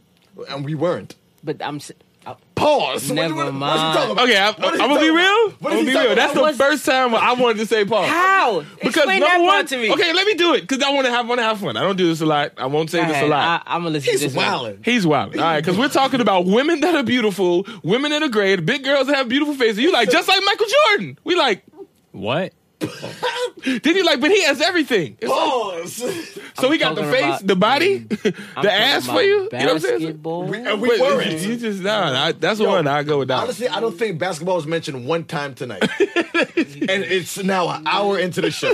S1: And we weren't.
S3: but I'm. s- uh,
S1: Pause.
S3: Never
S1: what, you- what, What you
S3: mind.
S1: talking about?
S2: Okay, I, I'm
S1: What is he
S2: gonna
S1: talking
S2: be real.
S1: about? What is he
S2: I'm gonna be
S1: talking
S2: real. That's
S1: about?
S2: the
S3: What's-
S2: first time I wanted to say pause.
S3: How? Explain
S2: number
S3: that
S2: one,
S3: part to me.
S2: Okay, let me do it because I want to have want to have fun. I don't do this a lot. I won't say
S3: Go
S2: this a
S3: ahead.
S2: lot.
S3: I, am gonna listen to
S1: He's
S3: this. one.
S1: wilding.
S2: He's wild. All right, because we're talking about women that are beautiful, women that are great, big girls that have beautiful faces. You like just like Michael Jordan. We like.
S4: What?
S2: Then you like, but he has everything. It's like-
S1: Pause.
S2: so he got the
S3: talking
S2: face,
S3: about-
S2: the body, <laughs>
S3: I'm
S2: the
S3: talking
S2: ass
S3: about
S2: for you. You know what I'm saying?
S3: basketball.
S1: and we
S2: Wait,
S1: worried.
S2: you just nah, I, that's
S1: Yo,
S2: one I go with that.
S1: Honestly, I don't think basketball was mentioned one time
S2: <laughs>
S1: tonight. and it's now an hour into the show.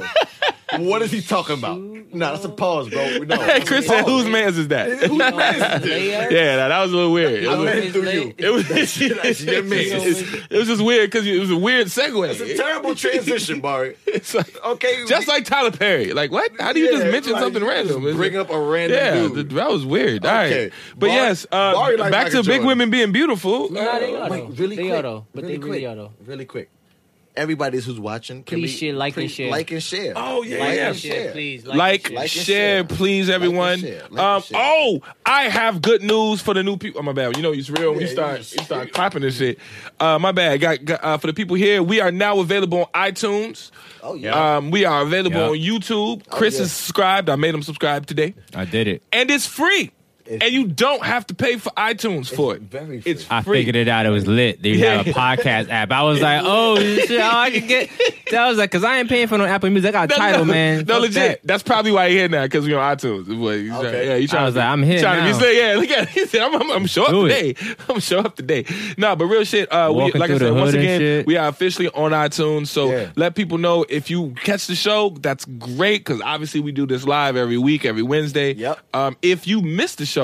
S1: What is he talking about? Nah, that's a pause, bro. No,
S2: hey,
S1: that's a
S2: Chris said,
S1: pause.
S2: "Whose man's is
S1: <laughs>
S2: that?"
S1: Who is this?
S3: Player.
S2: yeah, nah, that was a little weird. It
S1: I
S2: was,
S1: read
S3: his
S1: through
S3: leg-
S1: you.
S2: it was,
S1: <laughs> That's
S2: <laughs>
S1: your man.
S2: it was just weird because it was a weird segue.
S1: It's a terrible transition, Barry.
S2: <laughs> It's like-
S1: Okay,
S2: <laughs> just like Tyler Perry. Like what? How do you just
S1: Yeah,
S2: mention
S1: like,
S2: something
S1: you just
S2: random? It's-
S1: bring up a random
S2: yeah,
S1: dude.
S2: th- that was weird. All
S1: Okay.
S2: right, but
S1: Bar-
S2: yes, uh,
S1: Barry like
S2: back
S1: Michael
S2: to big
S1: Jordan.
S2: women being beautiful.
S3: No, they are
S1: Wait,
S3: though.
S1: really
S3: they
S1: quick.
S3: are though, but
S1: really
S3: they
S1: quick.
S3: really are though.
S1: Really quick. Everybody who's watching, can
S3: Please
S1: we
S3: share, like, and
S1: pre-
S3: share.
S1: Like and share.
S2: Oh, yeah,
S1: like
S2: yeah.
S1: and share.
S3: please.
S2: like,
S3: and
S1: Like and
S2: share,
S1: share.
S2: please, everyone.
S1: share. Like and
S2: um,
S1: share.
S2: Oh, I have good news for the new people. Oh, my bad. You know, it's real when
S1: Yeah,
S2: you
S1: you
S2: start
S1: just-
S2: you start clapping this shit. Uh, my bad. Got, got, uh, for the people here, we are now available on iTunes.
S1: Oh yeah. Oh,
S2: Um, we are available
S4: Yeah.
S2: on YouTube. Chris
S1: yeah.
S2: is subscribed. I made him subscribe today,
S4: I did it.
S2: and it's free.
S1: It's-
S2: and you don't have to pay for iTunes for it.
S1: very
S2: It's
S1: free.
S4: I
S2: free.
S4: figured it out. It was lit. They have a podcast app. I was like, oh shit, oh, I can get. That was like, cause I ain't paying for no Apple Music. I got a
S2: No,
S4: title,
S2: no,
S4: man.
S2: No,
S4: Fuck
S2: legit.
S4: that.
S2: That's probably why he here now because we on iTunes. Boy, he's
S1: Okay.
S2: trying- yeah, he trying
S4: I was
S2: to
S4: like,
S2: be-
S4: I'm here
S2: Trying to
S4: now.
S2: be, yeah, look at. <laughs> He said, I'm, I'm, I'm show up
S4: Do it.
S2: today. <laughs> I'm show up today. No, but real shit. Uh, we,
S4: Walking
S2: like I
S4: through the
S2: said, once
S4: hood and
S2: again,
S4: shit.
S2: we are officially on iTunes. So
S1: Yeah.
S2: let people know if you catch the show, that's great because obviously we do this live every week, every Wednesday.
S1: Yep.
S2: Um, if you missed the show,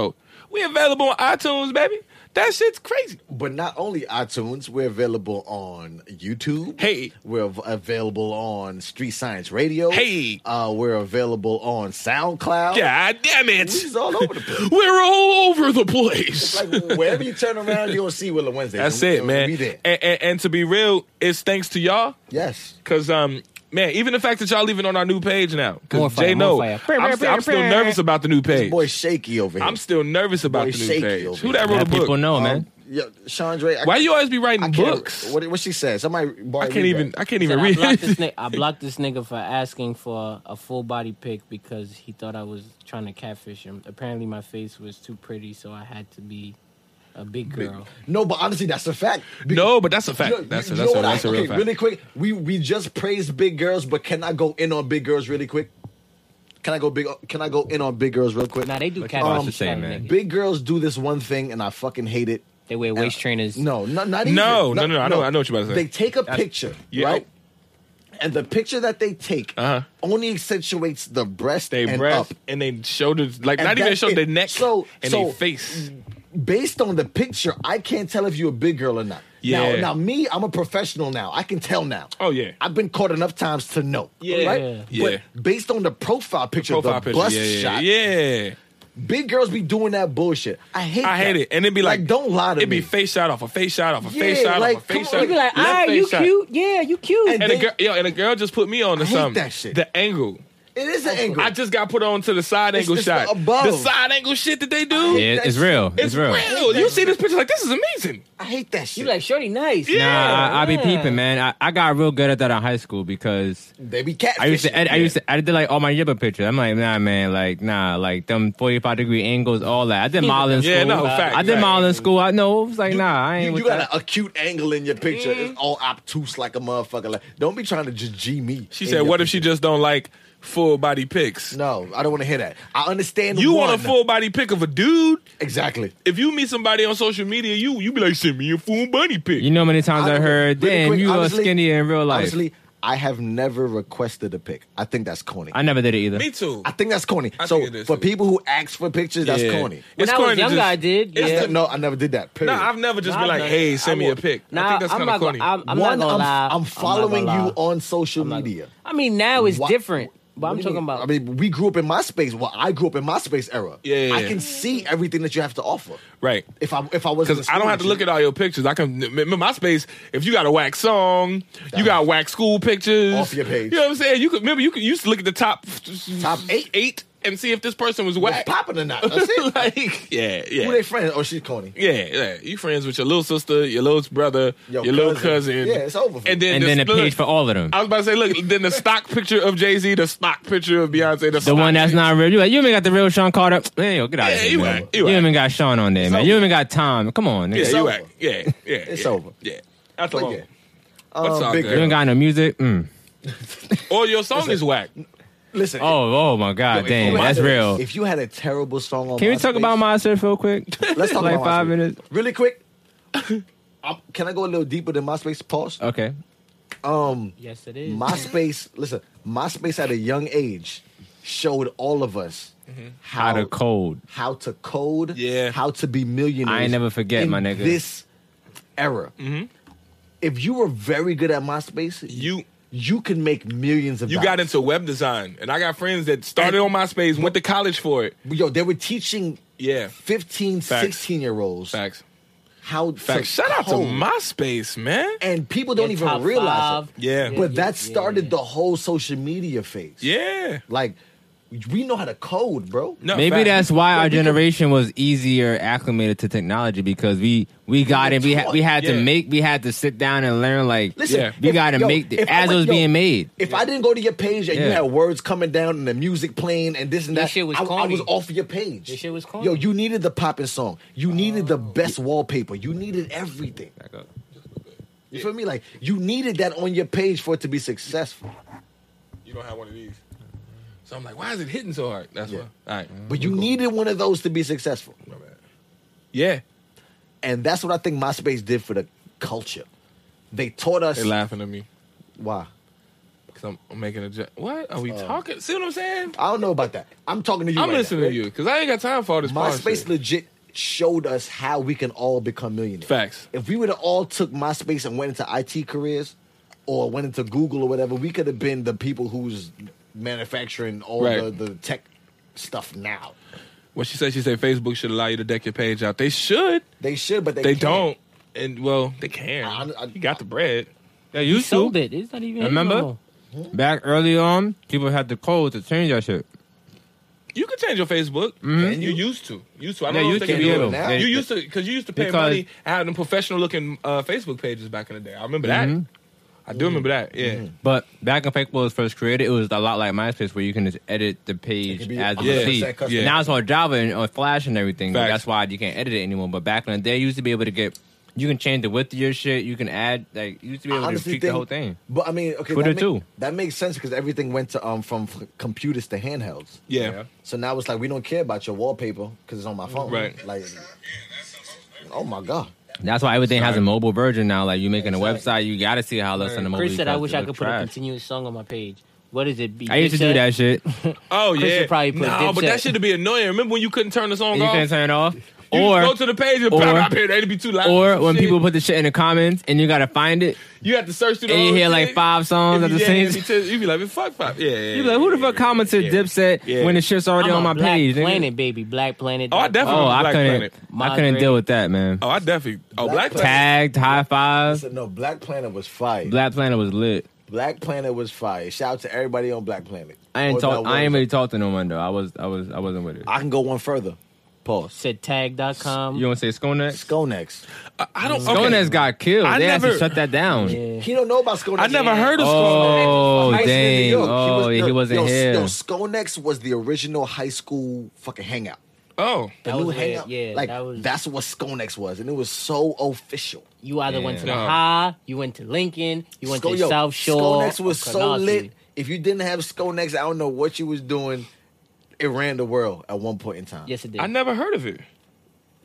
S2: we available on iTunes, baby. That shit's crazy.
S1: But not only iTunes, we're available on YouTube.
S2: Hey.
S1: we're av- available on Street Science Radio.
S2: Hey.
S1: uh, we're available on SoundCloud.
S2: God damn it.
S1: We're just all over the place.
S2: We're all over the place.
S1: like wherever you turn around, you'll see Willow Wednesday.
S2: That's
S1: And we-
S2: it, man.
S1: We there.
S2: And, and, and to be real, it's thanks to y'all.
S1: Yes.
S2: Cause um, man, even the fact that y'all leaving on our new page now.
S3: More
S2: Cause
S3: fire,
S2: Jay
S3: more
S2: know,
S3: fire.
S2: I'm, st- I'm still nervous about the new page.
S1: Boy, shaky over here.
S2: I'm still nervous about
S1: Boy,
S2: the new
S1: shaky
S2: page.
S1: over
S2: Who that
S4: Let
S2: wrote a book?
S4: people know,
S1: Um,
S4: man.
S1: Yeah, Chandre. I,
S2: Why you always be writing
S1: I can't,
S2: books?
S1: What what she said? Somebody. Bar,
S2: I can't even. I can't even
S3: I blocked, this
S2: <laughs> read.
S3: nigga, I blocked this nigga for asking for a full body pic because he thought I was trying to catfish him. Apparently, my face was too pretty, so I had to be a big girl.
S1: No, but honestly, that's a fact.
S2: no, but that's a fact.
S1: You know-
S2: that's a,
S1: you know
S2: that's, a,
S1: what I-
S2: that's a real
S1: okay,
S2: fact.
S1: Really quick, we we just praised big girls, but can I go in on big girls really quick? Can I go big? Can I go in on big girls real quick? Um,
S3: Now they do
S4: you about
S3: catfish.
S4: to say,
S3: like,
S4: man?
S3: nigga.
S1: big girls do this one thing, and I fucking hate it.
S3: They wear waist trainers.
S1: No, not, not even.
S2: No, no, no, no, I know- I know what you're about to say.
S1: They take a picture,
S2: yeah.
S1: right? And the picture that they take
S2: Uh-huh.
S1: only accentuates the breast
S2: They
S1: and
S2: breast
S1: up.
S2: and they shoulders, like
S1: And
S2: not even
S1: that's
S2: show
S1: it.
S2: their neck
S1: So-
S2: and
S1: so-
S2: their face.
S1: Based on the picture, I can't tell if you're a big girl or not.
S2: Yeah.
S1: Now, now, me, I'm a professional now. I can tell now.
S2: Oh, yeah.
S1: I've been caught enough times to know.
S2: Yeah.
S1: Right?
S2: Yeah.
S1: But based on the profile picture, the,
S2: Profile picture.
S1: bust
S2: Yeah, yeah,
S1: shot,
S2: yeah.
S1: big girls be doing that bullshit. I hate
S2: I hate
S1: that.
S2: it. And it'd be like,
S1: don't lie to
S2: it'd
S1: me.
S2: be face shot off, a face shot off, a face
S1: Yeah,
S2: shot
S1: like,
S2: off, a
S1: come
S2: face shot.
S1: on.
S3: You be like,
S2: Left
S3: ah,
S2: face
S3: you
S2: shot.
S3: cute. Yeah, you cute.
S1: And
S2: And the
S1: they-
S2: girl, yo, and the girl just put me on to
S1: hate
S2: something.
S1: that shit.
S2: The angle.
S1: it is an angle.
S2: I just got put on to the side
S1: It's
S2: angle
S1: just
S2: shot.
S1: the above.
S2: The side angle shit that they do.
S4: Yeah, it's real. It's, real.
S2: real. You see this picture like this is amazing.
S1: I hate that shit.
S3: You like, shorty, nice.
S2: Yeah.
S4: Nah, I, I be
S3: yeah.
S4: peeping, man. I, I got real good at that in high school because
S1: they be catfishing.
S4: I used to, edit, I used to, I did like all my yipper pictures. I'm like, nah, man, like, nah, like them 45 degree angles, all that. I did modeling school.
S2: Yeah, no, fact,
S4: I did
S2: fact.
S4: modeling school. I know. It was like, nah, I ain't
S1: You,
S4: with
S1: you got
S4: that. Mm-hmm.
S1: an acute angle in your picture. It's all obtuse like a motherfucker. Like, don't be trying to just G me.
S2: She
S1: in
S2: said,
S1: your
S2: "What if she just don't like full body pics?
S1: picture. No, I don't want to hear that. I understand.
S2: You
S1: one.
S2: want a full body pic of a dude?
S1: Exactly.
S2: If you meet somebody on social media, you you be like, send me a full body pic.
S4: You know, how many times I,
S1: I-
S4: heard,
S1: really
S4: damn,
S1: quick,
S4: you are
S1: honestly-
S4: skinnier in real life.
S1: Honestly, I have never requested a pic. I think that's corny.
S4: I never did it either.
S2: me too.
S1: I think that's corny.
S2: I
S1: so
S2: think it is
S1: for
S2: too.
S1: people who ask for pictures, that's
S2: Yeah.
S1: corny.
S3: When
S2: It's
S3: I was
S2: corny to
S3: younger,
S2: just-
S3: I did.
S2: it's
S3: Yeah.
S1: No, I never did that.
S2: No,
S1: Period.
S2: I've never just
S3: Nah,
S2: been
S3: I've
S2: like,
S3: done
S2: hey,
S3: it.
S2: send
S3: I
S2: me a
S3: would-
S2: pic. I
S3: Nah,
S2: think that's
S3: I'm
S2: kind
S3: not
S2: of
S3: gonna-
S2: corny.
S3: I'm- I'm
S1: One,
S3: not gonna
S1: I'm,
S3: lie.
S1: I'm
S3: not
S1: following
S3: gonna
S1: you
S3: lie.
S1: on social media.
S3: I mean, now it's
S1: Why-
S3: different. But
S1: What
S3: I'm
S1: do you
S3: talking
S1: mean?
S3: about.
S1: I mean, we grew up in MySpace. Well, I grew up in MySpace era.
S2: Yeah, yeah,
S1: I
S2: yeah.
S1: can see everything that you have to offer.
S2: right.
S1: If I if I was
S2: Because I don't have to look at all your pictures. I can remember my space. If you got a whack song, you got whack school pictures
S1: Off your page.
S2: You know what I'm saying? You could remember you could you used to look at the top
S1: Top eight.
S2: eight, and see if this person was
S1: What's
S2: whack.
S1: popping or not?
S2: <laughs>
S1: That's it.
S2: like, yeah,
S1: Who
S2: yeah.
S1: they friends? Oh, she's Coney.
S2: Yeah, yeah. You friends with your little sister, your little brother, your,
S1: Your
S2: little
S1: cousin.
S2: cousin.
S1: Yeah, it's over for
S2: and
S1: me.
S2: then
S4: and
S2: the
S4: then a
S2: split-
S4: page for all of them.
S2: I was about to say, look, then the stock picture of Jay Z, the stock picture of Beyonce, the,
S4: The one that's not real. You like, you even got the real Sean Carter. Man, yo, get out
S2: Yeah,
S4: of here.
S2: you
S4: man.
S2: right, you
S4: you
S2: right.
S4: even got Sean on there, man. You even got Tom. Come on, nigga.
S2: Yeah,
S1: It's
S2: you
S1: over.
S2: right. Yeah, yeah.
S1: It's
S2: yeah,
S1: over.
S2: Yeah, that's
S1: But
S2: all.
S1: yeah. Um,
S2: What's up,
S1: big
S2: girl?
S4: you ain't got no music. Mm.
S2: Or your song is whack.
S1: Listen.
S4: Oh, oh my God,
S2: Yo,
S4: damn,
S2: if-
S4: that's
S1: if-
S4: real.
S1: If you had a terrible song on
S4: Can we talk
S1: MySpace-
S4: about MySpace real quick?
S1: <laughs> Let's talk
S4: like
S1: about
S4: five
S1: MySpace.
S4: minutes.
S1: Really quick. <laughs> I'm- can I go a little deeper than MySpace? Pause.
S4: Okay.
S1: Um,
S3: Yes, it is.
S1: MySpace. listen, MySpace at a young age showed all of us
S2: Mm-hmm.
S4: How to code.
S1: how to code,
S2: Yeah.
S1: how to be millionaires.
S4: I ain't never forget,
S1: in
S4: my nigga.
S1: This era. If you were very good at MySpace,
S2: Mm-hmm. You
S1: you can make millions of
S2: you
S1: dollars.
S2: got into web design, and I got friends that started on MySpace, went to college for it.
S1: Yo, they were teaching
S2: Yeah,
S1: 15,
S2: Facts.
S1: 16 year olds
S2: facts,
S1: how to
S2: facts. Shout out to
S1: code.
S2: MySpace, man.
S1: And people don't
S3: Your
S1: even
S3: top
S1: realize
S3: five.
S1: it.
S2: Yeah.
S1: But
S3: yeah,
S1: that
S3: yeah,
S1: started
S3: yeah.
S1: the whole social media phase.
S2: Yeah,
S1: Like, we know how to code, bro.
S2: no,
S4: Maybe
S2: facts.
S4: that's why our generation was easier acclimated to technology because we we got it. We had we had
S2: Yeah.
S4: to make. We had to sit down and learn. Like
S1: Listen,
S2: Yeah.
S4: we
S1: if-
S4: got to
S1: yo,
S4: make the,
S1: if I
S4: as it
S1: went-
S4: was
S1: yo,
S4: being made.
S1: If I didn't go to your page and you
S4: Yeah.
S1: had words coming down and the music playing and this and
S3: Your
S1: that,
S3: shit was
S1: I, I
S3: corny.
S1: was off your page.
S3: Your shit was corny. Oh.
S1: Yo, you needed the popping song. You needed the best wallpaper. You needed everything. You feel me? Like you needed that on your page for it to be successful.
S2: you don't have one of these. So I'm like, why is it hitting so hard? That's
S1: Yeah. Mm-hmm.
S2: why. All right,
S1: But you needed one of those to be successful.
S2: my bad. Yeah,
S1: And that's what I think MySpace did for the culture. They taught us
S2: they laughing at me
S1: why.
S2: because I'm making a joke. What are we talking? See what I'm saying?
S1: I don't know about that. I'm talking to Uh, you.
S2: I'm
S1: right
S2: listening
S1: now.
S2: to you because I ain't got time for all this. pause
S1: MySpace
S2: shit.
S1: legit showed us how we can all become millionaires.
S2: Facts.
S1: If we would have all took MySpace and went into IT careers or went into Google or whatever, we could have been the people who's manufacturing all
S2: Right.
S1: the, the tech stuff now.
S2: What she said, she said Facebook should allow you to deck your page out. They should.
S1: They should, but they,
S2: They
S1: can't.
S2: don't. And well, they can.
S1: I- I-
S2: you got the bread.
S4: Yeah, you
S3: sold it. It's not even.
S4: Remember?
S3: No more.
S4: Back early on, people had to code to change that shit.
S2: You could change your Facebook.
S1: Can
S2: And you
S1: you?
S2: used to. Used to. I don't
S4: Mm-hmm. Yeah,
S2: know
S4: you
S2: if they can
S4: can
S2: do
S1: do
S2: it
S1: it
S2: now.
S1: now.
S2: You used to because you used to pay
S4: Because-
S2: money and have them professional looking uh, Facebook pages back in the day. I remember that.
S4: Mhm.
S2: I do remember that. Yeah.
S4: But back when Facebook was first created, it was a lot like MySpace where you can just edit the page
S1: can be
S4: as you
S2: 100%
S4: see.
S1: custom.
S2: Yeah.
S4: Now it's on Java and on Flash and everything. but
S2: Facts.
S4: That's why you can't edit it anymore. But back in the day, you used to be able to get, you can change the width of your shit. You can add, like, you used to be
S1: I
S4: able to
S1: honestly
S4: tweak
S1: think,
S4: the whole thing.
S1: But I mean, okay,
S4: Twitter
S1: that make-
S4: too.
S1: That makes sense because everything went to um from f- computers to handhelds.
S2: Yeah.
S1: So now it's like we don't care about your wallpaper because it's on my phone.
S2: Right.
S1: Like, oh my god.
S4: That's why everything has a
S2: Sorry.
S4: mobile version now. Like, you making
S1: Exactly.
S4: a website, you got to see how it looks on the mobile.
S3: Chris said, "I
S4: because
S3: wish
S4: it
S3: I could
S4: looks
S3: put a
S4: trash."
S3: continuous song on my page. What is it? Be-
S4: I used to do
S3: Dipset?
S4: that shit. and
S2: Oh
S3: Chris
S2: yeah.
S3: would probably put
S2: no, but
S3: Dipset.
S2: that should be annoying. Remember when you couldn't turn the song
S4: you can
S2: off?
S4: turn it off.
S2: You
S4: or
S2: just go to the page and
S4: or-
S2: pop up here. It'd be too loud.
S4: or when
S2: Shit.
S4: people put the shit in the comments and you got to find it
S2: you have to search through. the
S4: and you
S2: whole
S4: hear like
S2: shit.
S4: five songs
S2: It'd
S4: at
S2: be-
S4: the
S2: yeah,
S4: same
S2: it'd be
S4: time.
S2: too- You'd be like, fuck, fuck. Yeah. yeah,
S4: You be like, who the
S2: yeah,
S4: fuck
S2: yeah,
S4: commented
S2: yeah.
S4: Dipset
S2: Yeah.
S4: when the shit's
S3: I'm
S4: already
S3: on
S4: on my
S3: Black
S4: page? nigga?
S3: Planet, baby. Black Planet.
S2: Oh, I
S3: dot
S2: definitely-
S3: com.
S4: Oh, I
S2: Black
S4: couldn't.
S2: Planet.
S4: I couldn't deal with that, man.
S2: Oh, I definitely. Oh, Black
S1: Black
S2: Planet.
S4: Tagged, high five.
S1: So, no, Black Planet was fire.
S4: Black Planet was lit.
S1: Black Planet was fire. Shout out to everybody on Black Planet.
S4: I ain't
S1: Or
S4: talk.
S1: that
S4: I ain't
S1: was-
S4: really talked to no one though. I was. I was. I wasn't with it.
S1: I can go one further. Pause.
S3: Said tag.com.
S4: You want to say Skonex?
S1: Skonex.
S2: I- I don't. okay.
S4: Skonex got killed.
S2: I
S4: they had
S2: never-
S4: to shut that down.
S3: Yeah.
S1: He don't know about Skonex.
S2: I never heard of
S4: Oh
S1: High school in New
S4: dang!
S1: York.
S4: Oh, yeah, he
S1: yo,
S4: wasn't
S1: yo,
S4: here.
S1: Yo, Skonex was the original high school fucking hangout.
S2: Oh.
S1: The
S3: That
S1: new
S3: was weird.
S1: hangout.
S3: Yeah,
S1: like
S3: that was-
S1: that's what Skonex was, and it was so official.
S3: You either went to the
S2: Yeah.
S3: high, you went to Lincoln, you went
S1: Sko-
S3: to
S1: yo,
S3: South Shore.
S1: Skonex was
S3: or
S1: so
S3: Canarsie.
S1: lit. If you didn't have Skonex, I don't know what you was doing. It ran the world at one point in time.
S3: Yes, it did.
S2: I never heard of it.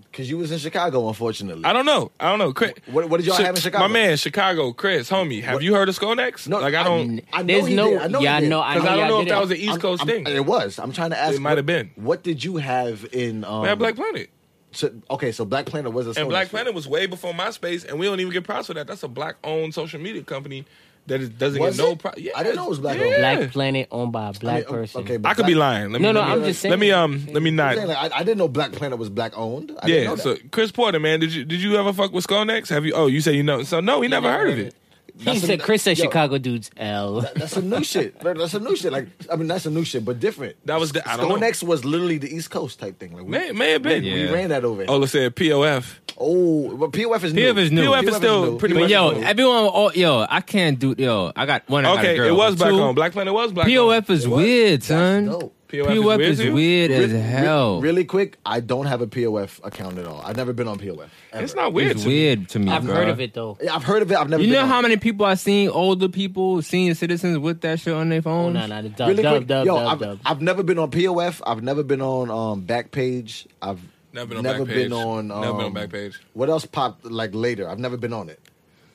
S1: because you was in Chicago, unfortunately.
S2: I don't know. I don't know. Chris,
S1: What- what did y'all
S2: Chi-
S1: have in Chicago?
S2: My man, Chicago, Chris, homie. Have
S1: What-
S2: you heard of Skonex?
S1: No,
S2: like I
S1: I
S2: don't.
S1: mean, I know
S3: There's
S1: he
S3: no.
S1: did. I know he
S3: yeah, I
S1: did.
S3: know. I know.
S2: Because I don't
S3: y'all
S2: know if
S3: did
S2: that
S3: it.
S2: was an East
S1: I'm-
S2: Coast
S1: I'm-
S2: thing.
S1: It was. I'm trying to ask.
S2: It might
S1: what-
S2: have been.
S1: What did you have in? Um,
S2: we had Black Planet,
S1: so- okay, so Black Planet was a.
S2: and
S1: Sony
S2: Black
S1: show.
S2: Planet was way before MySpace, and we don't even get props for that. That's a black-owned social media company that is, doesn't
S1: Was
S2: get no.
S1: it?
S2: Pro- yeah,
S1: I didn't know it was black-owned.
S2: Yeah.
S3: Black Planet owned by a
S1: I mean,
S3: black person.
S1: Okay, but
S2: I could
S1: Black-
S2: be lying. Let me,
S3: No, no,
S2: let me-
S3: I'm just
S2: Let me
S3: saying.
S2: um. Let me
S1: I'm
S2: not.
S1: saying, like, I, I didn't know Black Planet was black owned. I didn't
S2: yeah.
S1: know that.
S2: So Chris Porter, man, did you did you ever fuck with Skonex? Have you? Oh, you say you know. So no, he never heard of it.
S3: He
S1: That's a-
S3: said Chris said
S1: yo,
S3: Chicago dudes L.
S1: That's a
S2: <laughs>
S1: new shit. bro. That's a new shit. Like I mean, that's a new shit, but different.
S2: That was the- I don't
S1: Stone
S2: know.
S1: X was literally the East Coast type thing. Like we,
S2: May, may have been.
S4: Yeah.
S1: we ran that over.
S2: Oh, let's say POF.
S1: Oh, but POF is new.
S4: POF is new. POF
S2: is still pretty
S4: But
S2: much
S4: yo,
S2: Black
S4: everyone, oh, yo, I can't do. Yo, I got one. I got a
S2: Okay,
S4: girl,
S2: it was
S4: but
S2: black
S4: two,
S2: on. Black Planet was black.
S4: POF is
S2: It was.
S4: weird,
S1: That's
S4: son.
S1: dope.
S2: POF is
S4: POF
S2: weird
S4: is
S2: to you?
S4: weird as
S1: Re- re-
S4: hell.
S1: really quick, I don't have a POF account at all. I've never been on POF. ever.
S2: It's not weird.
S4: It's
S2: to me.
S4: weird to me.
S3: I've
S4: bro.
S3: heard of it though.
S1: Yeah, I've heard of it. I've never.
S4: You
S1: been
S4: know
S1: on
S4: how
S1: it.
S4: many people I seen, older people, senior citizens, with that shit on their
S3: Oh,
S4: phones?
S3: no, no, the dub,
S1: Really
S3: dub,
S1: quick,
S3: dub,
S1: yo,
S3: dub,
S1: I've,
S3: dub.
S1: I've never been on POF. I've never been on um, Backpage. I've
S2: Never been on
S1: never
S2: Backpage.
S1: been on. Um,
S2: Never been on Backpage.
S1: What else popped like later? I've never been on it.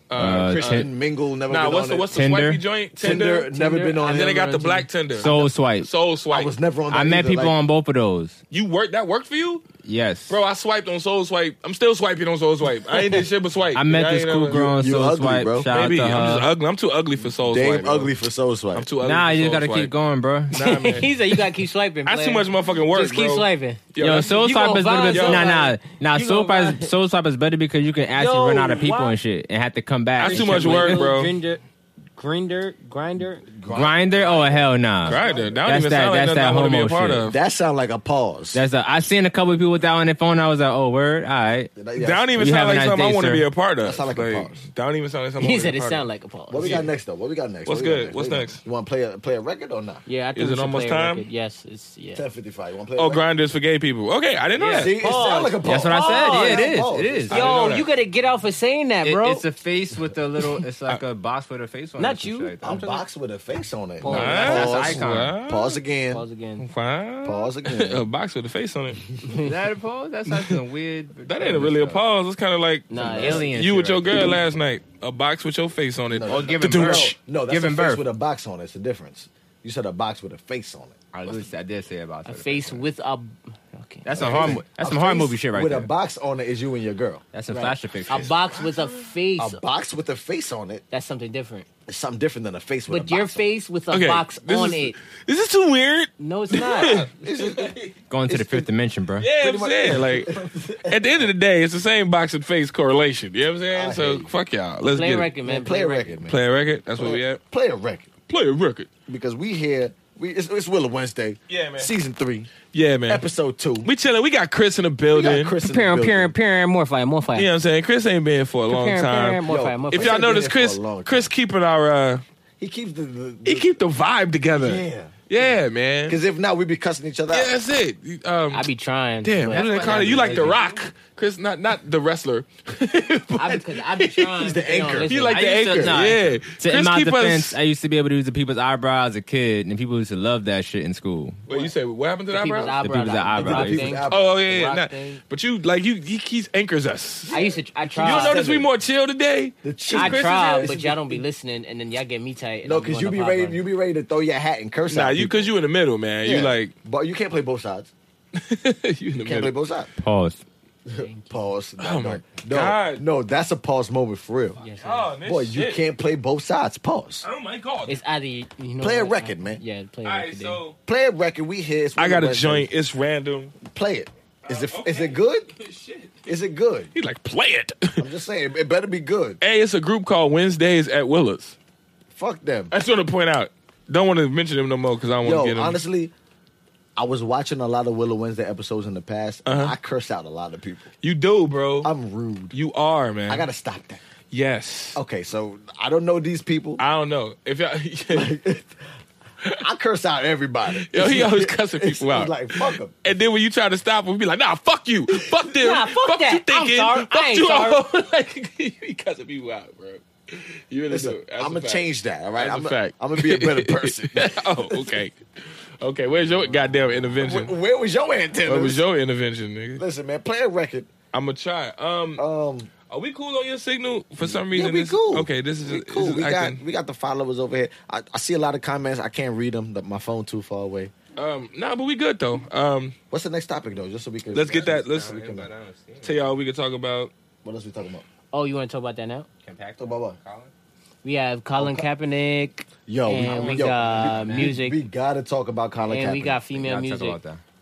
S4: Uh,
S1: Christian Mingle never.
S2: Nah,
S1: been
S2: what's
S1: on
S2: the
S1: it.
S2: what's the
S4: Tinder?
S2: swipey joint?
S1: Tinder,
S2: Tinder.
S1: Never been on.
S2: And then
S1: it.
S2: they got the
S3: Tinder.
S2: black Tinder.
S4: Soul swipe.
S2: Soul swipe.
S1: I was never on. That
S4: I met
S1: either,
S4: people
S1: like-
S4: on both of those.
S2: You worked that worked for you?
S4: Yes,
S2: Bro, I swiped on Soul Swipe. I'm still swiping on Soul Swipe. I ain't did shit but swipe.
S4: I met
S2: I
S4: this
S2: ain't
S4: cool
S2: never-
S4: girl on
S1: you
S4: Soul
S1: ugly,
S4: Swipe.
S1: bro.
S4: Shout
S2: Maybe I'm
S4: out to her.
S2: just ugly. I'm too ugly for Soul
S1: Damn
S2: Swipe. bro.
S1: ugly for Soul Swipe.
S2: I'm too ugly.
S4: nah,
S2: for
S4: you just
S2: Soul
S4: gotta keep
S2: Swipe.
S4: going, bro.
S2: Nah, man.
S3: <laughs> he said you gotta keep swiping.
S2: That's too
S3: player.
S2: much motherfucking work.
S3: Just keep
S2: bro.
S3: swiping.
S4: Yo,
S2: that's-
S4: Soul
S3: you
S4: Swipe
S3: gonna
S4: is better
S3: vibe
S4: because nah, nah,
S3: somebody.
S4: nah.
S3: You
S4: Soul
S3: gonna
S4: Swipe,
S3: vibe.
S4: is- Soul Swipe is better because you can actually
S3: Yo,
S4: run out of people
S3: why-
S4: and shit and have to come back.
S2: That's
S4: and
S2: too
S4: shit.
S2: much work, bro.
S3: Grinder, grinder, grinder.
S4: Grinder? Oh hell nah.
S2: Grinder. That don't
S4: That's
S2: even
S4: that-
S2: sound like
S4: that's
S2: nothing
S4: that
S2: I want to be a
S4: homo
S2: part
S4: shit.
S2: of.
S1: That sound like a pause.
S4: That's a, I seen a couple of people with that on their phone. I was like, oh word, all right.
S1: Yes.
S2: That don't even
S4: You
S2: sound
S4: have a
S2: like
S4: nice
S2: something I
S4: day,
S2: want to
S4: sir.
S2: be a part of.
S1: That sound like a pause.
S2: That don't even sound like something. I
S3: He
S2: wanna
S3: said
S2: be a
S3: it
S2: part
S3: sound
S2: of.
S3: like a pause.
S1: What we got next though? What we got next?
S2: What's
S1: What we got
S2: good? What's
S1: What we got
S2: next?
S1: You want to play a play a record or not?
S3: Yeah, I think
S2: Is
S3: we
S2: it
S3: should
S2: almost
S3: play a
S2: time?
S3: record. Yes, it's yeah.
S1: Ten fifty five. You want to play? a
S2: Oh,
S1: record?
S2: grinders for gay people. Okay, I didn't know
S1: See,
S2: that.
S1: it sound like a pause.
S4: That's what I said.
S3: Oh,
S4: yeah, it is.
S1: oh,
S4: It is.
S2: I didn't know
S3: Yo,
S2: that.
S3: you gotta get out for saying that,
S4: It-
S3: bro.
S4: it's a face with a little. It's like a box with a face on. it
S3: Not
S4: and shit
S3: you.
S4: Like that.
S1: A box with a face on it.
S3: Pause.
S1: Nah,
S4: That's
S1: pause.
S4: icon.
S2: Wow.
S1: Pause again.
S3: Pause again.
S2: Fine.
S1: Pause again.
S2: <laughs> a box with a face on it.
S4: Is that a pause? That's like some
S2: <laughs>
S4: weird.
S2: That ain't really a
S4: uh,
S2: pause. It's kind of like
S3: Nah,
S4: alien
S2: you
S4: shit
S2: with your
S4: right
S2: girl last night. A box with your face on it.
S1: No,
S4: Or giving
S1: no,
S4: birth.
S1: no, that's
S4: giving
S1: a face
S4: birth.
S1: with a box on it. It's the difference. You said a box with a face on it.
S4: I, was- I did say about
S3: A face with a. Okay.
S4: That's some hard. That's
S1: A
S4: some hard
S1: face
S4: movie shit right
S1: with
S4: there.
S1: a box on it is you and your girl.
S4: that's some
S3: Right.
S4: flasher picture.
S3: A box with a face.
S1: A box with a face on it
S3: That's something different.
S1: is something different than a face with
S3: But
S1: a
S3: your
S1: box on it. <laughs>
S3: face with a
S2: Okay,
S3: box
S2: this
S3: on
S2: is,
S3: it.
S2: This is too weird. <laughs>
S3: No, it's not.
S4: Going to the fifth dimension, bro.
S2: Yeah, I'm saying like at the end of the day, it's the same box and face correlation. You know what I'm saying?
S1: I
S2: so
S1: hate you.
S2: fuck y'all. Let's
S3: Play
S2: get
S3: a
S2: it.
S3: record, man.
S1: Play a record, <laughs> man.
S2: Play a record. That's where we at.
S1: Play a record
S2: Play a record.
S1: because we here. We it's, it's Willow Wednesday.
S2: Yeah, man.
S1: Season three,
S2: Yeah, man.
S1: episode two.
S2: We chilling. We got Chris in the
S1: We got
S2: building.
S1: Chris in the
S3: Peering,
S1: building.
S3: peering, peering, more fire, more fire.
S2: You know what I'm saying? Chris ain't been for a long
S3: Peering, peering,
S2: time.
S3: more
S1: Yo,
S3: fire, more
S2: If y'all
S3: fire.
S1: Chris ain't been
S2: notice,
S1: here for
S2: Chris
S1: a long
S2: Chris keeping our uh
S1: He keeps the, the,
S2: he keep the vibe together.
S1: Yeah. uh,
S2: Yeah, man. Yeah,
S1: because if not, we be cussing each other. out.
S2: that's it. You- Um
S3: I be trying.
S2: Damn,
S3: but-
S2: what do they call it? You like The Rock, Chris? Not not the
S3: <laughs>
S2: wrestler. <laughs>
S3: I be, cause I be trying.
S1: He's the
S3: but they don't
S1: anchor.
S3: listen.
S2: You like
S4: I
S2: the
S4: used to-
S2: anchor?
S4: nah,
S2: yeah.
S4: To, in
S2: Chris
S4: my
S2: keep us.
S4: defense, I used to be able to use the people's eyebrow as a kid, and people used to love that shit in school.
S2: Wait, you say what happened to that,
S3: people's
S2: bro?
S4: The
S3: eyebrow,
S4: people's eyebrow.
S3: eyebrow
S1: The people's
S3: thing.
S1: eyebrow.
S2: Oh yeah, yeah.
S3: Rock
S2: nah.
S3: thing.
S2: But you like you he keeps anchors us.
S3: I used to. I
S2: You
S3: tried.
S2: don't notice we more chill today.
S1: The chill.
S3: I
S2: Chris is
S3: tried,
S2: here.
S3: but y'all don't be listening, and then y'all get me tight. and
S1: No,
S3: I'm
S1: because
S3: going
S1: you
S3: to
S1: be
S3: pop
S1: ready.
S3: on.
S1: You be ready to throw your hat and curse.
S2: Nah,
S1: out
S2: you
S1: people.
S2: because you in the middle, man. You
S1: Yeah.
S2: like <laughs>
S1: but you can't play both sides.
S2: you in the
S1: Can't play
S2: middle.
S1: both sides.
S4: Pause.
S1: Pause. No,
S2: Oh,
S1: no,
S2: my
S1: no,
S2: God.
S1: No, that's a pause moment for real.
S3: Yes,
S2: Oh, man,
S1: Boy, you
S2: shit.
S1: can't play both sides. Pause.
S2: Oh my god.
S3: It's either you know.
S1: Play a
S3: what,
S1: record,
S3: I-
S1: man.
S3: Yeah, play a
S2: All right,
S3: record.
S2: so
S1: Play a record. We here. It's
S2: I got a
S1: Wednesday.
S2: joint. It's <laughs> random.
S1: Play it. Is it? Is
S2: Oh, okay.
S1: it good?
S2: Shit.
S1: Is it good?
S2: He like play it. <laughs>
S1: I'm just saying. It better be good.
S2: hey, it's a group called Wednesdays at Willis.
S1: Fuck them.
S2: I just want to point out. Don't want to mention them no more because I don't want to
S1: Yo,
S2: get them.
S1: honestly, I was watching a lot of Willow Wednesday episodes in the past.
S2: Uh-huh.
S1: and I curse out a lot of people.
S2: you do, bro.
S1: I'm rude.
S2: you are, man.
S1: I gotta stop that.
S2: Yes.
S1: Okay, so I don't know these people.
S2: I don't know if y'all. <laughs>
S1: I curse out everybody.
S2: Yo,
S1: <laughs>
S2: he always cussing people out.
S1: It's like fuck them.
S2: and then when you try to stop him, be like, "Nah, fuck you, fuck them,
S3: Nah, fuck that.
S2: you thinking,
S3: I'm sorry.
S2: fuck
S3: I ain't
S2: you."
S3: sorry.
S2: all." <laughs> like, he cussing people out, bro. You really
S1: Listen,
S2: do. That's
S1: I'm
S2: a
S1: gonna
S2: fact.
S1: change that. All right,
S2: That's
S1: I'm
S2: a fact.
S1: gonna be a better person.
S2: <laughs> oh, okay, okay. Where's your goddamn
S1: <laughs>
S2: intervention?
S1: Where, where was your antenna?
S2: What was your intervention, nigga?
S1: Listen, man, play a record.
S2: I'm gonna try. Um,
S1: Um,
S2: are we cool on your signal? For some
S1: yeah,
S2: reason,
S1: we
S2: this-
S1: cool.
S2: Okay, this is
S1: we
S2: this
S1: cool.
S2: is
S1: We got
S2: acting-
S1: we got the followers over here. I, I see a lot of comments. I can't read them. The- My phone too far away.
S2: Um, nah, but we good though. Um,
S1: What's the next topic though? Just so we can
S2: let's get that. Let's
S1: We can-
S2: tell y'all we could talk about.
S1: What else we talking about?
S3: Oh, you want to talk about that now?
S1: Talk about what?
S3: We have Colin Kaepernick,
S1: Yo,
S3: and we
S1: yo,
S3: got music,
S1: We gotta talk about Colin
S3: and
S1: Kaepernick.
S3: we got female music.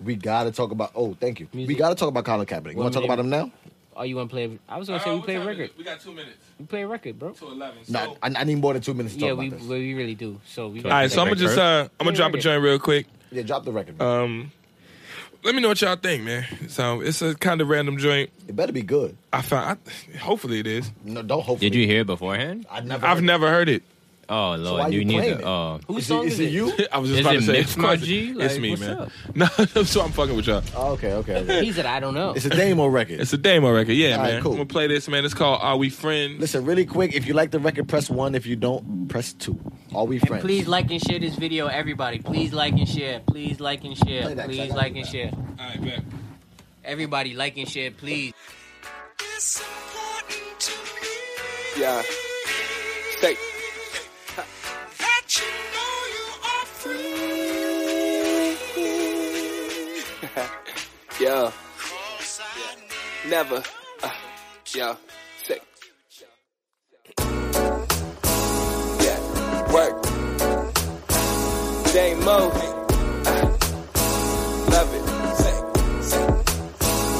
S1: We gotta talk about. Oh, thank you. We
S3: Music.
S1: gotta talk about Colin Kaepernick. You want
S3: Women
S1: to talk about
S3: in-
S1: him now?
S3: Oh, you want to play? I was gonna say
S2: Uh,
S3: we
S2: what
S3: play
S2: time is
S3: record.
S2: it? We got two minutes
S3: We play record, bro.
S2: to eleven. So,
S1: No, I, I need more than two minutes to talk
S3: Yeah,
S1: about
S3: we,
S1: this.
S3: we we really do. So we.
S4: All
S2: all
S3: gotta
S2: right, so I'm
S3: play
S2: gonna just uh, I'm gonna
S3: Yeah,
S2: drop a
S3: record.
S2: joint real quick.
S1: yeah, drop the record. man.
S2: Um, let me know what y'all think, man. So it's a kind of random joint.
S1: it better be good.
S2: I found. I, hopefully it is.
S1: No, don't hope.
S4: Did you hear it beforehand?
S1: I never.
S2: I've
S1: heard-
S2: never heard it. <laughs>
S4: Oh lord,
S1: why you
S4: you need
S1: playing it?
S4: to. Oh,
S3: Whose
S1: Is
S3: song
S1: it, is it <laughs> you?
S2: I was just
S4: Is
S2: about
S4: it
S2: to say
S4: mixed,
S2: of course
S4: my
S2: it-
S4: G?
S2: it's
S4: Like,
S2: me,
S4: what's
S2: man.
S4: up?
S2: <laughs> No, so I'm fucking with y'all.
S1: Oh, okay, okay. okay.
S3: He said, "I don't know."
S1: <laughs> It's a demo record.
S2: It's a demo record, yeah,
S1: All right,
S2: man.
S1: cool.
S2: I'm gonna play this, man. It's called "Are We Friends."
S1: Listen, really quick. If you like the record, press one. If you don't, press two. Are we friends?
S3: Please like and share this video, everybody. Please like and share. Please like and
S1: Play
S3: share.
S1: that,
S3: Please
S1: check
S3: like
S1: out
S3: and
S1: that.
S3: share.
S2: All right, man.
S3: Everybody like and share, please.
S5: It's important to me
S6: Yeah. Say,
S5: that you know you are free.
S6: <laughs> yeah,
S5: 'Cause I need
S6: never. Uh, yeah, say. Yeah, work. Day mo. Uh, love it. Say, say.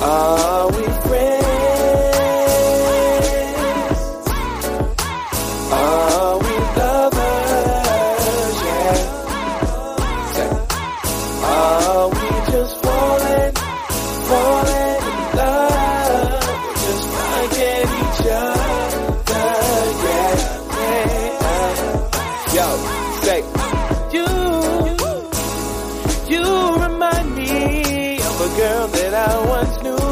S6: Are we friends? Are we lovers? Yeah. Say, Are we just falling? falling in love. We're just trying to get each other, yeah, yeah. Yo, say you, you remind me of a girl that I once knew.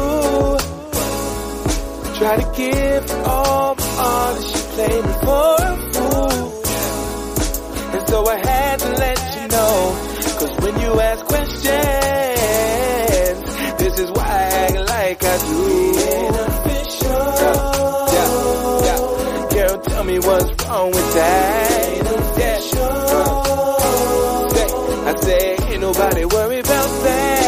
S6: Try to give all my all, and she played me for a fool. And so I had to let you know. Cause when you ask questions, this is why I act like I do. Official. Yeah, yeah, yeah. Girl, tell me what's wrong with that. Yeah. Uh, say, I say, ain't nobody worry about that.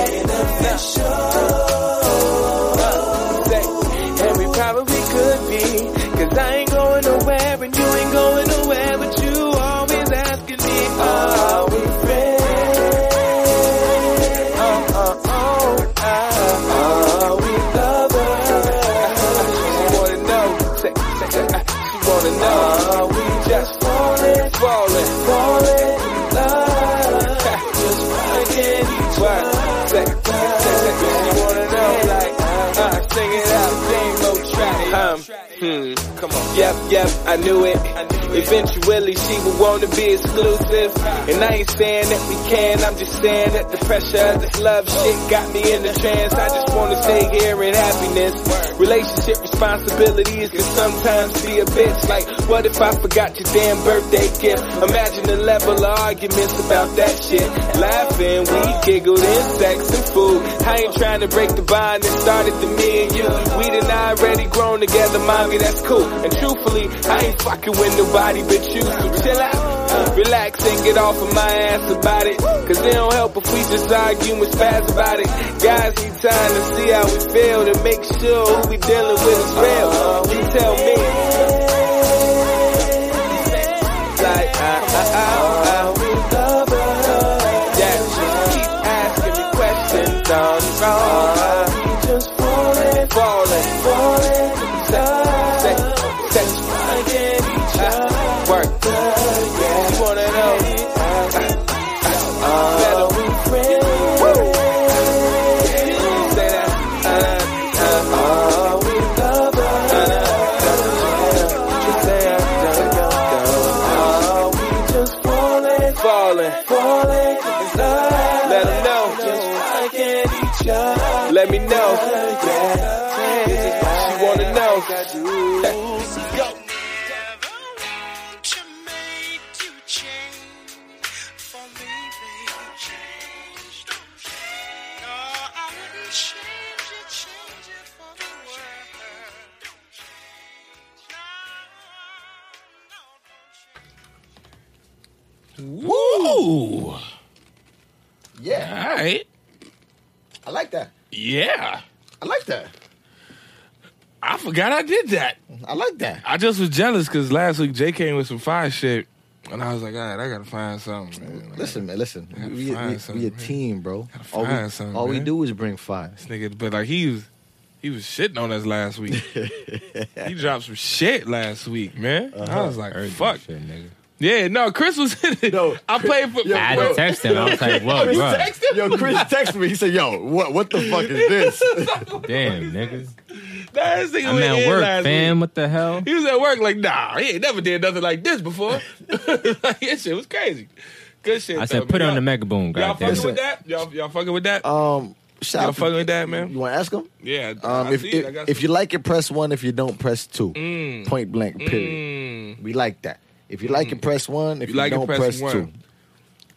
S6: Nah. Uh, say, and we probably could be. Cause I ain't going nowhere and you ain't going nowhere, but you always asking me, are we friends? Oh, oh, oh, ah, are we lovers? She wanna know, say, say, say, ah, she wanna know, are we just falling, falling, falling in love? just finding each other. Say, say, say, she wanna know, like, uh, sing it out, sing no track. Um, hmm, come on. Yep, yep, I knew it. Eventually she would wanna be exclusive. And I ain't saying that we can, I'm just saying that the pressure of this love shit got me in the trance. I just wanna stay here in happiness. Relationship responsibilities can sometimes be a bitch. Like, what if I forgot your damn birthday gift? Imagine the level of arguments about that shit. Laughing, we giggled in sex and food. I ain't trying to break the bond that started to me and you. We done already grown together, mommy, that's cool. And truthfully, I ain't fucking with nobody but you, so chill out. Uh, Relax and get off of my ass about it. Cause it don't help if we just argue and spaz about it. Guys need time to see how we feel to make sure who we dealing with is real. You tell me. Like, uh, uh, uh, uh, we lovers. Yeah, she keep asking me questions on the wrong. We just falling, falling, falling in love. Sex, sex, finding each other. Work, yeah. She wanna know. Uh, uh, uh, better we friends. Woo. Say that. Uh, uh, are we lovers? Just say it, don't go, go. Are we just falling, falling, falling in love? Let 'em know. Just liking each other. Let me know. Yeah. This is what she wanna know.
S5: never want you made to change for me, baby. Change, don't change. No, I wouldn't change it, change it for the world. Don't change. No, no, don't change.
S2: Woo! All
S1: Yeah,
S2: right,
S1: I like that.
S2: yeah.
S1: I like that.
S2: I forgot I did that.
S1: I like that.
S2: I just was jealous because last week Jay came with some fire shit, and I was like, all right, I gotta find something. Man. Like,
S1: Listen, man. Listen,
S2: gotta
S1: we, we,
S2: find
S1: we,
S2: something,
S1: a
S2: man.
S1: team, bro.
S2: Gotta
S1: All we,
S2: find something,
S1: all we
S2: man.
S1: do is bring fire.
S2: this nigga, but like he was, He was shitting on us
S1: <laughs>
S2: last week. he dropped some shit last week, man. I
S1: Uh-huh.
S2: was like,
S4: Heard that
S2: fuck.
S4: shit, nigga.
S2: Yeah, no, Chris was in it.
S1: No,
S2: I played for.
S4: I had to text him. I
S2: <laughs>
S4: was like, whoa, bro.
S1: Yo, Chris texted me. He said, "Yo, what what the fuck is
S2: <laughs>
S1: this?"
S4: Damn, nigga.
S2: That thing
S4: I'm
S2: went
S4: at
S2: in
S4: work,
S2: last
S4: fam.
S2: week.
S4: What the hell?
S2: He was at work like, nah, he ain't never did nothing like this before. <laughs> like, that shit was crazy. Good shit.
S4: I
S2: though,
S4: said, put
S2: man.
S4: on the mega boom,
S2: Y'all, y'all
S4: goddamn.
S2: fucking with that? Y'all, y'all fucking with that?
S1: Um, shout
S2: y'all
S1: out to-
S2: fucking with that, man?
S1: You want to ask him?
S2: Yeah.
S1: Um,
S2: I
S1: if
S2: see it. I
S1: if,
S2: got
S1: if
S2: some-
S1: you like it, press one. If you don't, press two.
S2: Mm.
S1: Point blank. Period.
S2: Mm.
S1: We like that. If you like it, press one. If
S2: Mm-hmm. You
S1: you,
S2: like it,
S1: don't,
S2: press
S1: press,
S2: one.
S1: two.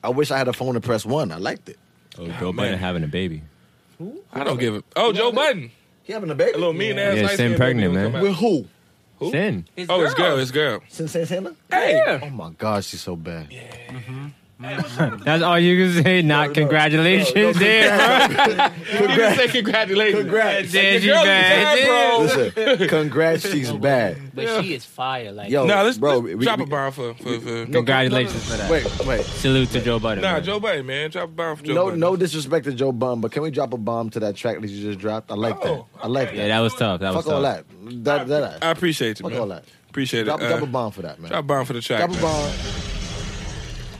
S1: I wish I had a phone to press one. I liked it.
S4: Oh, Joe
S2: man.
S4: Biden having a baby.
S2: I don't give it. Oh, Joe Biden.
S1: He having a baby.
S2: A little mean ass.
S4: Yeah,
S2: nice
S4: Sin
S2: man
S4: pregnant,
S2: gonna
S4: man.
S2: come
S1: With
S2: out.
S1: who?
S2: Who?
S4: Sin.
S3: His
S2: Oh, it's girl. It's girl.
S1: Since Santana?
S2: Hey.
S1: Oh my God, she's so bad.
S4: That's all you can say. Not congratulations, there, bro.
S2: Congrats. say congratulations.
S1: Congrats.
S2: Like, your
S4: Did you
S2: girl is bad,
S4: bad?
S2: bro. <laughs>
S1: Listen, congrats, she's bad.
S3: But she is fire. Like,
S1: Yo,
S2: Nah, let's,
S1: bro,
S2: let's
S1: we-
S2: drop
S1: we-
S2: a bomb for for. for <laughs>
S4: Congratulations for that.
S1: Wait, wait.
S4: Salute to Joe Biden.
S2: Nah,
S4: man.
S2: Joe Biden, man. Drop a bomb for Joe
S1: No,
S2: Biden.
S1: no disrespect to Joe Bum, but can we drop a bomb to that track that you just dropped? I like
S2: Oh,
S1: that. I like
S4: Yeah,
S1: that.
S4: that was tough. That was
S1: Fuck
S4: tough.
S1: all that. That, that,
S2: I appreciate you,
S1: Fuck
S2: man.
S1: all that.
S2: Appreciate
S1: Drop,
S2: it. Uh,
S1: drop a bomb for that, man.
S2: Drop a bomb for the track.
S1: Drop a
S2: man.
S1: bomb.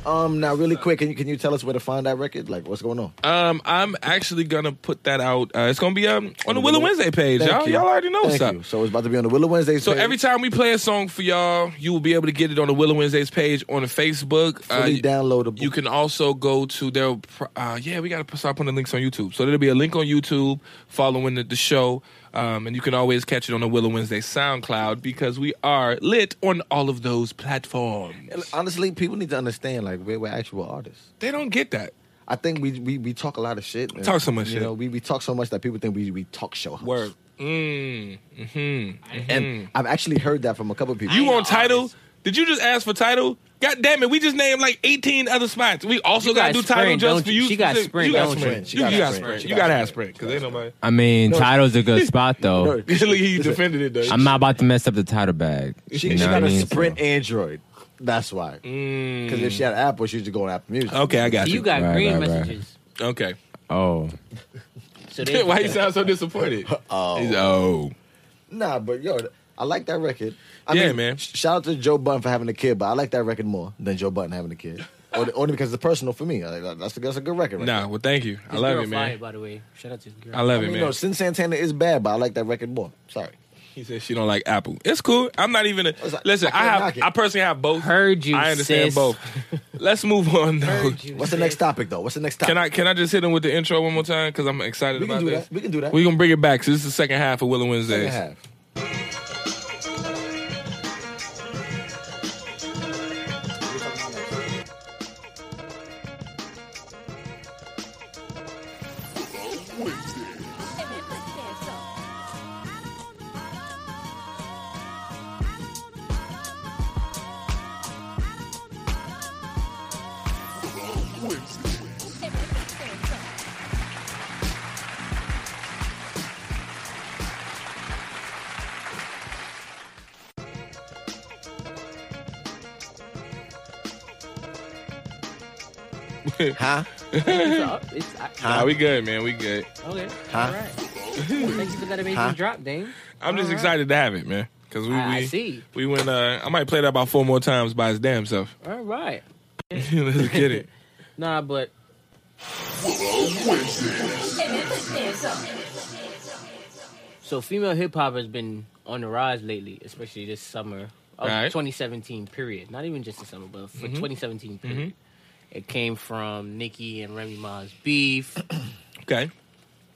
S1: Um, now really quick, can you can you tell us where to find that record? Like, what's going on?
S2: Um, I'm actually gonna put that out. Uh, it's gonna be um on the Willow Wednesday page,
S1: Thank
S2: y'all.
S1: you.
S2: Y'all already know
S1: Thank
S2: what's up.
S1: you. So it's about to be on the Willow Wednesday.
S2: So every time we play a song for y'all, you will be able to get it on the Willow Wednesdays page on the Facebook. Uh,
S1: fully downloadable.
S2: you can also go to their. Uh, yeah, we got to start putting links on YouTube. So there'll be a link on YouTube following the, the show, um, and you can always catch it on the Willow Wednesday SoundCloud because we are lit on all of those
S1: And
S2: platforms.
S1: honestly, people need to understand like we're, we're actual artists.
S2: They don't get that.
S1: I think we we, we talk a lot of shit. and,
S2: Talk so much
S1: you
S2: shit.
S1: Know, we, we talk so much that people think we we talk show hosts.
S2: Word. Mm. hmm
S1: And I've actually heard that from a couple of people.
S2: You
S3: ain't
S2: on title?
S3: always-
S2: Did you just ask for title? God damn it, we just named like 18 other spots. We also
S3: You
S2: got to
S3: got
S2: do
S3: Sprint,
S2: title just
S3: don't
S2: for
S3: you?
S2: you.
S3: She got
S2: specific-
S3: Sprint,
S2: You got
S3: don't
S2: Sprint.
S1: she?
S2: You
S1: She
S2: you got
S1: got
S2: Sprint.
S1: Sprint.
S2: You got to have Sprint because ain't nobody. <laughs>
S4: I mean,
S1: No.
S4: title's a good spot though.
S2: Look, he defended it though.
S4: I'm not about to mess up the title bag.
S1: She,
S4: you
S1: she
S4: know
S1: got
S4: what I
S1: a
S4: mean?
S1: Sprint Android. That's why. Because if she had Apple, she used go on Apple Music.
S2: Mm. Okay, I got you.
S3: you got
S4: Right,
S3: green
S4: right, right.
S3: messages.
S2: got okay.
S4: So- oh,
S3: So
S2: <laughs>
S3: they,
S2: Why you sound so disappointed?
S1: <laughs> Oh.
S2: He's- oh.
S1: Nah, but yo, I like that record. I
S2: Yeah, man.
S1: sh- Shout out to Joe Button for having a kid, but I like that record more than Joe Button having a
S2: <laughs>
S1: kid. Only only because it's personal for me. Like, That's a, that's a good record. Right
S2: Nah,
S1: there.
S2: well, thank you. I
S3: His
S2: love
S3: girl
S2: it,
S3: fire,
S2: man.
S3: by the way. Shout out to his girl.
S2: I love
S1: I
S2: it,
S1: mean,
S2: man.
S1: no, Sin Santana is bad, but I like that record more. Sorry.
S2: He said she don't like Apple. It's cool. I'm not even. A,
S1: Listen, I
S2: listen, I,
S1: can't
S2: have.
S1: knock it.
S2: I personally have both.
S3: Heard you,
S2: I understand
S3: sis. <laughs>
S2: both. Let's move on though.
S3: Heard you,
S1: What's the
S3: sis. <laughs>
S1: next topic, though? What's the next topic?
S2: Can I can I just hit him with the intro one more time? Because I'm excited
S1: We
S2: about
S1: can do
S2: this.
S1: that. We can do that.
S2: We're gonna bring it back. So this is the second half of Willow
S1: Second
S2: Wednesdays.
S1: half. Huh?
S3: It's up. It's, I,
S2: Nah, we good, man. We good.
S3: Okay.
S1: Huh?
S3: All right. Thank you for that amazing
S1: Huh?
S3: drop, Dame.
S2: I'm just excited to have it, man. Because we,
S3: I, I
S2: we-
S3: Ah, see.
S2: we went. Uh, I might play that about four more times by his damn self. <laughs>
S3: All right.
S2: Let's
S1: <laughs>
S2: get it.
S3: Nah, but so female hip hop has been on the rise lately, especially this summer of
S2: Right. Mm-hmm.
S3: 2017 period. Not even just the summer, but for 2017 period. It came from Nicki and Remy Ma's beef
S2: Okay.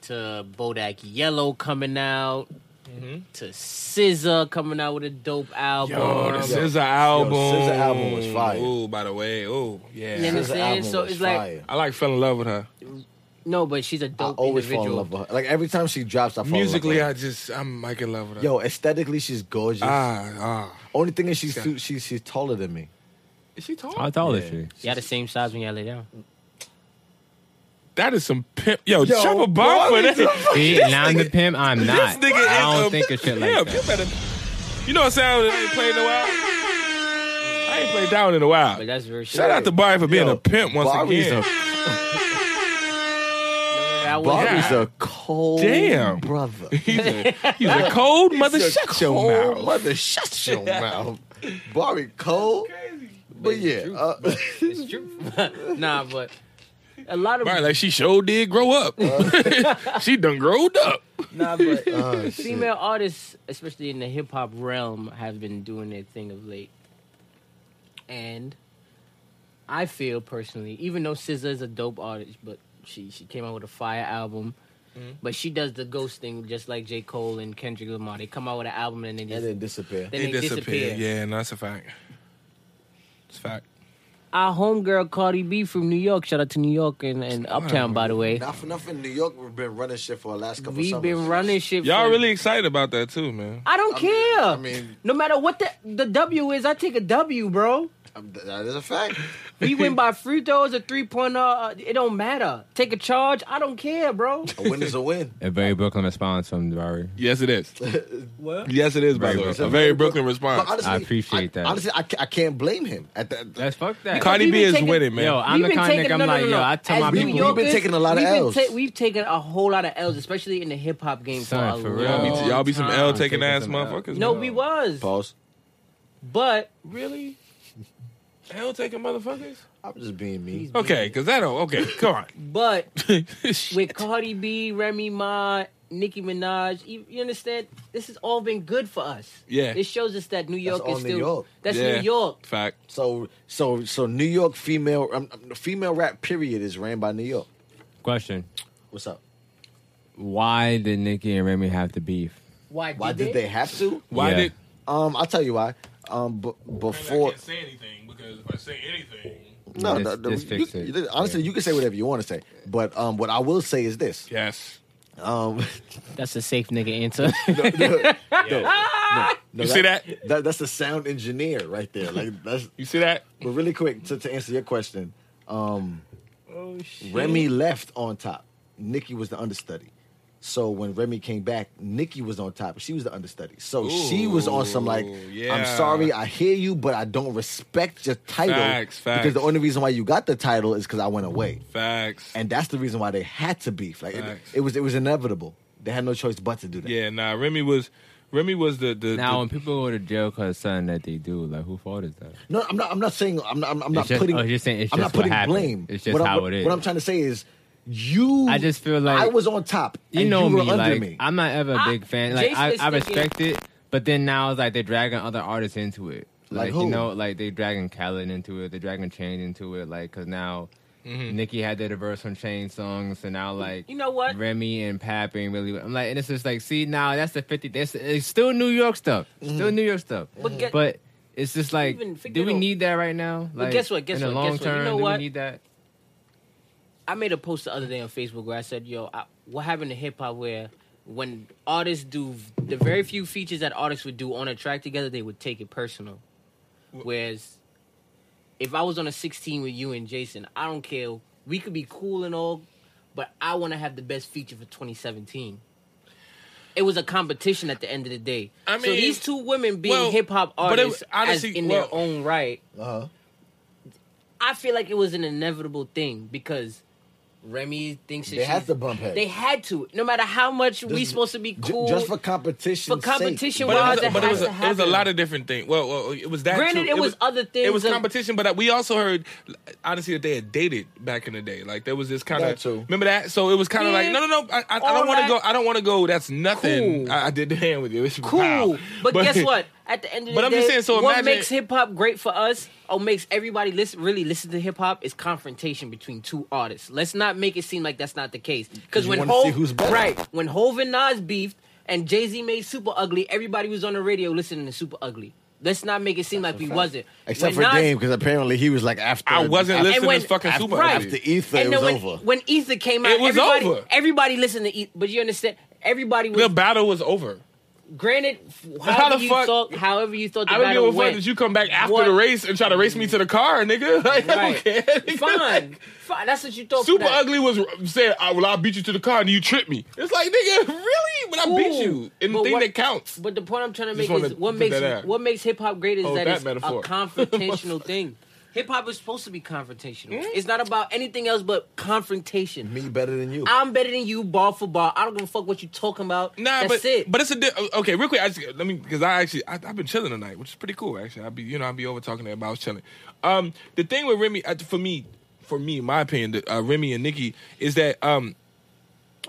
S3: to Bodak Yellow coming out
S2: Mhm.
S3: to SZA coming out with a dope album.
S2: Yo, Oh, the
S1: Yo,
S2: SZA album.
S1: SZA album was fire.
S2: Oh, by the way. Oh, yeah.
S3: You
S1: This
S3: understand?
S1: album
S3: So
S1: was
S3: it's like-
S1: fire.
S2: I like fell in love with her.
S3: No, but she's a
S1: I
S3: dope
S1: always
S3: individual.
S1: fall in love with her. Like every time she drops, I fall
S2: Musically,
S1: in love.
S2: I just I'm like in love with her.
S1: Yo, aesthetically, she's gorgeous.
S2: ah, ah.
S1: Only thing is, she's too, she's she's taller than me.
S2: Is she tall?
S4: how tall
S1: Yeah.
S4: is she?
S3: Y'all the same size when y'all lay down.
S2: That is some pimp. Yo,
S1: Yo,
S2: chop a bomb
S1: boy,
S2: for <laughs> that.
S4: See, now I'm the pimp. I'm
S2: This
S4: not.
S2: nigga is
S4: I
S2: a-
S4: don't think of shit like
S2: yeah,
S4: that.
S2: you better. You know what sound that ain't played in a while. I ain't played that one in a while.
S3: But that's
S1: <laughs>
S3: very
S2: Shout out to Barry for being
S1: Yo,
S2: a pimp once
S1: Barry's
S2: again.
S1: a-
S3: I I was.
S1: Bob
S2: Yeah.
S1: is a cold
S2: Damn.
S1: brother.
S2: He's a, he's
S4: <laughs>
S2: a cold mother.
S1: He's a
S2: Shut your
S1: cold <laughs>
S2: mouth.
S1: Mother, shut your mouth. Bobby cold. But yeah, uh, <laughs>
S3: <laughs> Nah, but a lot of
S2: Right, like she sure did grow up. <laughs> she done growed up.
S3: nah, but
S1: oh, shit.
S3: female artists, especially in the hip hop realm, have been doing their thing of late. And I feel personally, even though SZA is a dope artist, but she she came out with a fire album.
S1: Mm-hmm.
S3: But she does the ghost thing just like J. Cole and Kendrick Lamar. They come out with an album and then
S1: and
S3: just
S1: then disappear.
S3: Then they disappear.
S2: Yeah, no, that's a fact. It's a fact.
S3: our homegirl Cardi B from New York. Shout out to New York and, and Uptown, by the way.
S1: Not for nothing. New York, we've been running shit for the last couple.
S3: We've
S1: summers.
S3: been running shit.
S2: Y'all
S3: for-
S2: really excited about that too, man.
S3: I don't
S1: I mean-
S3: care.
S1: I mean-
S3: no matter what the the W is, I take a W, bro.
S1: Um, th- That is a fact.
S4: <laughs>
S3: We win by free throws or three pointer. uh, It don't matter. Take a charge. I don't care, bro.
S1: A win is a win.
S4: A very Brooklyn response from Jabari.
S2: Yes, it <laughs> is.
S3: What?
S2: Yes, it is. By
S4: Very
S2: the way,
S4: Brooklyn.
S2: a very Brooklyn
S1: But
S2: response.
S1: honestly,
S4: I appreciate
S1: I-
S4: that.
S1: Honestly, I, ca- I can't blame him. At that,
S4: That's fuck that.
S2: Cardi
S3: We've
S2: B
S3: been
S2: is
S3: taking-
S2: winning, man.
S4: Yo, I'm
S3: We've
S4: the
S3: been
S4: kind of
S3: taking-
S4: nigga, I'm
S3: no, no,
S4: like,
S3: no, no.
S4: yo, I tell
S3: As
S4: my
S3: New
S4: people.
S1: We've been
S3: Yorkers,
S1: taking a lot of
S3: we've been
S1: L's.
S3: we've taken a whole lot of L's, especially in the hip hop game for
S4: Son,
S3: a
S4: for real.
S2: Y'all
S3: long
S2: be, y'all be some
S3: time.
S2: L taking
S4: Taking
S2: ass
S4: some L.
S2: motherfuckers.
S3: No,
S2: man.
S3: we was,
S1: pause.
S3: but
S2: really L taking motherfuckers.
S1: I'm just being me.
S2: Okay, because that don't. <laughs> Okay, come on. <laughs>
S3: but
S2: Shit.
S3: with Cardi B, Remy Ma, Nicki Minaj. You, you understand? This has all been good for us.
S2: Yeah.
S3: It shows us that New York
S1: all
S3: is
S1: New
S3: still.
S1: York.
S3: That's
S2: Yeah.
S3: New York.
S2: Fact.
S1: So, so, so New York female, um, um, the female rap period is ran by New York.
S4: Question:
S1: What's up?
S4: Why did Nicki and Remy have to beef?
S3: Why?
S1: Why did they have to?
S2: Why
S4: Yeah.
S2: did?
S1: Um, I'll tell you why. Um, b- before
S2: say anything because if I say anything,
S1: no,
S4: Just-
S1: no, no,
S4: just
S1: you-
S4: fix it.
S1: you- honestly, you can say whatever you want to say, but um, what I will say is this. <laughs>
S2: yes.
S1: Um,
S3: That's a safe nigga answer.
S2: <laughs>
S1: no,
S2: You see that?
S1: that? That's a sound engineer right there. Like that's
S2: You see that?
S1: But really quick to, to answer your question, um,
S3: oh shit.
S1: Remy left on top. Nikki was the understudy. So when Remy came back, Nikki was on top. She was the understudy. So she was on some like,
S2: Ooh,
S1: I'm
S2: yeah.
S1: sorry, I hear you, but I don't respect your title.
S2: Facts, facts.
S1: Because the only reason why you got the title is because I went away.
S2: Facts.
S1: And that's the reason why they had to beef. Like it,
S2: Facts.
S1: it was it was inevitable. They had no choice but to do that.
S2: Yeah, nah. Remy was. Remy was the the.
S4: Now, when
S2: the
S4: people go to jail because something that they do, like who fault is that?
S1: No, I'm not. I'm not saying. I'm not. I'm, I'm not
S4: just-
S1: putting.
S4: oh, you're saying it's
S1: I'm
S4: just
S1: not
S4: what
S1: putting
S4: happened.
S1: blame.
S4: It's just
S1: What I'm-
S4: how
S1: what,
S4: it is.
S1: What I'm trying to say is, you.
S4: I just feel like-
S1: I was on top.
S4: You
S1: and
S4: know
S1: you
S4: me,
S1: were under
S4: like
S1: me.
S4: I'm not ever a
S3: I-
S4: big fan. Like
S3: Jace
S4: I,
S3: is
S4: I
S3: thinking-
S4: respect it, but then now it's like they're dragging other artists into it.
S1: Like
S4: Like,
S1: who?
S4: you know, like they dragging Khaled into it, they dragging Chain into it, like because now.
S1: Mm-hmm.
S4: Nicki had the verse on Chain songs, and now like
S3: You know what?
S4: Remy and Pap ain't really. I'm like, and it's just like, see, now that's the fifty. That's it's still New York stuff, still New York stuff.
S3: Mm-hmm. But get-
S4: But it's just like,
S3: Even forget
S4: do we
S3: all-
S4: need that right now? Like,
S3: guess what? Guess
S4: in
S3: what?
S4: the long
S3: Guess what? You
S4: term,
S3: know
S4: do
S3: what?
S4: we need that?
S3: I made a post the other day on Facebook where I said, "Yo, I, what happened to hip hop where when artists do the very few features that artists would do on a track together, they would take it personal. Whereas if I was on a 16 with you and Jason, I don't care. We could be cool and all, but I want to have the best feature for 2017." It was a competition at the end of the day.
S2: I
S3: so
S2: mean,
S3: these two women being
S2: well,
S3: hip hop
S2: but it-
S3: artists
S2: honestly,
S3: as in
S2: well-
S3: their own right,
S1: uh-huh.
S3: I feel like it was an inevitable thing because Remy thinks that
S1: They had
S3: she's-
S1: to bump heads.
S3: They had to, no matter how much we
S1: Just-
S3: supposed to be
S1: Ju-
S3: cool.
S1: just for competition.
S3: For competition,
S2: but it
S3: why
S2: was,
S3: does it
S2: but it
S3: have
S2: was,
S3: to
S2: a, it was a
S3: happen?
S2: lot of different things. Well, well, it was that.
S3: Granted,
S2: too.
S3: it was other
S2: It was
S3: things of-
S2: competition, but uh, we also heard, honestly, that they had dated back in the day. Like there was this kind
S1: That
S2: of.
S1: too.
S2: Remember that? So it was kind of
S3: Yeah.
S2: like, no, no, no. I, I, I
S3: All
S2: don't want to
S3: that.
S2: go. I don't want to go. That's nothing.
S3: Cool.
S2: I, I did the hand with you. It's
S3: cool.
S2: wow. <laughs>
S3: But, guess what? At the end of the
S2: But I'm
S3: day,
S2: just saying, so
S3: what
S2: imagine-
S3: makes hip hop great for us or makes everybody listen really listen to hip hop is confrontation between two artists. Let's not make it seem like that's not the case. Because
S1: You
S3: when
S1: wanna see
S3: Hov,
S1: who's better.
S3: right, when Hov and Nas beefed and Jay Z made Super Ugly, everybody was on the radio listening to Super Ugly. Let's not make it seem like we wasn't.
S1: Except
S3: When
S1: for
S3: Nas-
S1: Dame, because apparently he was like after.
S2: I wasn't
S1: after,
S2: listening
S3: when-
S2: to fucking Super.
S3: right.
S2: Ugly.
S1: after Ether. It
S3: and
S1: was
S3: then when,
S1: over.
S3: when Ether came out,
S2: It was
S3: everybody,
S2: over.
S3: everybody listened to Ether. But you understand, everybody was
S2: the battle was over.
S3: granted. f-
S2: How
S3: However
S2: the
S3: you
S2: fuck-
S3: thought, however you thought the
S2: I don't give
S3: battle
S2: a fuck
S3: went.
S2: that you <laughs> come back after
S3: What?
S2: the race and try to race me to the car, nigga. <laughs> Like, I don't
S3: Right.
S2: care. nigga.
S3: Fine. Fine. That's what you thought. for
S2: Super
S3: that.
S2: ugly was said, "I well, I beat you to the car, and you tripped me." It's like, nigga, <laughs> really? But I beat
S3: Cool.
S2: you in the
S3: But
S2: thing
S3: what-
S2: that counts.
S3: But the point I'm trying to
S2: Just
S3: make
S2: wanted
S3: is
S2: to
S3: what
S2: put
S3: makes
S2: that out.
S3: what makes hip hop great is
S2: Hold
S3: that
S2: that
S3: it's
S2: metaphor. <laughs>
S3: a confrontational thing. Hip hop is supposed to be confrontational. It's not about anything else but confrontation.
S1: Me better than you.
S3: I'm better than you, ball for ball. I don't give a fuck what you talking about.
S2: Nah,
S3: That's
S2: but
S3: it.
S2: but it's a di- uh, okay. Real quick, I just, let me because I actually I, I've been chilling tonight, which is pretty cool. Actually, I be you know I be over talking to him. I was chilling. Um, the thing with Remy uh, for me, for me, my opinion, the, uh, Remy and Nikki is that um,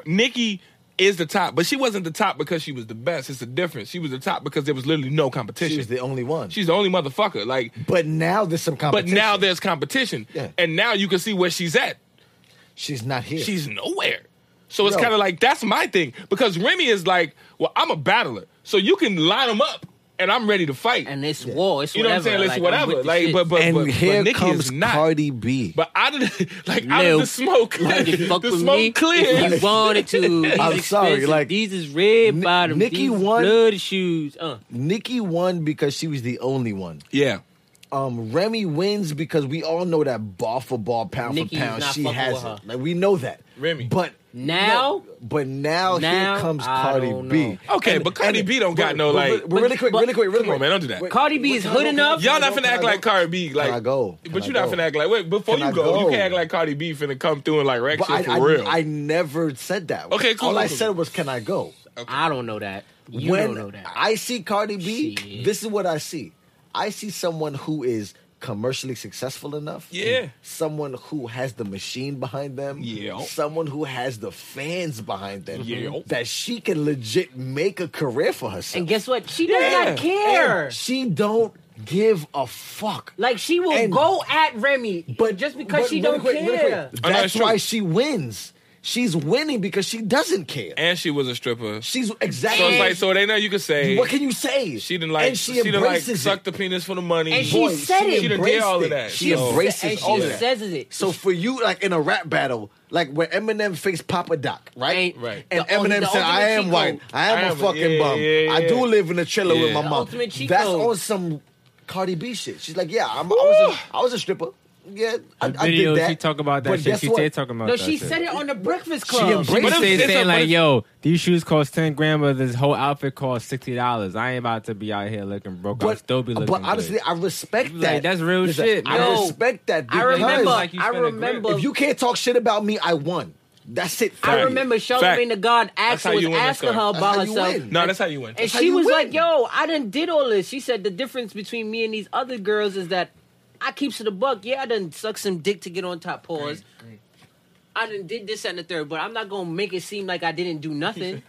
S2: Nikki is the top, but she wasn't the top because she was the best. It's the difference. She was the top because there was literally no competition.
S1: She was the only one.
S2: She's the only motherfucker. Like,
S1: but now there's some
S2: but
S1: competition.
S2: now there's competition,
S1: Yeah.
S2: and now you can see where she's at.
S1: she's not here.
S2: She's nowhere. So it's
S1: No.
S2: kind of like that's my thing because Remy is like, well, I'm a battler, so you can line them up, and I'm ready to fight.
S3: and it's war. It's
S2: you know what
S3: whatever.
S2: I'm saying? It's
S3: Like, I'm
S2: whatever.
S3: with the
S2: Like,
S3: shit. <laughs>
S2: but but
S1: and
S2: but,
S1: here
S2: but Nikki
S1: comes
S2: is not.
S1: Cardi B.
S2: but out of the, <laughs> like out
S3: Lil,
S2: of the
S3: <laughs>
S2: smoke, <laughs>
S3: You can fuck
S2: the
S3: with
S2: smoke
S3: me
S2: clears.
S3: if you wanted
S2: <laughs>
S3: to. These
S1: I'm sorry,
S3: expensive.
S1: like,
S3: these is red
S1: Ni-
S3: bottom.
S1: Nicki
S3: these is
S1: won-
S3: blood shoes. Uh,
S1: Nikki won because she was the only one.
S2: yeah,
S1: Um, Remy wins because we all know that ball for ball, pound
S3: Nikki
S1: for
S3: is
S1: pound,
S3: not
S1: she
S3: fucking
S1: has
S3: with her.
S1: it. Like we know that.
S2: Remy.
S1: but
S3: Now?
S1: no, but now,
S3: Now,
S1: here comes
S3: I
S1: Cardi
S3: don't
S1: B.
S3: know.
S2: Okay, but Oh, Cardi B don't got no, like-
S1: But, but really quick,
S3: but-
S1: really quick, really
S2: come on,
S1: quick,
S2: man, don't do that.
S3: Cardi B is hood enough.
S2: Y'all not
S1: go?
S2: finna
S1: Can I
S2: act
S1: go?
S2: like Cardi B. Like,
S1: I go? Can
S2: But
S1: I
S2: you're not
S1: go?
S2: finna act like. Wait, before
S1: Can
S2: you
S1: I
S2: go, you
S1: go?
S2: can act like Cardi B finna come through and like wreck
S1: But
S2: shit
S1: I,
S2: for
S1: I,
S2: real.
S1: I never said that.
S2: Okay, cool,
S1: All
S2: cool,
S1: I
S2: cool.
S1: said was, "Can I go?"
S3: I don't know that. You
S1: when
S3: don't know that.
S1: I see Cardi B,
S3: Shit.
S1: this is what I see. I see someone who is commercially successful enough.
S2: Yeah.
S1: Someone who has the machine behind them.
S2: Yeah.
S1: Someone who has the fans behind them.
S2: Yeah.
S1: That she can legit make a career for herself.
S3: and guess what? She does
S2: Yeah.
S3: not care.
S1: And she don't give a fuck.
S3: Like she will
S1: And-
S3: go at Remy, but
S1: But
S3: just because
S1: but
S3: she
S1: really
S3: don't
S1: quick, really quick,
S3: care.
S2: Oh, no, it's
S1: that's
S2: true.
S1: why she wins. She's winning because she doesn't care.
S2: and she was a stripper. So
S1: She's exactly.
S2: it's like, so they know you can say
S1: what can you say?
S2: she didn't like.
S1: And she,
S2: she didn't like
S1: embraces it.
S2: suck the penis for the money.
S3: And she
S1: Boy,
S3: said it.
S2: She done did
S1: embraced
S2: all of
S1: it.
S2: that.
S1: She
S2: So-
S1: embraces
S3: and she
S1: all of that.
S3: says it.
S1: So for you, like in a rap battle, like when Eminem faced Papa Doc, right?
S3: Ain't-
S2: Right.
S1: And
S3: the ul-
S1: Eminem
S3: the
S1: said, "I
S3: ultimate
S1: am
S3: cheat
S1: white.
S3: code.
S1: I am,
S2: I am-
S1: a fucking
S2: yeah,
S1: bum.
S2: yeah,
S1: I do
S2: yeah.
S1: live in a trailer with
S2: Yeah.
S1: my
S2: The
S1: mom."
S3: ultimate cheat
S1: That's
S3: code.
S1: on some Cardi B shit. She's like, "Yeah, I'm, I was a, I was a stripper. Yeah, I,
S4: The
S1: I
S4: video,
S1: did that."
S4: she talk about that
S1: But
S4: shit.
S1: guess
S4: She
S1: what?
S4: did talk about
S3: No,
S4: that
S3: she
S4: shit.
S3: said it on the Breakfast
S1: She
S3: Club.
S1: embraced-
S4: But
S2: But
S4: if they
S2: it's- it's
S4: saying
S2: a- but
S4: like,
S2: it's-
S4: yo, these shoes cost ten grand, but this whole outfit cost sixty dollars. I ain't about to be out here looking broke. I'll
S1: But,
S4: still be looking.
S1: but honestly, I respect
S4: Like,
S1: that.
S4: that's real
S1: Listen,
S4: shit,
S1: I
S3: man.
S1: respect that.
S3: I
S1: because
S3: remember.
S4: like you
S3: I
S4: spent a
S3: remember.
S4: grand.
S1: If you can't talk shit about me, I won. That's it.
S3: I
S2: Fact.
S3: remember Charlemagne
S2: Fact.
S3: the God
S2: how
S3: actually
S2: you win,
S3: was asking
S2: that's
S3: her
S2: correct.
S3: about
S1: That's how you
S3: herself.
S1: win.
S2: no, that's how you went.
S3: And
S1: how
S3: she
S1: you
S3: was
S1: win.
S3: like, "Yo, I done did all this." She said, "The difference between me and these other girls is that I keeps it a buck. Yeah, I done suck some dick to get on top. Pause. I done did this and the third, but I'm not gonna make it seem like I didn't do
S1: <laughs>
S3: nothing.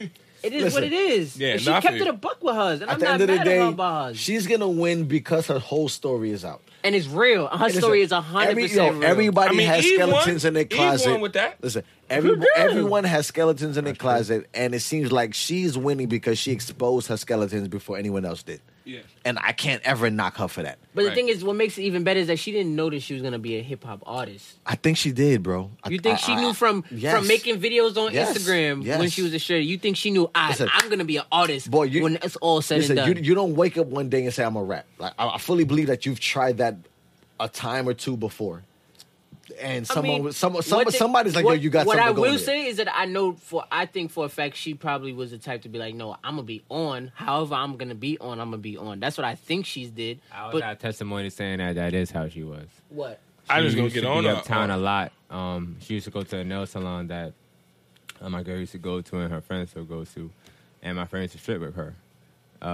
S3: it is what
S1: Listen.
S3: it is.
S2: Yeah,
S3: And she
S2: nah, I
S3: kept
S2: feel
S3: it
S2: you.
S3: a buck with hers, and
S1: At
S3: I'm
S1: the
S3: not
S1: end of the
S3: mad at her
S1: day,
S3: about hers.
S1: she's gonna win because her whole story is out.
S3: and it's real. Her story is
S1: Listen,
S3: hundred
S1: every-
S3: percent
S1: yo,
S3: real.
S1: Everybody
S2: I mean,
S1: has
S2: Eve won.
S1: skeletons in their
S2: Eve
S1: closet.
S2: won with that.
S1: Listen, every,
S3: Good girl.
S1: everyone has skeletons in their closet, and it seems like she's winning because she exposed her skeletons before anyone else did.
S2: Yeah.
S1: And I can't ever knock her for that.
S3: but the
S2: Right.
S3: thing is, what makes it even better is that she didn't notice she was gonna be a hip hop artist.
S1: I think she did, bro. I-
S3: You think
S1: I-
S3: she
S1: I-
S3: knew from
S1: Yes.
S3: from making videos on
S1: Yes.
S3: Instagram when
S1: Yes.
S3: she was a shirt? You think she knew I
S1: Listen.
S3: I'm gonna be an artist
S1: Boy, you-
S3: when it's all said
S1: Listen,
S3: and
S1: you,
S3: done.
S1: you don't wake up one day and say I'm a rap. Like I, I fully believe that you've tried that a time or two before, and
S3: I
S1: someone,
S3: mean,
S1: someone, some,
S3: what the-
S1: somebody's like,
S3: what,
S1: "Yo, you got
S3: What
S1: something
S3: I
S1: going
S3: will
S1: there.
S3: say is that I know for I think for a fact she probably was the type to be like, no, I'm gonna be on. However, I'm gonna be on. I'm gonna be on. That's what I think she's did.
S4: I was
S3: but
S4: out testimony saying that that is how she was.
S3: what?
S2: I just
S4: She
S2: gonna
S4: used
S2: get
S4: to
S2: on
S4: be
S2: her.
S4: uptown a lot. Um, she used to go to a nail salon that uh, my girl used to go to, and her friends would go to, and my friends used to strip with her. Um,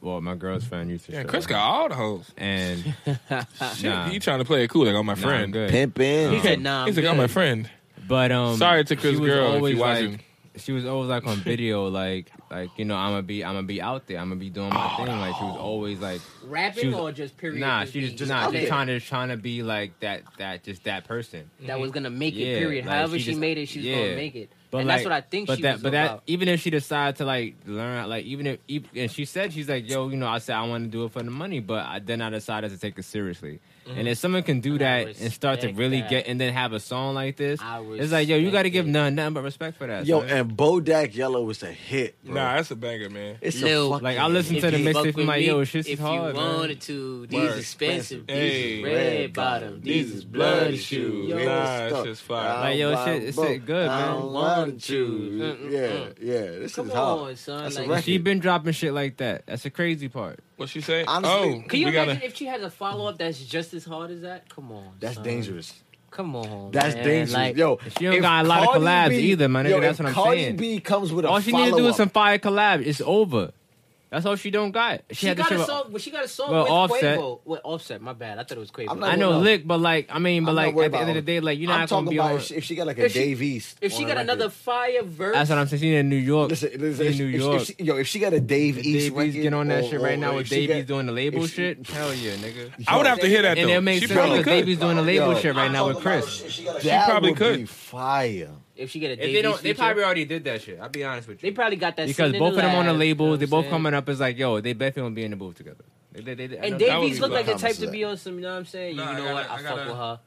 S4: well, my girl's friend used to.
S2: Yeah,
S4: strip
S2: Chris
S4: with her.
S2: got all the hoes.
S4: And
S2: <laughs> Shit,
S4: nah,
S2: he trying to play it cool like I'm my
S4: nah,
S2: friend.
S4: I'm good.
S1: Pimpin'.
S3: He said, nah. I'm
S2: He's like,
S3: good.
S2: I'm my friend.
S4: But um,
S2: Sorry to Chris
S4: she was
S2: Girl if you
S4: always,
S2: watching.
S4: like- She was always like on video, like like you know, I'm gonna be I'm gonna be out there, I'm gonna be doing my thing. Like she was always like, She
S3: Rapping
S4: was-
S3: or just period?
S4: nah, she
S3: being
S4: just, nah,
S3: out
S4: just
S3: there.
S4: trying to trying to be like that that just that person.
S3: that was gonna make
S4: Yeah,
S3: it. Period.
S4: like,
S3: However,
S4: she
S3: she,
S4: just-
S3: made it. She was
S4: yeah.
S3: gonna make it.
S4: But
S3: and
S4: like,
S3: that's what I think
S4: But
S3: she
S4: that,
S3: was
S4: but
S3: about.
S4: that, even if she decided to like learn, like even if, even, and she said she's like, yo, you know, I said I want to do it for the money, but I, then I decided to take it seriously. And if someone can do
S3: Mm. And I
S4: that and start to
S3: respect
S4: really
S3: that.
S4: get, and then have a song like this,
S3: I
S4: it's like, yo, you got to
S3: respect
S4: give
S3: it.
S4: none, nothing but respect for that.
S1: Yo,
S4: son.
S1: and Bodak Yellow was a hit. Bro.
S2: Nah, that's a banger, man.
S1: it's
S3: Lil-
S1: a fucking
S4: Like, I listen
S1: hit.
S4: to the
S3: you
S4: mixtape,
S3: fuck
S4: I'm
S3: with
S4: like,
S3: me,
S4: yo, shit's
S3: if
S4: hard,
S3: you
S4: man.
S3: wanted to, these
S2: Word.
S3: expensive,
S2: Hey.
S3: these is red bottom, these is bloody shoes.
S2: Yo, Nah, it's just fire.
S4: Like, yo,
S1: I
S4: shit- this
S1: want
S4: shit good,
S1: both. I
S4: man.
S1: want you.
S3: Mm-mm.
S1: Yeah, yeah. This
S3: Come
S1: is hard.
S3: on, son,
S1: That's a
S3: like-
S1: record.
S4: She been dropping shit like that. That's the crazy part.
S2: What she say?
S1: Honestly-
S2: oh,
S3: Can you
S2: we
S3: imagine
S2: gotta.
S3: if she has a follow up that's just as hard as that? Come on.
S1: That's
S3: son.
S1: dangerous.
S3: Come on.
S1: That's
S3: man.
S1: dangerous.
S3: Like,
S1: yo,
S4: she don't
S1: if
S4: got a lot of
S1: Cardi
S4: collabs
S1: B-
S4: either, my nigga,
S1: Yo,
S4: that's
S1: if
S4: what I'm
S1: Cardi
S4: saying.
S1: B comes with a
S4: All she need to do
S1: follow-up,
S4: is some fire collab. It's over. That's all she don't got. She,
S3: She,
S4: had to
S3: got
S4: show
S3: a
S4: up-
S3: song. Well, she got a song
S4: Well,
S3: with
S4: Offset.
S3: Quavo. With Offset. My bad. I thought it was Quavo.
S1: I'm not
S4: I know
S1: No.
S4: lick, but like I mean, but
S1: I'm not
S4: like
S1: worried
S4: at the end of
S1: about
S4: the day, like you're
S1: I'm
S4: not
S1: talking
S4: gonna be
S1: about
S4: on.
S1: if she, if she got like a
S3: If she-
S1: Dave East.
S3: if
S1: on
S3: she got
S1: a record.
S3: another fire verse,
S4: That's what I'm saying. She in New York.
S1: Listen, listen,
S4: She
S1: if,
S4: in New
S1: if- if
S4: York.
S1: she- yo, if she got a Dave East
S4: Davies
S1: record,
S4: get on that
S1: or-
S4: shit
S1: or-
S4: right now
S1: or
S4: with
S1: if she got-
S4: Davies doing the label
S1: if she-
S4: shit. Hell yeah, nigga.
S2: I would have to hear that though.
S4: And it makes
S2: she
S4: sense
S2: probably
S4: because
S2: could.
S4: Davies doing the label
S1: Yo.
S4: shit right now with Chris.
S1: that
S2: probably
S1: would
S2: could.
S1: be fire.
S3: if she get a
S4: If
S3: Davies
S4: they don't, they
S3: feature,
S4: probably already did that shit. I'll be honest with
S3: they
S4: you.
S3: probably got that
S4: Because
S3: sitting in
S4: both of them on the
S3: lab,
S4: label,
S3: you know
S4: they
S3: what
S4: both
S3: I'm saying?
S4: coming up as like, yo, they definitely gonna be in the booth together. They, they, they, I know
S3: And
S4: they-
S2: would
S3: Davies
S2: be
S3: look
S2: my
S3: like the type
S1: comments to
S3: to
S1: that.
S3: be on some. You know what I'm saying?
S2: Nah,
S3: you
S2: I
S3: know
S2: gotta-
S3: what? I,
S2: I
S3: fuck
S2: gotta-
S3: with her.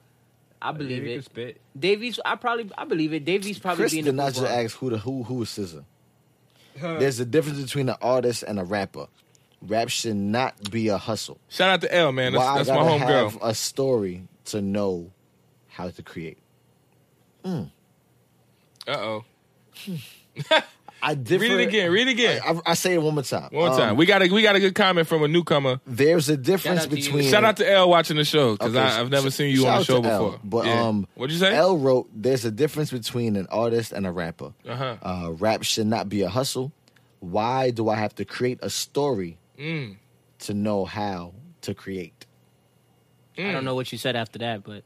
S3: I believe
S4: Davies
S3: it.
S4: could Spit.
S3: Davies, I probably, I believe it. Davies probably
S1: Chris
S3: being
S1: did
S3: the
S1: not just ask who the who who is SZA. There's a difference between an artist and a rapper. Rap should not be a hustle.
S2: Shout out to L, man. That's,
S1: Why
S2: that's
S1: I
S2: my
S1: gotta
S2: homegirl.
S1: have a story to know how to create.
S2: Uh oh.
S1: I differ,
S2: Read it again. Read it again.
S1: I, I say it one more time.
S2: One
S1: Um,
S2: time. We got a we got a good comment from a newcomer.
S1: There's a difference
S3: out to you.
S1: between
S2: Shout out to L watching the show because
S1: Okay,
S2: I've never
S1: sh-
S2: seen you
S1: shout
S2: on the
S1: out
S2: show
S1: to L,
S2: before.
S1: but
S2: Yeah.
S1: um,
S2: what'd you say?
S1: L wrote, "There's a difference between an artist and a rapper.
S2: Uh-huh.
S1: Uh, rap should not be a hustle. Why do I have to create a story
S2: Mm.
S1: to know how to create?"
S3: I don't know what you said after that, but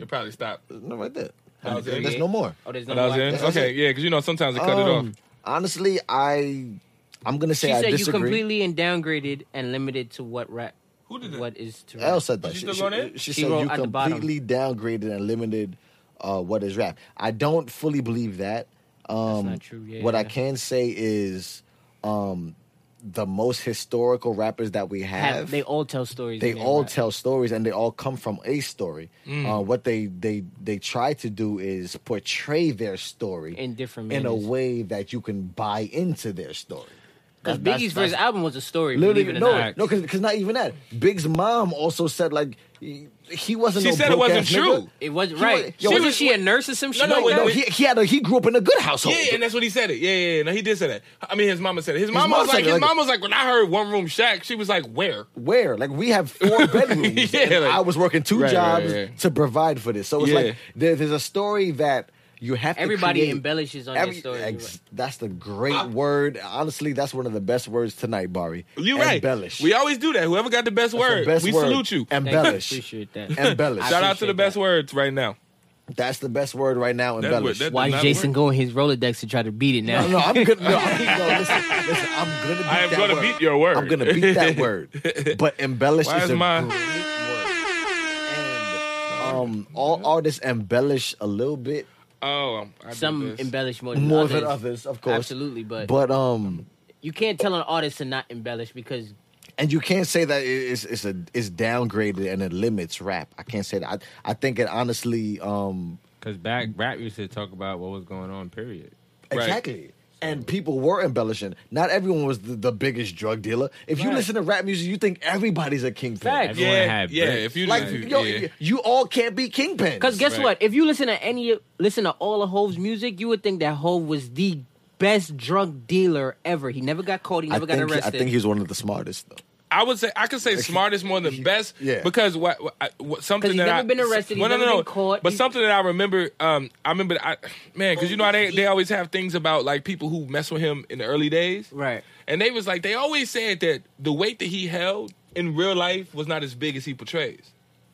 S2: It probably stopped.
S1: No, right there.
S2: That was it?
S1: There's no more.
S3: oh, there's no.
S2: That was
S3: more
S2: it?
S3: after that.
S2: Okay, yeah, because you know sometimes they cut it off.
S1: Um, honestly, I I'm gonna say
S3: She
S1: I
S3: said you
S1: disagree.
S3: completely and downgraded and limited to what rap.
S2: Who did that?
S3: What is to rap.
S1: L said that.
S2: She still going in?
S1: she
S3: She
S1: said
S3: wrote
S1: you
S3: at the bottom.
S1: completely downgraded and limited uh, what is rap. I don't fully believe that. Um,
S3: not true, yeah,
S1: what I
S3: yeah.
S1: can say is um, the most historical rappers that we have.
S3: Have- they all tell stories.
S1: they
S3: in their
S1: all
S3: rap.
S1: tell stories and they all come from a story.
S3: Mm.
S1: Uh, what they they they try to do is portray their story
S3: in different
S1: in a
S3: manners.
S1: way that you can buy into their story.
S3: Because
S1: That- that's-
S3: Biggie's
S1: that's-
S3: first album was a story. believe
S1: Literally,
S3: it or
S1: no,
S3: not.
S1: no, because not even that. Big's mom also said like he, he wasn't.
S2: She
S1: no
S2: said it
S1: broke-ass
S2: wasn't true.
S1: nigga.
S3: It wasn't
S1: He
S3: right.
S1: was- yo,
S3: wasn't
S2: was-
S3: she a nurse or some shit?
S2: no,
S3: like
S2: wait,
S3: that?
S1: No, he, he had a, he grew up in a good household.
S2: Yeah, and that's what he said it. Yeah, yeah, yeah. No, he did say that. I mean, his mama said it. His, mama
S1: mama
S2: was
S1: said
S2: like,
S1: it,
S2: his
S1: like-
S2: mama was like, when I heard one room shack, she was like, where?
S1: where like we have four bedrooms.
S2: <laughs> Yeah,
S1: and
S2: like-
S1: I was working two
S2: Right, right,
S1: jobs
S2: right.
S1: to provide for this. So it's
S2: Yeah.
S1: like there, there's a story that you have. to
S3: Everybody
S1: create.
S3: embellishes on
S1: Every-
S3: their story.
S1: ex- that's the great word. Honestly, that's one of the best words tonight, Bari.
S2: You right.
S1: Embellish.
S2: We always do that. Whoever got the best
S1: That's the
S2: word,
S1: best
S2: we
S1: word.
S2: salute you.
S3: Thank you.
S1: Embellish.
S3: Appreciate that.
S1: Embellish.
S2: Shout out to the
S3: appreciate
S2: best
S3: that.
S2: words right now.
S1: That's the best word right now.
S2: That
S1: Embellish.
S2: word- that-
S3: Why
S2: Does
S3: is
S2: not
S3: Jason
S2: work.
S3: going his Rolodex to try to beat it now?
S1: No, no, I'm good. No, I'm, no listen, listen, I'm gonna beat
S2: I am
S1: that
S2: gonna
S1: word.
S2: beat your word.
S1: I'm gonna beat that
S2: <laughs>
S1: word. But embellish
S2: Why
S1: is,
S2: is
S1: a
S2: mine-
S1: great word. And, um, all artists embellish a little bit
S2: Oh, I did
S3: Some
S2: this.
S3: embellish more than
S1: more
S3: others.
S1: than others, of course.
S3: Absolutely, but,
S1: But um,
S3: you can't tell an artist to not embellish because
S1: and you can't say that it- it's it's a it's downgraded and it limits rap. I can't say that. I I think it honestly um
S4: Cause back rap used to talk about what was going on. Period.
S2: Right.
S1: exactly. And people were embellishing. Not everyone was the, the biggest drug dealer. If you
S4: Right.
S1: listen to rap music, you think everybody's a kingpin.
S3: Facts.
S4: Everyone
S2: yeah,
S4: had
S2: yeah.
S4: bricks.
S2: If you
S1: Like
S2: if you-
S1: yo,
S2: yeah.
S1: you all can't be kingpins.
S3: because guess
S2: Right.
S3: what? If you listen to any listen to all of Hove's music, you would think that Hove was the best drug dealer ever. He never got caught. He never
S1: I think,
S3: got arrested.
S1: I think he was one of the smartest though.
S2: I would say I could say smartest more than best.
S1: Yeah.
S2: Because what, what, I- what something
S3: 'Cause he's
S2: that
S3: never
S2: I,
S3: been arrested,
S2: well,
S3: he's
S2: no,
S3: never
S2: no,
S3: been
S2: no.
S3: caught,
S2: But
S3: he-
S2: something that I remember, um, I remember, I man, because you know how they they always have things about like people who mess with him in the early days,
S3: Right.
S2: And they was like they always said that the weight that he held in real life was not as big as he portrays.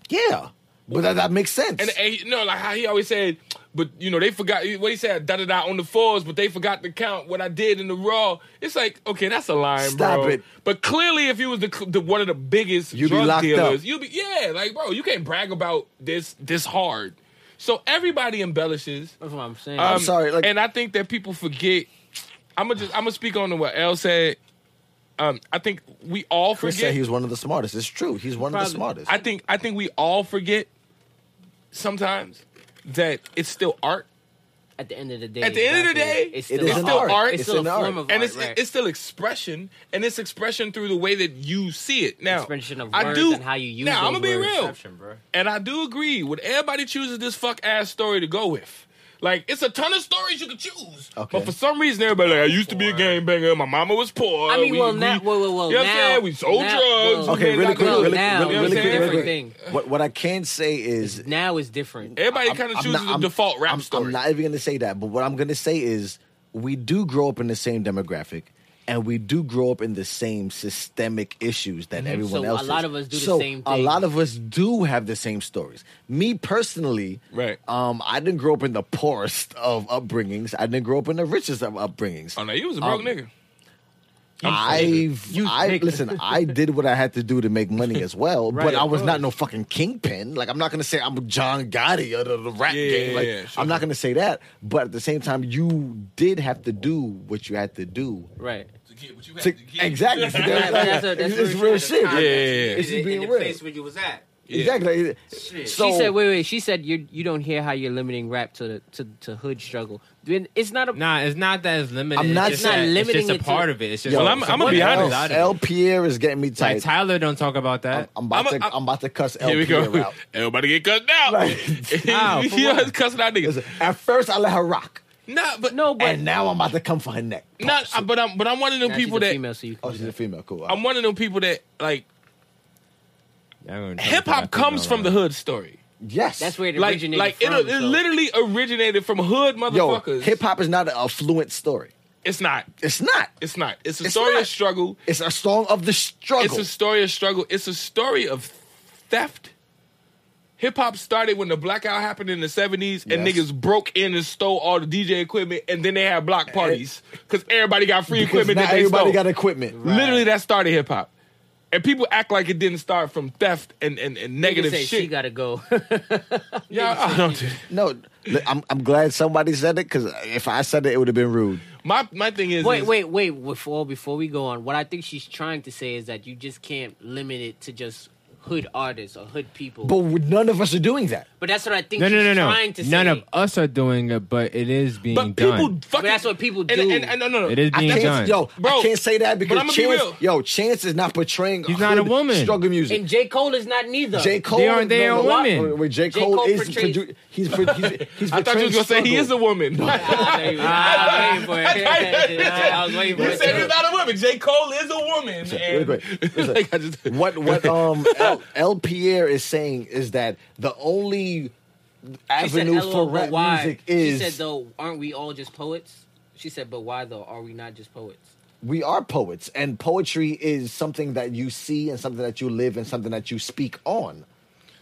S1: Yeah, but that, that makes sense.
S2: And, and he, no, like how he always said, but you know they forgot what he said da da da on the fours, but they forgot to count what I did in the raw. It's like okay, that's a line,
S1: Stop
S2: bro.
S1: it.
S2: But clearly, if you was the, the one of the biggest
S1: You'd be
S2: drug
S1: locked
S2: dealers,
S1: up.
S2: you be yeah, like bro, you can't brag about this this hard. So everybody embellishes.
S3: That's what I'm saying.
S2: Um,
S1: sorry, like-
S2: and I think that people forget. I'm gonna just I'm gonna speak on to what L said. Um, I think we all
S1: Chris
S2: forget.
S1: said he was one of the smartest. It's true. He's one of the
S3: Probably.
S1: smartest.
S2: I think I think we all forget sometimes that it's still art.
S3: at the end of the day,
S2: At the end of the
S3: exactly.
S2: day,
S3: it's
S1: it
S3: still,
S1: is an
S2: still
S1: art.
S2: art.
S3: It's
S1: It's
S3: still
S1: an
S3: a
S1: art.
S3: form of
S2: and
S3: art.
S2: it's
S3: right.
S2: it's still expression, and it's expression through the way that you see it. Now,
S3: Expression of
S2: I
S3: words
S2: do,
S3: and how you use
S2: Now I'm
S3: those
S2: gonna be
S3: words.
S2: real, and I do agree. What everybody chooses this fuck ass story to go with. Like it's a ton of stories you could choose.
S1: Okay.
S2: But for some reason, everybody like I used to be a gangbanger. My mama was poor.
S3: I mean,
S2: we,
S3: well,
S2: we-
S3: now, whoa, whoa, whoa.
S2: You know what
S3: now,
S2: I'm saying? We sold
S3: now,
S2: drugs.
S3: whoa.
S2: we
S1: Okay,
S2: made
S1: really
S2: back
S1: quick,
S2: up.
S1: really,
S3: now,
S1: really,
S2: you know what
S1: really
S2: I'm
S1: quick,
S2: saying?
S1: really quick.
S3: Everything.
S1: What what I can say is
S3: Now it's different.
S2: Everybody
S1: I'm-
S2: kind of
S1: I'm
S2: chooses
S1: not-
S2: a
S1: I'm-
S2: default rap
S1: I'm,
S2: story.
S1: I'm not even going to say that, but what I'm going to say is we do grow up in the same demographic. And we do grow up in the same systemic issues that everyone
S3: Mm-hmm. So a
S1: else.
S3: lot
S1: is.
S3: of us do the
S1: So
S3: same
S1: A lot
S3: things.
S1: of us do have the same stories. Me personally,
S2: Right.
S1: Um, I didn't grow up in the poorest of upbringings. I didn't grow up in the richest of upbringings.
S2: oh no, you was a broke
S1: Um,
S2: nigga.
S1: I've, I
S3: thick.
S1: listen. I did what I had to do to make money as
S2: <laughs>
S1: well,
S3: Right,
S1: but I
S3: of
S1: was not no fucking kingpin. Like I'm not gonna say I'm John Gotti or the, the rap
S2: Yeah,
S1: game. Like
S2: yeah, yeah, sure.
S1: I'm not gonna say that. But at the same time, you did have to do what you had to do.
S3: Right.
S1: To, exactly.
S3: Right, right, <laughs> that's a- that's
S1: it's
S3: real
S1: real
S3: shit.
S1: shit.
S2: Yeah, yeah,
S1: It's
S2: yeah.
S1: just being real.
S7: where you was at.
S1: Exactly.
S7: Shit.
S1: So
S3: she said, "Wait, wait." She said, "You you don't hear how you're limiting rap to the to, to hood struggle. Then It's not a
S4: Nah, it's not that it's limited.
S1: I'm
S4: It's
S1: not-
S4: just
S1: It's not
S4: that-
S3: limiting
S4: It's just
S3: it
S4: a
S3: to-
S4: part of it. It's just
S2: Well, I'm- I'm gonna be
S4: Something
S2: honest.
S4: out
S1: L,
S4: of it.
S1: L. Pierre is getting me
S4: Like
S1: tight.
S4: Tyler, don't talk about that.
S1: I'm about
S2: I'm a-
S1: to. I'm about to cuss L.
S2: Here we
S1: Pierre
S2: go.
S1: out.
S2: Everybody get cussed out. <laughs>
S1: Like,
S4: Ow, for
S2: you
S4: what?
S2: always cussing out niggas.
S1: Listen, At first, I let her rock,
S2: Nah, but
S3: no, but
S1: and now I'm about to come for her neck.
S2: not. But I'm. But I'm one of them
S3: Nah, she's
S2: people
S3: a
S2: that.
S3: female, so you can
S1: Oh, she's a female. Cool.
S2: I'm one of them people that like
S4: Yeah, I'm gonna tell you
S2: hip
S4: what I
S2: hop
S4: think
S2: comes
S4: about
S2: from
S4: that.
S2: the hood story.
S1: Yes.
S3: that's where it
S2: Like,
S3: originated
S2: like
S3: from.
S2: it, it
S3: so-
S2: literally originated from hood
S1: Yo,
S2: motherfuckers.
S1: hip hop is not a fluent story.
S2: It's not.
S1: It's not.
S2: It's not. It's a
S1: It's
S2: story
S1: not.
S2: of struggle.
S1: It's a song of the struggle.
S2: It's a story of struggle. It's a story of theft. Hip hop started when the blackout happened in the 70s and
S1: Yes.
S2: niggas broke in and stole all the DJ equipment and then they had block parties because everybody got free equipment
S1: now
S2: that they
S1: everybody
S2: stole.
S1: got equipment.
S2: Literally, that started hip hop. And people act like it didn't start from theft and, and, and
S3: you can
S2: negative
S3: say
S2: shit.
S3: she gotta go.
S2: Y'all- I don't do-
S1: No, li- I'm, I'm glad somebody said it because if I said it, it would have been rude.
S2: My, my thing is.
S3: wait,
S2: is-
S3: wait, wait. Before before we go on, what I think she's trying to say is that you just can't limit it to just hood artists or hood people.
S1: But we- none of us are doing that.
S3: But that's what I think
S4: No,
S3: she's
S4: no, no,
S3: trying
S4: no.
S3: to
S4: None
S3: say.
S4: of us are doing it, but it is being
S2: But
S4: done.
S2: people fucking.
S3: that's what people
S2: and-
S3: do.
S2: And, and, no, no, no.
S4: it is
S1: I
S4: being
S1: can't,
S4: done.
S1: yo,
S2: Bro,
S1: I can't say that because
S2: I'ma be
S1: Chance,
S2: real.
S1: yo, Chance is not portraying.
S4: He's not a
S1: hood
S4: woman.
S1: Struggle music.
S3: and J Cole is not
S2: uh,
S3: neither.
S1: J
S3: <laughs>
S1: Cole,
S4: They are- they
S1: no,
S4: are
S1: no,
S4: women.
S1: Wait, wait, J.
S3: J.
S1: Cole,
S3: Cole
S1: is
S3: portrays-
S1: produ- he's, pro- he's he's
S2: <laughs> I thought you was gonna say he is a
S3: <laughs>
S2: woman.
S3: Ah, there you go. I was waiting for
S2: <laughs>
S3: it. I was waiting for
S2: you said he's
S3: it.
S2: not a woman. J. Cole is a woman.
S1: Really
S2: and-
S1: quick. Listen,
S2: Like, I just-
S1: what
S2: <laughs>
S1: what um L, L. Pierre is saying is that the only
S3: She said,
S1: avenue
S3: "LOL,
S1: for
S3: but
S1: rap
S3: why?"
S1: music
S3: She said,
S1: is
S3: though, aren't we all just poets? She said, but why though? Are we not just poets?
S1: we are poets, and poetry is something that you see and something that you live and something that you speak on.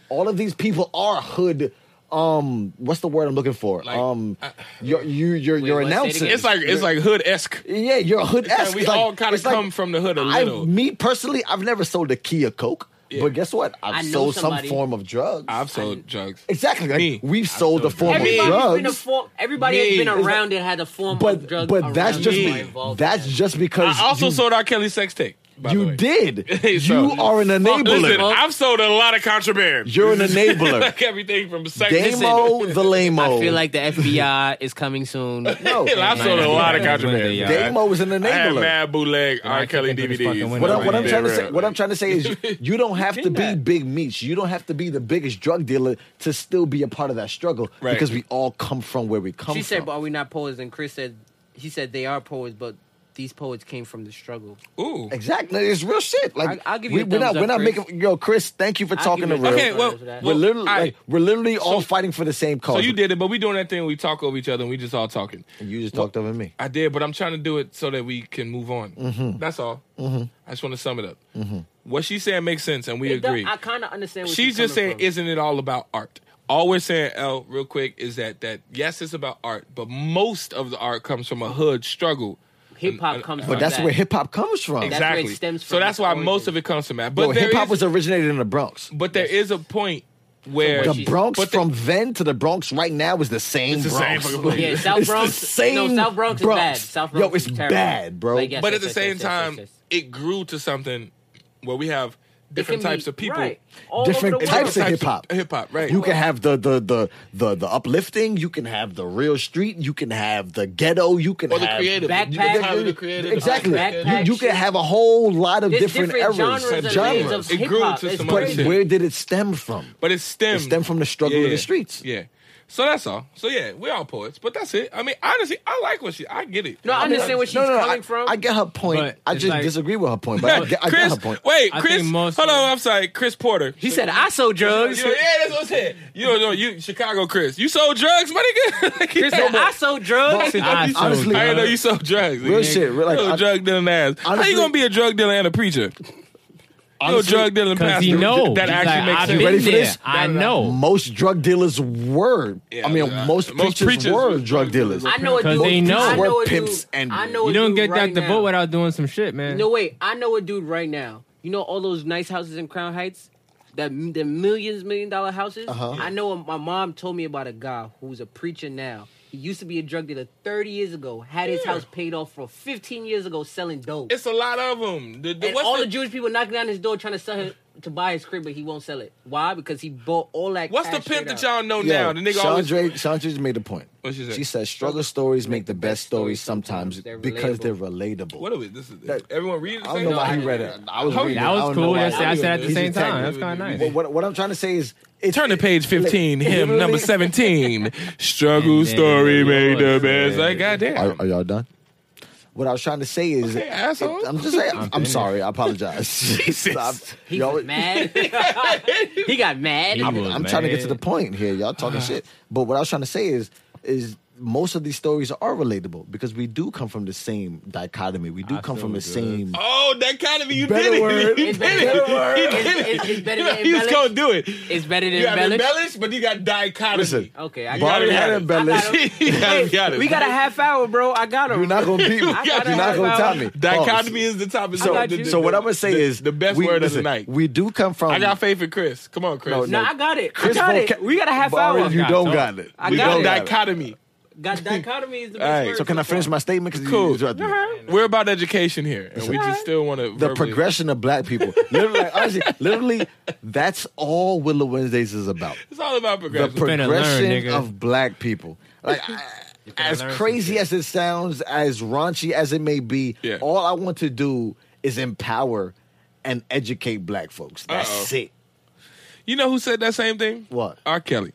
S1: All of these people are hood. Um, what's the word I'm looking for?
S2: Like, uh,
S1: um,
S2: I-
S1: you're you you're you're
S3: what? Say it
S1: announcing.
S3: again.
S2: It's like it's like hood esque.
S1: yeah, you're a hood.
S2: like we all kinda come from the hood a little.
S1: me personally, I've never sold a key of coke,
S2: Yeah.
S1: but guess what? I've
S3: I know
S1: sold
S3: somebody-
S1: some form of drugs.
S2: I've sold drugs.
S1: Exactly. Like,
S2: Me.
S1: We've sold a form of
S3: Everybody's been a
S1: drugs.
S3: form. Everybody
S2: Me.
S3: has been
S2: It's
S3: around and had a form of
S1: But
S3: drugs.
S1: but that's
S3: around
S1: just
S3: them
S2: me.
S3: or involved in
S1: that's
S3: that.
S1: just because
S2: I also
S1: you,
S2: sold R. Kelly sex tape. by the
S1: you
S2: way.
S1: did.
S2: <laughs> So-
S1: you are an enabler.
S2: Listen, I've sold a lot of contraband. <laughs>
S1: You're an enabler.
S2: Like everything from sex.
S1: Damo the lame
S3: I feel
S4: <laughs>
S3: like the FBI is coming soon.
S1: no.
S2: I've sold a lot of contraband.
S4: Yeah.
S1: Damo is an
S2: I had
S1: enabler.
S2: mad bootleg R.
S4: I
S2: Kelly
S4: can't think of his
S2: DVDs.
S4: fucking
S1: What,
S4: window
S1: I, what I'm
S4: Right.
S1: trying to say, what I'm trying to say
S2: <laughs>
S1: is, you don't have to be big meats. You don't have to be the biggest drug dealer to still be a part of that struggle
S2: Right.
S1: because we all come from where we come
S3: she
S1: from.
S3: said, but are we not poets? And Chris said, he said they are poets, but these poets came from the struggle.
S2: Ooh.
S1: exactly, it's real shit. Like
S3: I- I'll give you a
S1: we, are not
S3: thumbs up,
S1: we're not
S3: Chris.
S1: making yo Chris. Thank you for
S3: I'll
S1: talking to
S3: give you a
S1: real.
S2: Okay,
S3: thumbs
S2: well,
S3: up for that.
S1: we're literally
S2: I-
S1: like, we're literally all
S2: So-
S1: fighting for the same cause.
S2: So you did it, but we doing that thing where we talk over each other and we just all talking.
S1: And you just talked over me.
S2: I did, but I'm trying to do it so that we can move on.
S1: Mm-hmm.
S2: That's all. I just want to sum it up. What she's saying makes sense, and we
S3: It does-
S2: agree.
S3: I kind of understand. What
S2: she's just saying,
S3: coming
S2: isn't it all about art? All we're saying, L, real quick, is that that yes, it's about art, but most of the art comes from a hood struggle.
S3: from. hip hop comes.
S1: But
S3: from
S1: that's
S3: that.
S1: where hip hop comes from.
S3: That's
S1: Exactly.
S3: where it
S2: exactly.
S3: stems
S2: So
S3: from.
S2: that's why
S3: Origin.
S2: most of it comes from that. But there
S1: hip hop
S2: is-
S1: was originated in the Bronx.
S2: but there is a point where
S1: The
S3: she's-
S1: Bronx
S2: but the-
S1: from then to the Bronx right now is the same
S2: It's the same
S1: Bronx.
S2: fucking place.
S3: Yeah, South
S1: It's the
S3: Bronx-
S1: same
S3: no, South Bronx is bad. South Bronx
S1: Yo, it's
S3: is terrible.
S1: bad, bro.
S3: Like, yes.
S2: but at the same
S3: yes, yes,
S2: time,
S3: yes,
S2: it grew to something where we have
S3: It
S2: different
S3: can be-
S2: types of people.
S3: right, all
S1: Different
S3: over the
S1: types
S3: world.
S1: of hip hop.
S2: Hip hop, right?
S1: You can have the the the the the uplifting. You can have the real street. You can have the ghetto. You can
S2: Or the
S1: have
S2: creative.
S3: Backpack.
S2: You
S1: You can-
S2: can have the creative.
S1: Exactly. You,
S3: Backpack
S1: you can
S3: shit.
S1: have a whole lot of
S3: There's
S1: different,
S3: different
S1: eras,
S3: genres and
S2: genres.
S3: waves of
S2: It
S3: hip
S2: grew
S3: hop.
S2: to
S3: It's
S2: some other
S1: But
S2: shit.
S3: crazy.
S1: where did it stem from?
S2: But it stemmed.
S1: It stemmed from the struggle in the streets.
S2: Yeah. So that's all. So yeah, we're all poets, but that's it. I mean, honestly, I like what she. I get it.
S3: No, I understand where she's coming
S1: I,
S3: from.
S1: I get her point.
S4: But
S1: I
S4: it's
S1: just
S4: like-
S1: disagree with her point, but I get, I get
S2: Chris,
S1: her point.
S2: wait,
S4: I
S2: Chris.
S4: think most
S2: hold
S4: of-
S2: on, I'm sorry, Chris Porter.
S3: he said, "I sold drugs."
S2: You know, yeah, that's what I said. You don't know, you Chicago, Chris. You sold drugs, my nigga. <laughs>
S3: He said, "I sold drugs."
S4: I sold
S1: honestly,
S2: I
S4: drugs.
S2: didn't know you sold drugs.
S1: Real
S2: nigga.
S1: shit, real- like,
S2: you a
S1: I-
S2: drug dealing ass. How
S1: Honestly-
S2: you gonna be a drug dealer and a preacher? you a drug dealing
S4: Because
S2: pastor.
S4: he knows.
S2: That
S4: He's
S2: actually
S4: like,
S2: makes
S4: I've
S2: sense.
S4: been
S1: Ready for
S4: there.
S1: this?
S4: I know.
S1: Most drug dealers were.
S2: Yeah,
S1: I mean,
S2: yeah.
S1: most,
S2: Most
S1: preachers,
S2: preachers
S1: were
S2: were
S1: drug dealers.
S3: I know a
S4: Because
S3: dude.
S4: they know.
S3: I know a
S1: We're
S3: dude.
S1: pimps and-
S3: I know a
S4: You don't
S3: dude
S4: get
S3: right
S4: that to
S3: now.
S4: vote without doing some shit, man.
S3: No, wait. I know a dude right now. You know all those nice houses in Crown Heights, that the millions, million dollar houses.
S1: Uh-huh.
S3: I know. My mom told me about a guy who's a preacher now. He used to be a drug dealer 30 years ago. Had his
S2: Yeah.
S3: house paid off for 15 years ago selling dope.
S2: It's a lot of them. The, the,
S3: and
S2: what's
S3: all the,
S2: the,
S3: Jewish people knocking down his door trying to sell him to buy his crib, but he won't sell it. Why? Because he bought all that.
S2: what's the
S3: cash
S2: pimp
S3: straight
S2: that
S3: out.
S2: y'all know now?
S1: Yeah,
S2: The nigga always
S1: Chandra, Chandra made a point.
S2: What she said?
S1: said, struggle stories make the best stories sometimes
S3: They're
S1: because
S3: relatable.
S1: they're relatable.
S2: What are we? This is
S1: That-
S2: everyone
S1: I
S2: read. The
S1: don't
S2: same
S1: know why
S2: thing?
S1: he read it. I was
S2: How-
S1: reading it.
S4: That
S1: I
S4: was
S1: don't know
S4: cool.
S1: why
S4: I
S1: he
S4: said I
S1: read
S4: said at
S1: it.
S4: the
S1: He's
S4: same
S1: a tech
S4: time. That's
S1: dude.
S4: kind of nice.
S1: Well, what, what I'm trying to say is, it's,
S2: Turn to page
S1: <laughs>
S2: 15, hymn number 17. Struggle
S4: And then
S2: story
S4: the
S2: made the
S4: Lord
S2: best.
S4: said-
S2: Like,
S1: Are,
S2: goddamn.
S1: are y'all done? What I was trying to say is,
S2: Okay, asshole.
S1: I'm just saying. I'm,
S4: finished.
S1: sorry. I apologize.
S2: <laughs>
S1: <laughs>
S2: Jesus.
S1: Stop.
S3: He
S1: Y'all- <laughs>
S3: was mad. he got mad.
S4: He was
S1: I'm trying to get to the
S4: mad.
S1: point here. Y'all talking
S2: Uh-huh.
S1: shit. But what I was trying to say is, is most of these stories are relatable because we do come from the same dichotomy. We do
S4: I
S1: come
S4: feel
S1: from the
S4: good.
S1: same.
S2: Oh, that kind of you
S1: Better
S2: did it. <laughs>
S1: word.
S2: You
S3: It's
S2: did
S3: better
S2: it.
S3: word.
S2: You
S3: It's-
S2: did
S3: it's- it's
S2: it.
S3: better
S2: You
S3: than
S2: know, He was
S3: embellish.
S2: gonna do it.
S3: It's better than
S2: You have
S3: embellish.
S2: embellished, but you got dichotomy.
S1: Listen,
S3: Okay, I got
S1: Bobby
S2: gotta
S3: it.
S2: have
S1: had
S2: it.
S1: embellished.
S3: I
S2: <laughs>
S3: got
S2: You gotta-
S3: him.
S2: you gotta-
S3: we got a half hour, bro. I got him.
S1: You're not gonna beat me. You're
S3: I
S1: not
S3: gotta have
S1: gonna
S3: my-
S1: top me.
S2: Dichotomy
S1: Pause.
S2: is the topic.
S1: So,
S3: got you.
S1: so what I'm gonna say
S2: the-
S1: is
S2: the best
S1: we-
S2: word of the
S1: listen,
S2: night.
S1: We do come from.
S2: I got faith in Chris. Come on, Chris.
S1: No,
S3: No, I got it.
S1: Chris
S3: I got
S1: Paul
S3: it.
S1: ca-
S3: we got a half
S1: Bobby,
S3: hour.
S1: You
S4: Got
S1: don't
S4: it.
S1: got it.
S3: I
S2: we
S1: You
S3: got
S2: got
S1: don't
S3: it.
S1: got
S2: dichotomy.
S3: <laughs> got dichotomy is the best
S2: Alright,
S3: word. Uh-huh.
S1: So can I finish my statement? 'Cause you
S2: Cool. Uh-huh.
S1: interrupted me.
S2: <laughs> We're about education here, and we just still want to.
S1: the progression of black
S2: <laughs>
S1: people. literally, like, honestly, literally, that's all Willow Wednesdays is about.
S2: It's all about
S1: The
S2: progression.
S4: learn,
S1: progression
S4: nigga.
S1: of black people. Like, I- as
S4: learn some
S1: crazy
S4: shit.
S1: as it sounds, as raunchy as it may be,
S2: Yeah.
S1: all I want to do is empower and educate black folks. That's
S2: Uh-oh.
S1: it.
S2: you know who said that same thing?
S1: What?
S2: R. Kelly.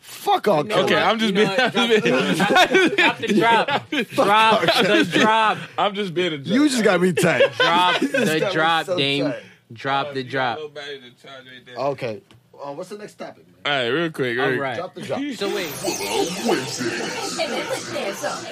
S1: Fuck all
S3: You know
S2: Okay,
S3: what?
S2: <laughs> I'm just
S3: You know
S2: being-
S3: what? <laughs> Drop, the drop. Drop <laughs> the drop.
S2: I'm just being a jerk.
S1: You just got me tight.
S2: <laughs>
S3: Drop
S1: This guy
S3: the
S1: was
S3: drop,
S1: so
S3: Dame.
S1: tight.
S3: Drop the drop.
S2: Nobody to charge right there. All
S1: okay. Uh, what's the next topic, man?
S2: right, real quick. Real
S3: All
S2: quick.
S3: right.
S1: Drop the drop.
S3: So wait,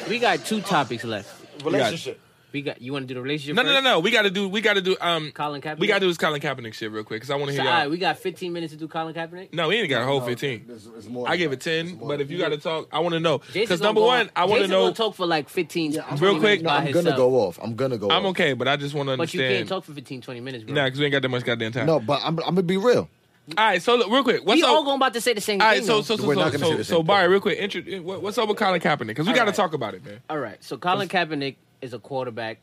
S3: we got two topics left.
S1: Relationship.
S3: We got. You want to do the relationship?
S2: No, no, no,
S3: first?
S2: no. We got to do. We got to do. Um,
S3: Colin Kaepernick.
S2: we got to do this Colin Kaepernick shit real quick because I want to
S3: So,
S2: hear
S3: all
S2: y'all.
S3: right, we got 15 minutes to do Colin Kaepernick.
S2: No, we ain't got a whole
S1: No,
S2: fifteen.
S1: it's- it's more
S2: I
S1: than
S2: give
S1: that.
S2: it ten,
S1: It's more
S2: but
S1: than
S2: if you
S1: that.
S2: got to talk, I want to know because
S3: Jason's
S2: number
S3: gonna go
S2: one,
S3: on-
S2: I want to
S3: Jason's
S2: know.
S3: gonna talk for like 15,
S1: Yeah, I'm
S3: 20
S2: Real
S1: gonna-
S2: quick-
S1: no,
S3: minutes by
S1: I'm gonna
S3: himself.
S1: go off. I'm gonna go.
S2: I'm
S1: off.
S2: okay, but I just want to
S3: But you
S2: understand.
S3: can't talk for 15, 20 minutes, bro.
S2: Nah, because we ain't got that much goddamn
S1: <laughs>
S2: time.
S1: No, but I'm, I'm gonna be real.
S2: All right, so look, real quick. What's
S3: we
S2: up?
S3: all going about to say the same
S2: all
S3: thing.
S2: right, so
S3: though.
S2: so so
S1: We're
S2: so
S1: not gonna say
S2: so,
S1: the
S2: so
S1: same thing.
S2: Barry, real quick. Intro, what- what's up with Colin Kaepernick? Because we
S3: All
S2: got to
S3: right.
S2: talk about it, man.
S3: all right, so Colin Kaepernick is a quarterback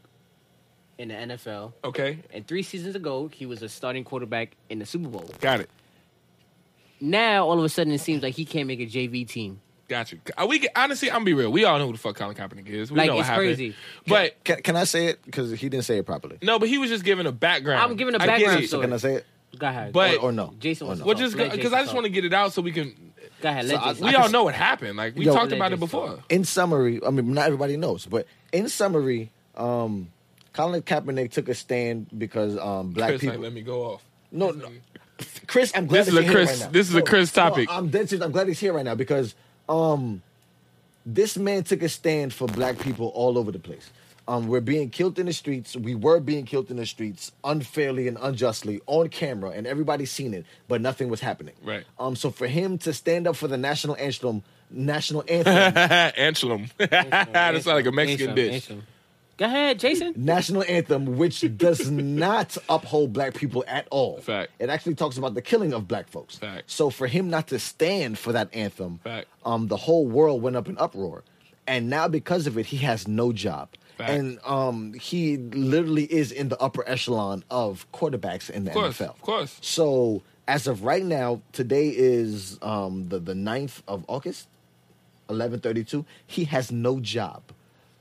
S3: in the NFL,
S2: Okay,
S3: and three seasons ago he was a starting quarterback in the Super Bowl.
S2: got it.
S3: Now all of a sudden it seems like he can't make a JV team.
S2: Got you. Are Uh, we honestly? I'm gonna be real. We all know who the fuck Colin Kaepernick is. We
S3: Like,
S2: know what
S3: it's
S2: happened.
S3: crazy.
S2: But
S1: Can, can I say it? Because he didn't say it properly.
S2: no, but he was just giving a background.
S3: I'm giving a
S2: I get
S3: background
S2: it.
S3: story.
S1: Can I say it?
S3: Go ahead,
S2: But-
S1: Or, or no?
S3: Jason
S1: Or
S3: was
S1: no?
S2: Well, just
S3: Let
S2: because I just
S3: Jason
S2: want to get it out so we can.
S3: go ahead.
S1: So
S3: Let
S1: I-
S3: Jason
S1: I
S2: We
S1: can
S2: all
S1: s-
S2: know what happened. Like we
S1: Yo,
S2: talked about it
S3: Legends
S2: before.
S3: talk.
S1: in summary, I mean, not everybody knows, but in summary, um, Colin Kaepernick took a stand because um, <laughs> black
S2: Chris, like,
S1: people.
S2: let me go <laughs> off.
S1: no, no, Chris, I'm glad
S2: This is
S1: that
S2: a
S1: you're
S2: Chris.
S1: Here right now.
S2: This is a
S1: No,
S2: Chris
S1: no,
S2: topic.
S1: I'm dead serious. I'm glad he's here right now because um, this man took a stand for black people all over the place. Um, we're being killed in the streets. We were being killed in the streets unfairly and unjustly on camera, and everybody's seen it, but nothing was happening.
S2: Right.
S1: Um. So for him to stand up for the national anthem, national
S2: <laughs>
S1: anthem,
S2: Antelum. <laughs> that sounds like a Mexican
S3: Jason,
S2: dish.
S3: Jason. Go ahead, Jason.
S1: national anthem, which does not uphold black people at all.
S2: Fact.
S1: It actually talks about the killing of black folks.
S2: Fact.
S1: So for him not to stand for that anthem,
S2: Fact.
S1: um, the whole world went up in uproar, and now because of it, he has no job.
S2: Fact.
S1: And um, he literally is in the upper echelon of quarterbacks in the
S2: Of course,
S1: NFL.
S2: of course.
S1: So as of right now, today is um, the the 9th of August, eleven thirty two. He has no job,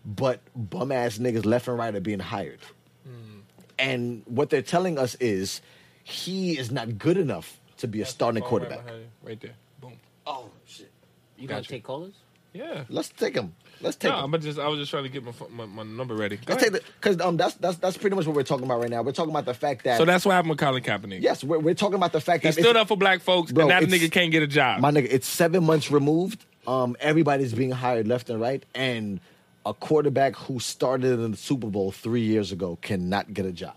S1: but bum ass niggas left and right are being hired.
S2: Hmm.
S1: And what they're telling us is he is not good enough to be a starting
S2: Phone right
S1: quarterback.
S2: behind you, Right there. Boom.
S1: Oh shit!
S3: You gonna
S2: Gotcha.
S3: take callers?
S2: Yeah.
S1: Let's take them. Let's take
S2: No,
S1: 'em.
S2: I'm just I was just trying to get my pho- my, my number ready. Go
S1: Let's
S2: ahead.
S1: take the because um that's that's that's pretty much what we're talking about right now. We're talking about the fact that
S2: so that's what happened with Colin Kaepernick.
S1: yes, we're, we're talking about the fact
S2: He
S1: that
S2: stood
S1: it's-
S2: up for black folks,
S1: Bro,
S2: and that
S1: it's-
S2: nigga can't get a job.
S1: My nigga, it's seven months removed. Um, everybody's being hired left and right, and a quarterback who started in the Super Bowl three years ago cannot get a job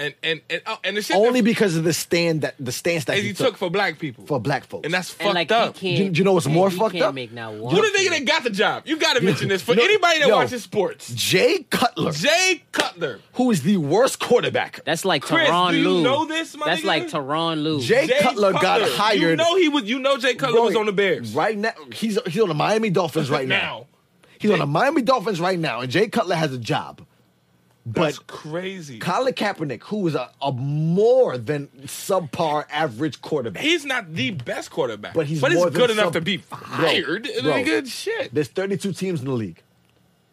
S2: and and and, oh, and the shit
S1: only
S2: that,
S1: because of the stand that the stance that
S2: and
S1: he,
S2: he took for black people.
S1: for black folks.
S2: and that's
S3: And
S2: fucked
S3: like
S2: up.
S1: Do
S3: he
S1: you-
S3: can't.
S1: do you know what's
S3: and
S1: more
S3: he
S1: fucked
S3: can't
S1: up?
S3: Make now one.
S2: Who the nigga that got the job? You got to mention this for
S1: No,
S2: anybody that
S1: yo.
S2: watches sports.
S1: Jay Cutler,
S2: Jay Cutler.
S1: who is the worst quarterback.
S3: That's like
S2: Chris,
S3: Teron
S2: do you
S3: Lou.
S2: know this, my
S3: That's
S2: nigga?
S3: like Teron Lou.
S1: Jay,
S2: Jay
S1: Cutler, got hired.
S2: You know he was. You know Jay Cutler
S1: Bro,
S2: was on the Bears
S1: right now. He's he's on the Miami Dolphins right now.
S2: now.
S1: He's on the Miami Dolphins right now, and Jay Cutler has a job. But
S2: That's crazy.
S1: Colin Kaepernick, who is a, a more than subpar average quarterback.
S2: He's not the best quarterback,
S1: But he's more than
S2: good enough
S1: some-
S2: to be
S1: Bro,
S2: fired.
S1: bro.
S2: Good shit.
S1: There's 32 teams in the league.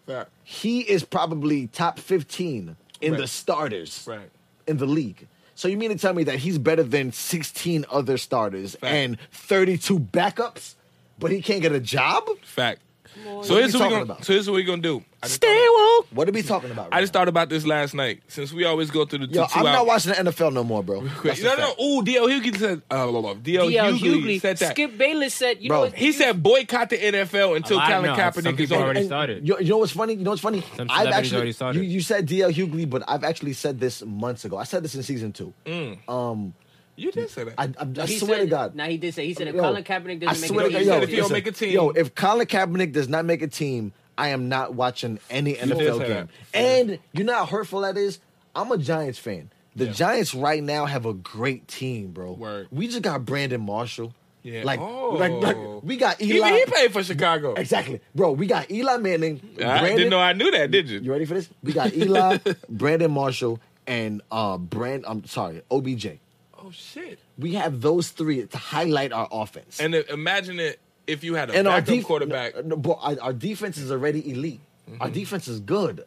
S2: Right.
S1: He is probably top 15 in the
S2: Right.
S1: starters
S2: Right.
S1: in the league. So you mean to tell me that he's better than 16 other starters
S2: Fact.
S1: and 32 backups, but he can't get a job?
S2: Fact. So
S1: What are
S2: here's
S1: you
S2: what we
S1: talking
S2: gonna.
S1: about?
S2: So here's what we gonna do. I just,
S3: Stay woke.
S1: What are we talking about?
S2: I just thought about this last night. Since we always go through the two,
S1: Yo,
S2: two
S1: I'm
S2: hour-
S1: not watching the NFL no more, bro. That's a
S2: No, no.
S1: fact.
S2: Ooh, D.L. Hughley said. Uh, blah, blah, blah. D.L.
S3: D.L.
S2: Hughley,
S3: Hughley.
S2: said that.
S3: Skip Bayless said, you
S1: Bro,
S3: know what?
S2: He said boycott the NFL until
S4: A lot-
S2: Colin
S4: no, some
S2: Kaepernick is
S4: people
S2: on.
S4: already
S2: And-
S4: started.
S1: You, you know what's funny? You know what's funny?
S4: Some
S1: I've
S4: celebrities
S1: actually
S4: already started.
S1: You, you said DL Hughley, but I've actually said this months ago. I said this in season two.
S2: Mm.
S1: Um,
S2: You did say that.
S1: I, I, I
S3: He
S1: swear
S3: said,
S1: to God.
S3: Now he did say he said if
S1: Yo,
S3: Colin Kaepernick
S1: I
S3: doesn't make
S1: swear
S3: it,
S1: to God,
S2: team, he
S1: yo,
S2: said if he don't
S1: listen,
S2: make a team-
S1: yo, if Colin Kaepernick does not make a team, I am not watching any NFL
S2: say
S1: game.
S2: that.
S1: And you know how hurtful that is. I'm a Giants fan. The Giants right now have a great team, bro.
S2: Word.
S1: We just got Brandon Marshall.
S2: Yeah.
S1: Like,
S2: Oh.
S1: like, like, we got Eli.
S2: Even he paid for Chicago.
S1: Exactly, bro. We got Eli Manning.
S2: I
S1: Brandon-
S2: didn't know I knew that, did you?
S1: You ready for this? We got
S2: <laughs>
S1: Eli, Brandon Marshall, and uh Brand. I'm sorry, OBJ.
S2: Oh shit!
S1: We have those three to highlight our offense.
S2: And i- imagine it if you had a
S1: And
S2: backup
S1: def-
S2: quarterback. Mm-hmm.
S1: no, uh, no, bro, our, our defense is already elite. Our defense is good.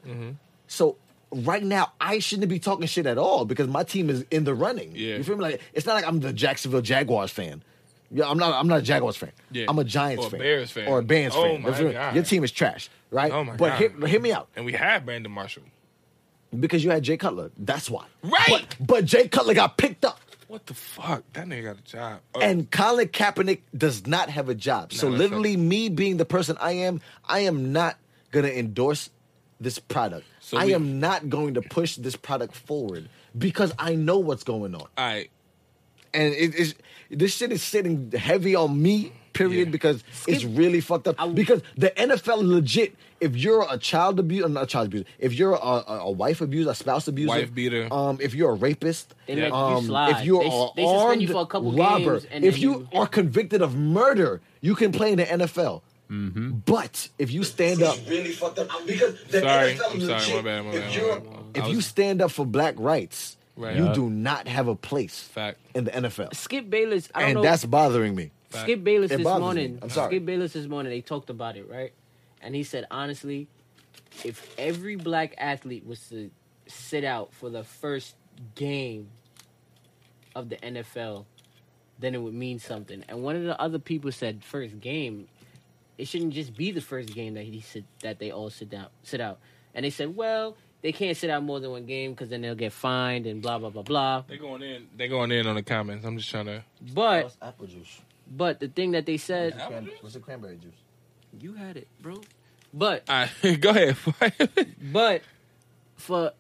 S1: So right now, I shouldn't be talking shit at all because my team is in the running.
S2: Yeah.
S1: You feel me? Like it's not like I'm the Jacksonville Jaguars fan. Yeah, I'm not. I'm not a Jaguars fan.
S2: Yeah.
S1: I'm a Giants
S2: Or a
S1: fan,
S2: Bears fan.
S1: or a Bands
S2: Oh
S1: fan.
S2: my
S1: You feel me?
S2: God.
S1: Your team is trash, right?
S2: Oh my
S1: but
S2: God.
S1: Hear, but hear me out.
S2: and we had Brandon Marshall.
S1: Because you had Jay Cutler. That's why.
S2: Right.
S1: But, but Jay Cutler got picked up.
S2: What the fuck? That nigga got a job. Oh,
S1: And Colin Kaepernick does not have a job. So
S2: No, that's
S1: literally, me being the person I am, I am not gonna endorse this product.
S2: So
S1: I
S2: we-
S1: am not going to push this product forward because I know what's going on,
S2: all right.
S1: and it is this shit is sitting heavy on me. Period,
S2: Yeah.
S1: because it's really fucked up. because the NFL legit, if you're a child abuse, not a child abuse, if you're a, a, a wife abuser, a spouse abuser,
S2: Wife beater.
S1: um, if you're a rapist,
S3: They let you
S1: um,
S3: slide.
S1: if you
S3: They-
S1: are
S3: they
S1: armed
S3: suspend you for a couple
S1: robber,
S3: games and
S1: if
S3: then
S1: you,
S3: you-
S1: are convicted of murder, you can play in the NFL.
S2: Mm-hmm.
S1: But if you stand up,
S2: Sorry. I'm sorry. My bad. My bad. My bad.
S1: if
S2: I
S1: you
S2: was-
S1: stand up for black rights,
S2: Right. Uh-huh.
S1: you
S2: Yeah.
S1: do not have a place
S2: Fact.
S1: in the NFL,
S3: Skip Bayless. I don't
S1: and
S3: know.
S1: that's bothering me.
S3: Skip Bayless
S1: It
S3: this
S1: bothers me.
S3: morning.
S1: I'm sorry.
S3: Skip Bayless this morning. They talked about it, right? And he said, honestly, if every black athlete was to sit out for the first game of the NFL, then it would mean something. And one of the other people said, first game, it shouldn't just be the first game that he sit that they all sit down sit out. And they said, well, they can't sit out more than one game because then they'll get fined and blah blah blah blah.
S2: They going in. They going in on the comments. I'm just trying to.
S3: But
S1: apple juice?
S3: but the thing that they said,
S1: What's the cranberry juice?
S3: you had it, bro. But
S2: All right. <laughs> Go ahead.
S3: But for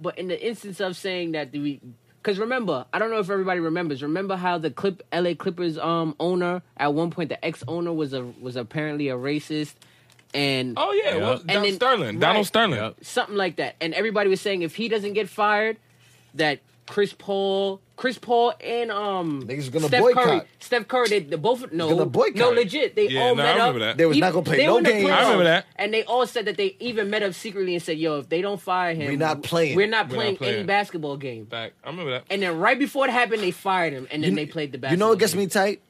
S3: but in the instance of saying that we because remember, I don't know if everybody remembers. Remember how the Clip LA Clippers um owner at one point the ex owner was a was apparently a racist and
S2: oh yeah. Well,
S4: And
S2: Don
S3: then-
S2: Sterling. Donald
S3: right.
S2: Sterling.
S4: Yep.
S3: something like that. And everybody was saying if he doesn't get fired, that Chris Paul, Chris Paul and um
S1: Niggas gonna
S3: Steph Curry,
S1: boycott.
S3: Steph Curry, they, they both
S1: Gonna
S3: no
S1: boycott.
S3: no legit. They
S2: Yeah,
S3: all
S2: no, I
S3: met up.
S2: remember that.
S1: They was
S3: Even-
S1: not gonna play
S3: they
S1: no
S3: were in the
S1: games.
S2: I remember
S3: playoffs.
S2: that.
S3: And they all said that they even met up secretly and said, "Yo, if they don't fire him,
S1: We not playing.
S3: We're not
S2: We not
S3: playing,
S2: playing.
S3: any basketball game."
S2: Back. I remember that.
S3: And then right before it happened, they fired him, and then they played the
S1: You
S3: basketball.
S1: know what gets
S3: game.
S1: me tight?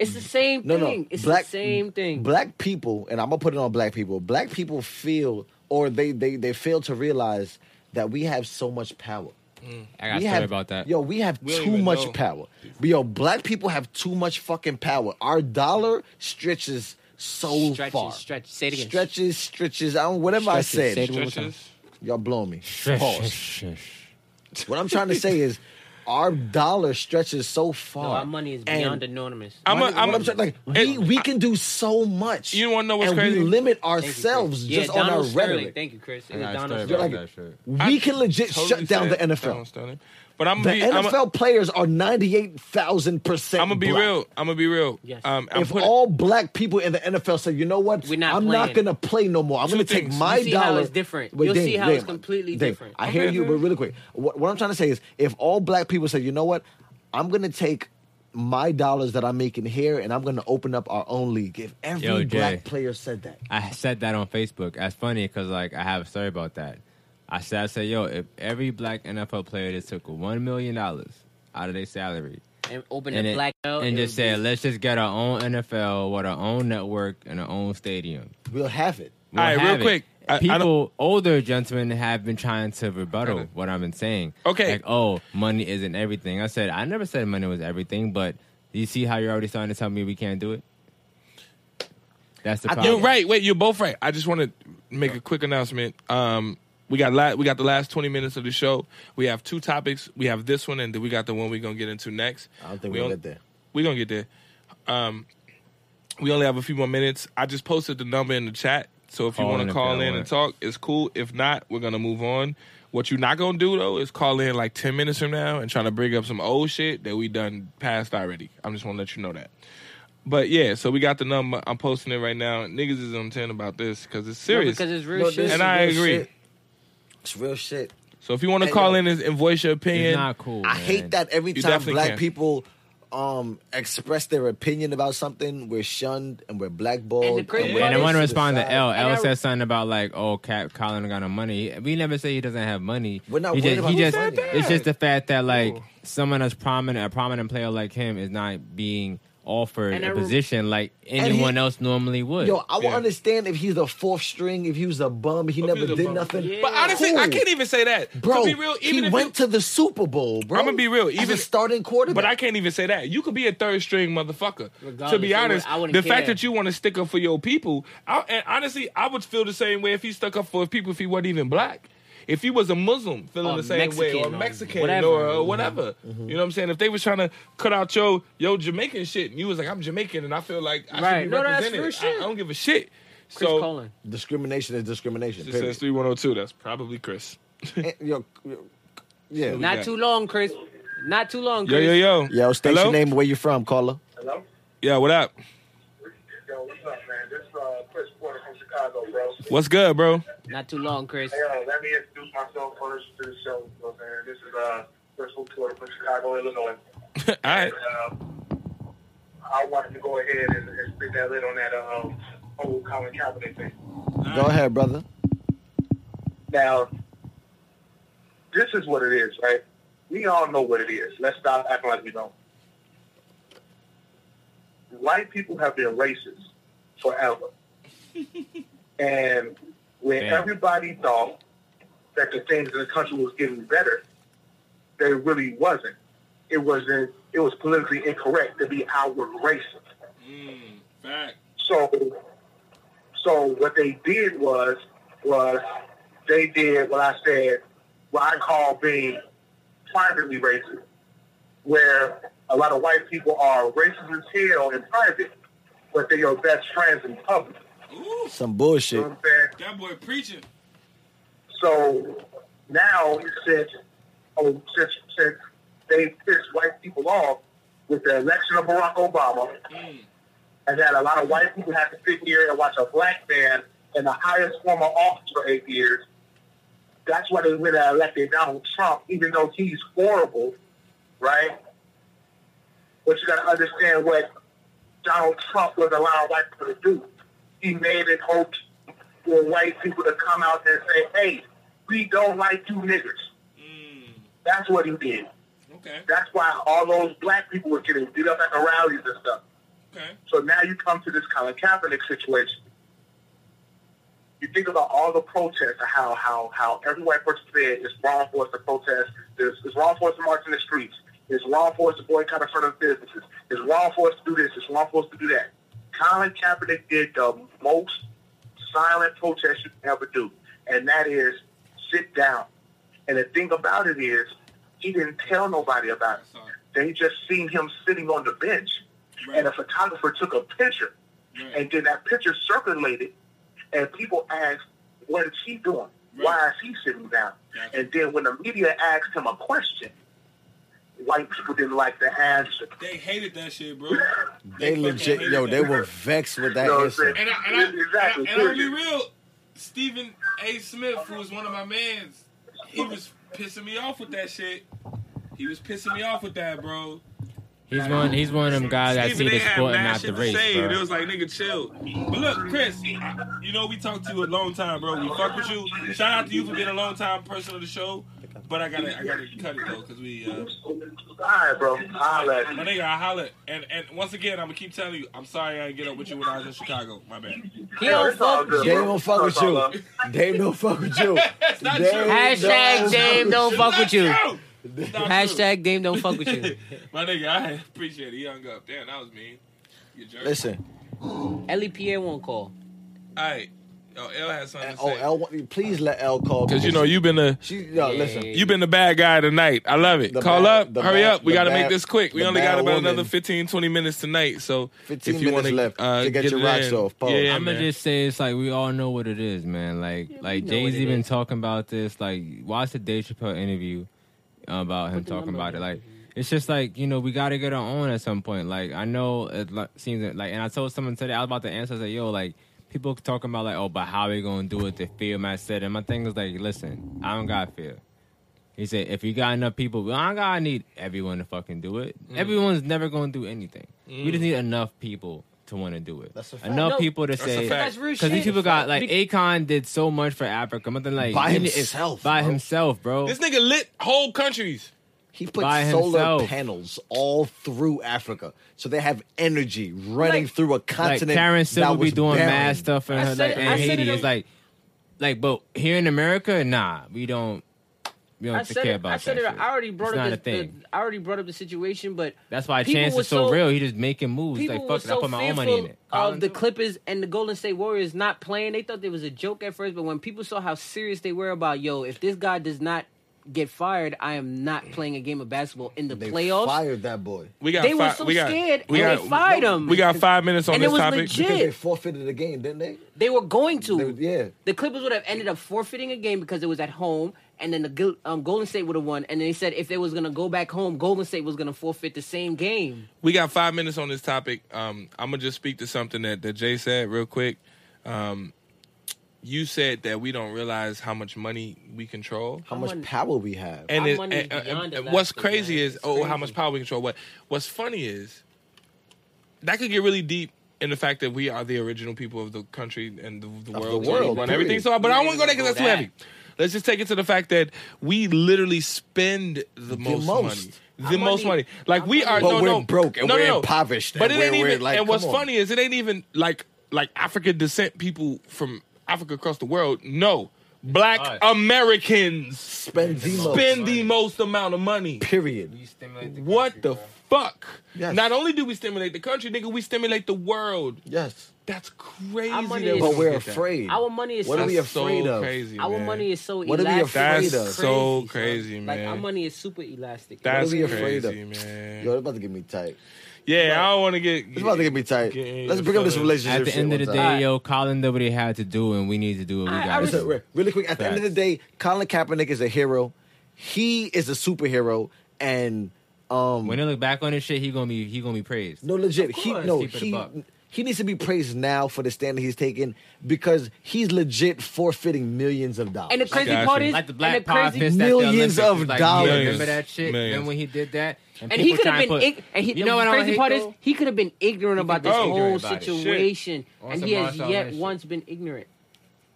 S3: It's the same
S1: No,
S3: thing.
S1: no.
S3: It's the same thing.
S1: Black people, and I'm gonna put it on black people. Black people feel, or they they they fail to realize that we have so much power.
S4: I got a
S1: we
S4: story
S1: have-
S4: about that.
S1: Yo, we have
S2: We don't
S1: too
S2: even
S1: much
S2: know.
S1: power. But yo, black people have too much fucking power. Our dollar stretches so
S3: Stretches,
S1: far.
S3: stretch- say it again.
S1: Stretches, stretches. I don't, whatever
S3: Stretches,
S1: I said,
S3: say it one more time.
S2: Stretches.
S1: y'all blowing me. Pause.
S4: Pause.
S1: what I'm trying to say is, our dollar stretches so far.
S3: No, our money is
S1: And
S3: beyond anonymous.
S2: I'm a-
S1: money- what trying- like we,
S2: it-
S1: we can do so much.
S2: You wanna know what's
S1: and
S2: crazy?
S1: We limit
S3: Thank you,
S1: ourselves
S3: Chris.
S1: just
S3: yeah,
S1: on our
S3: Donald Sterling.
S1: rhetoric.
S3: Thank you, Chris. It
S4: I
S3: was
S4: got a
S3: Donald
S4: story
S1: You're
S4: about
S1: like-
S3: Sterling.
S4: that shit.
S1: We can legit
S2: Totally
S1: shut down the
S2: said
S1: NFL.
S2: Donald Sterling. But I'm
S1: The
S2: gonna be, I'm
S1: NFL
S2: gonna
S1: players are 98,000%.
S2: I'm gonna be
S1: black.
S2: real. I'm gonna be real.
S3: Yes.
S2: Um, I'm
S1: If
S2: putting,
S1: all black people in the NFL said, you know what?
S3: We're not
S1: I'm not
S3: playing.
S1: going to play no more. I'm
S2: Two
S1: going to take
S2: things.
S1: my
S3: You'll see how
S1: dollar.
S3: it's different. You'll see how it's completely
S1: Dave,
S3: different.
S1: I hear
S2: Okay,
S1: you,
S2: Dave.
S1: but really quick. What, what I'm trying to say is if all black people said, you know what? I'm going to take my dollars that I'm making here and I'm going to open up our own league. If every
S4: Yo, Jay.
S1: black player said that.
S4: I said that on Facebook. That's funny because like I have a story about that. I said, I said, yo, if every black NFL player that took one million dollars out of their salary
S3: And open
S4: and,
S3: the
S4: it-
S3: black belt.
S4: and
S3: it
S4: just
S3: would be-
S4: said, let's just get our own NFL with our own network and our own stadium.
S1: We'll have it.
S4: We'll
S2: All right, real
S4: have it.
S2: quick. I- I don't-
S4: People, older gentlemen, have been trying to rebuttal
S2: Got it.
S4: what I've been saying.
S2: Okay.
S4: like, oh, money isn't everything. I said, I never said money was everything, but you see how you're already starting to tell me we can't do it. That's the
S1: I think-
S4: problem.
S2: You're right. Wait, you're both right. I just want to make a quick announcement. Um, we got la- we got the last 20 minutes of the show. We have two topics. We have this one, and then we got the one we're gonna get into next.
S1: I don't think we'll
S2: only-
S1: get there.
S2: We're gonna get there. Um, we only have a few more minutes. I just posted the number in the chat, so if
S4: Call
S2: you want
S4: in
S2: to
S4: if
S2: call
S4: y'all
S2: in
S4: want.
S2: and talk, it's cool. If not, we're gonna move on. What you're not gonna do though is call in like 10 minutes from now and try to bring up some old shit that we done past already. I'm just want to let you know that. But yeah, so we got the number. I'm posting it right now. Niggas is on ten about this because it's
S3: No,
S2: serious.
S3: because it's real
S1: No,
S3: shit.
S1: this
S2: And
S1: is
S2: I
S1: real
S2: agree.
S1: shit. It's real shit.
S2: so if you want to
S1: Hey,
S2: call
S1: yo.
S2: in and, and voice your opinion,
S4: It's not cool.
S1: I
S4: man.
S1: hate that every
S2: You
S1: time
S2: definitely
S1: black
S2: can.
S1: people um express their opinion about something, we're shunned and we're
S3: And
S1: blackballed.
S3: the crazy
S1: we're
S3: What
S4: And I
S3: is
S4: want to
S1: put
S4: respond to
S1: aside.
S4: L. L
S3: And I-
S4: said something about like, oh, Cap Colin got no money. We never say he doesn't have money.
S1: We're not
S4: he
S1: worried
S4: just,
S1: about
S4: he
S1: his
S4: just-
S1: money.
S4: It's just the fact that like
S2: Ooh.
S4: someone as prominent, a prominent player like him, is not being offered
S3: And I
S4: a
S3: re-
S4: position like
S1: he-
S4: anyone else normally would.
S1: Yo, I will
S2: Yeah.
S1: understand if he's a fourth string, if he was a bum, he never
S2: he's a
S1: did
S2: bum.
S1: nothing.
S3: Yeah.
S2: but honestly, I
S1: Cool.
S2: can't even say that.
S1: Bro,
S2: to be real, even
S1: he
S2: if
S1: went
S2: you,
S1: to the Super Bowl, bro.
S2: I'ma be real,
S1: As
S2: even-
S1: a starting quarterback.
S2: But I can't even say that. You could be a third string motherfucker. to
S3: Regardless,
S2: be
S3: I would-
S2: honest,
S3: I wouldn't
S2: the
S3: care.
S2: fact that you want to stick up for your people, I, and honestly, I would feel the same way if he stuck up for his people if he wasn't even black. If he was a Muslim, feeling
S3: Or
S2: the same way, or
S3: Mexican or
S2: Mexican,
S3: whatever. Mm-hmm.
S2: or uh, whatever, you know what I'm saying? If they was trying to cut out your your Jamaican shit, and you was like, "I'm Jamaican," and I feel like I
S3: Right.
S2: should be
S3: No, that's
S2: represented,
S3: real
S2: I,
S3: shit.
S2: I don't give a shit.
S3: Chris
S2: so
S3: Colin.
S1: discrimination is discrimination.
S2: it
S1: period.
S2: says three one zero two. That's probably Chris.
S1: Eh, yo, yo, yeah.
S3: Not
S2: got-
S3: too long, Chris. Not too long,
S2: Yo
S3: Chris.
S2: yo yo
S1: Yo, state
S2: Hello?
S1: your name, where you from, caller.
S7: Hello?
S2: Yeah, what up?
S7: Yo, what's up, man? This is uh, Chris Porter from Chicago, bro.
S2: What's good, bro? <laughs>
S3: Not too long, Chris.
S7: Hey, uh, let me introduce myself first to the show, you know what I'm saying? This is uh, Chris Porter from Chicago, Illinois.
S2: All right.
S7: And, uh, I wanted to go ahead and, and spit that lid on that uh, whole Colin Kaepernick thing.
S1: Go ahead, brother.
S7: Now, this is what it is, right? We all know what it is. Let's stop acting like we don't. White people have been racist forever. and when
S4: Damn.
S7: everybody thought that the things in the country was getting better, they really wasn't. It wasn't it was politically incorrect to be outward racist.
S2: Fact.
S7: So, so what they did was was they did what I said, what I call being privately racist, where a lot of white people are racist as hell in private, but they're your best friends in public.
S1: Some
S7: You
S1: bullshit.
S7: know what I'm saying?
S2: That boy preaching.
S7: So now since oh since since they pissed white people off with the election of Barack Obama and that a lot of white people have to sit here and watch a black man in the highest form of office for eight years, that's why they went and elected Donald Trump, even though he's horrible, right? But you gotta understand what Donald Trump was allowing white people to do. He made it hopes for white people to come out and say, hey, we don't like you niggers. That's what he did.
S2: Okay.
S7: That's why all those black people were getting beat up at the rallies and stuff.
S2: Okay.
S7: So now you come to this Colin Kaepernick situation. you think about all the protests, and how how how every white person said it's wrong for us to protest. It's, it's wrong for us to march in the streets. It's wrong for us to boycott in front of businesses. It's wrong for us to do this. It's wrong for us to do that. Colin Kaepernick did the most silent protest you can ever do, and that is sit down. And the thing about it is, he didn't tell nobody about it. They just seen him sitting on the bench, and a photographer took a picture, and then that picture circulated, and people asked, "What is he doing? Why is he sitting down?" And then when the media asked him a question, white people didn't like the answer.
S8: They hated that shit, bro.
S1: They
S8: fucking
S1: legit,
S8: hated
S1: yo,
S8: that.
S1: they were vexed with that
S7: You know what I'm
S1: answer.
S7: saying?
S8: And I and I,
S7: Exactly,
S8: and I, and I be
S7: period.
S8: real. Stephen A. Smith, who was one of my mans, he was pissing me off with that shit. He was pissing me off with that, bro.
S4: He's one. He's one of them guys that see
S8: Stephen
S4: the
S8: A. had
S4: sport and
S8: mad
S4: not
S8: shit
S4: the
S8: to
S4: race.
S8: say,
S4: bro.
S8: and It was like, nigga, chill. But look, Chris, I- you know we talked to you a long time, bro. We fuck with you. Shout out to you for being a long time person of the show. But I gotta, I gotta cut it though, cause we. Uh,
S7: All right, bro. I'll let you.
S8: my nigga, I holler. And and once again, I'm gonna keep telling you, I'm sorry I didn't get up with you when I was in Chicago. My bad.
S3: He
S7: Yeah,
S3: don't
S7: it's all
S3: fuck
S7: good,
S3: with
S1: They
S7: bro.
S3: you.
S1: don't fuck with
S7: It's all
S1: you.
S7: love.
S1: They don't fuck with you.
S8: <laughs> That's not
S1: They
S8: true.
S1: don't
S3: Hashtag
S1: fuck
S3: Dame don't fuck with you.
S8: Not true. It's not true.
S3: Hashtag Dame don't fuck
S8: <laughs>
S3: with you.
S8: My nigga, I appreciate it. He hung up. Damn, that was mean. You jerk.
S1: Listen,
S3: Ellie Pierre won't call.
S8: All right. Oh, L has something to
S1: oh,
S8: say.
S1: L, please let L call
S2: Because you know you've been the
S1: she. No,
S3: Yeah.
S1: listen,
S2: you've been the bad guy tonight. I love it.
S1: The
S2: Call
S1: bad- the
S2: up, hurry
S1: bad-
S2: up. We
S1: the
S2: got to
S1: bad-
S2: make this quick. We
S1: the
S2: only got
S1: bad
S2: about
S1: woman.
S2: another 15, 20 minutes tonight. So
S1: 15
S2: if you
S1: minutes
S2: want
S1: left
S2: uh,
S1: to get your
S2: it
S1: rocks
S2: in.
S1: off. Pause.
S2: Yeah, yeah,
S4: I'm gonna
S2: man.
S4: just say it's like we all know what it is, man. Like like
S3: know
S4: Jay
S3: what
S4: Z
S3: it
S4: been
S3: is.
S4: talking about this. Like watch the Dave Chappelle interview about him
S3: the
S4: talking
S3: number
S4: about it.
S3: in.
S4: Like it's just like you know we gotta get our own at some point. Like I know it li- seems like and I told someone today I was about to answer. I said yo like people talking about like oh but how we gonna do it? The fear mindset and my thing is like listen I don't got fear. He said, if you got enough people, well, I gotta need everyone to fucking do it.
S3: Mm.
S4: Everyone's never gonna do anything. We just need enough people to want to do it.
S1: That's a fact.
S4: Enough
S3: No,
S4: people to
S2: a
S4: say
S2: fact.
S3: That's real
S4: because these
S3: shit.
S4: people got like
S3: Be-
S4: Akon did so much for Africa. Nothing like
S1: By
S4: he did-
S1: himself,
S4: by
S1: bro.
S4: himself, bro.
S2: This nigga lit whole countries.
S1: he put
S4: by
S1: solar
S4: himself.
S1: panels all through Africa, so they have energy running
S3: Like-
S1: through a
S4: like
S1: continent.
S4: Karen
S1: that
S4: still be
S1: was
S4: doing
S1: barren.
S4: mad stuff in
S3: I
S4: her
S3: said
S4: like
S3: it-
S4: in
S3: I said
S4: Haiti.
S3: it
S4: It's
S3: on-
S4: like, like, but here in America, nah, we don't. We don't
S3: I
S4: take
S3: said
S4: care
S3: it.
S4: about
S3: I said
S4: that
S3: it.
S4: shit.
S3: I already brought
S4: It's
S3: up
S4: not
S3: the,
S4: a thing.
S3: the- I already brought up the situation, but
S4: That's why
S3: people
S4: Chance
S3: were
S4: is so,
S3: so-
S4: real. He just making moves. He's
S3: people
S4: like,
S3: were
S4: fuck it, I
S3: so
S4: put my own
S3: fearful
S4: money in it.
S3: of the
S4: Colin,
S3: Clippers and the Golden State Warriors not playing. They thought it was a joke at first, but when people saw how serious they were about, yo, if this guy does not get fired, I am not playing a game of basketball in the
S1: They
S3: playoffs.
S1: fired that boy
S2: We got
S3: They were
S2: five,
S3: so
S2: we got,
S3: scared,
S2: we
S3: and
S2: got,
S3: they fired him.
S2: We got five minutes on
S3: And it
S2: this
S3: was
S2: topic.
S3: legit.
S1: because
S3: Yeah.
S1: they forfeited the game, didn't they?
S3: They were going
S1: They-
S3: to.
S1: yeah,
S3: The Clippers would have ended up forfeiting a game because it was at home, and then the Gol- um, Golden State would have won. And they said if they was going to go back home, Golden State was going to forfeit the same game.
S2: we got five minutes on this topic. Um, I'm gonna just speak to something that, that Jay said real quick. Um, you said that we don't realize how much money we control.
S1: how
S3: I'm
S1: much
S3: on-
S1: power we have.
S2: and,
S3: Our
S2: it,
S3: money is
S2: and, and-
S3: beyond
S2: and
S3: us,
S2: what's
S3: actually,
S2: crazy
S3: man.
S2: is
S3: It's
S2: oh how
S3: crazy.
S2: much power we control what what's funny is that could get really deep in the fact that we are the original people of the country and the, the world,
S1: world,
S2: and
S1: period.
S2: everything so but i don't want to go there because that's too
S3: that.
S2: heavy let's just take it to the fact that we literally spend the, most,
S1: most.
S2: money the
S3: I'm
S2: most
S3: money-
S2: money like
S3: I'm
S2: we
S3: money-
S2: are
S1: But
S2: no,
S1: we're
S2: no.
S1: broke and
S2: No, no,
S1: we're
S2: no.
S1: impoverished
S2: but
S1: and
S2: it ain't
S1: we're- we're
S2: even
S1: like,
S2: and what's
S1: come on.
S2: funny is it ain't even like like african descent people from africa across the world no black
S4: Us.
S2: americans
S1: Spend the most.
S2: spend the most amount of money.
S1: Period.
S2: What the fuck?
S1: Yes.
S2: Not only do we stimulate the country, nigga, we stimulate the world.
S1: Yes,
S2: That's crazy.
S3: Our money
S2: that
S3: is-
S2: we
S1: but
S2: don't
S1: we're
S2: get that.
S1: afraid.
S3: Our money is
S1: What
S3: so
S1: are we
S2: That's
S1: afraid
S2: so
S1: of?
S2: Crazy,
S3: Our
S2: man.
S3: money is so
S1: What are we
S3: elastic.
S1: afraid
S2: That's
S1: of?
S3: It's
S2: so
S3: son.
S2: crazy,
S3: Like
S2: man.
S3: our money is super elastic.
S2: That's
S1: What are we afraid
S2: crazy,
S1: of?
S2: man.
S1: Yo, it's about to get me tight.
S2: yeah, I don't want to get.
S1: It's about to get me tight.
S2: Get-
S1: Let's bring up this
S2: At the
S1: relationship.
S4: At the
S1: shit
S4: end of the
S1: one
S4: day,
S1: time.
S4: yo, Colin did what he had to do, and we need to do what we
S3: I- I
S4: got to
S3: was-
S4: do.
S1: Listen, re- really quick. At the end of the day, Colin Kaepernick is a hero. He is a superhero, and um,
S4: When they look back on this shit, he gonna be he gonna be praised.
S1: no, legit. He
S4: course.
S1: no,
S4: Keep it a
S1: he
S4: buck.
S1: he needs to be praised now for the stand that he's taking because he's legit forfeiting millions of dollars.
S3: And the crazy
S2: Gotcha.
S3: part is,
S4: Like the
S3: and
S4: black
S3: the crazy,
S4: pop fist at the
S1: Millions
S4: Olympics,
S1: of
S4: it's like,
S1: dollars.
S4: Yeah, remember that shit?
S2: Millions.
S4: Then when he did that, and,
S3: and he
S4: people
S3: could have
S4: trying
S3: been.
S4: to put-
S3: ig- and he,
S4: you know what
S3: the
S4: I
S3: crazy
S4: hate,
S3: part
S4: though?
S3: is, he could have been ignorant about this
S2: been
S3: whole
S4: ignorant about it.
S3: situation,
S4: On
S3: and
S4: some
S3: he has
S4: Marshall
S3: yet
S4: and shit.
S3: once been ignorant.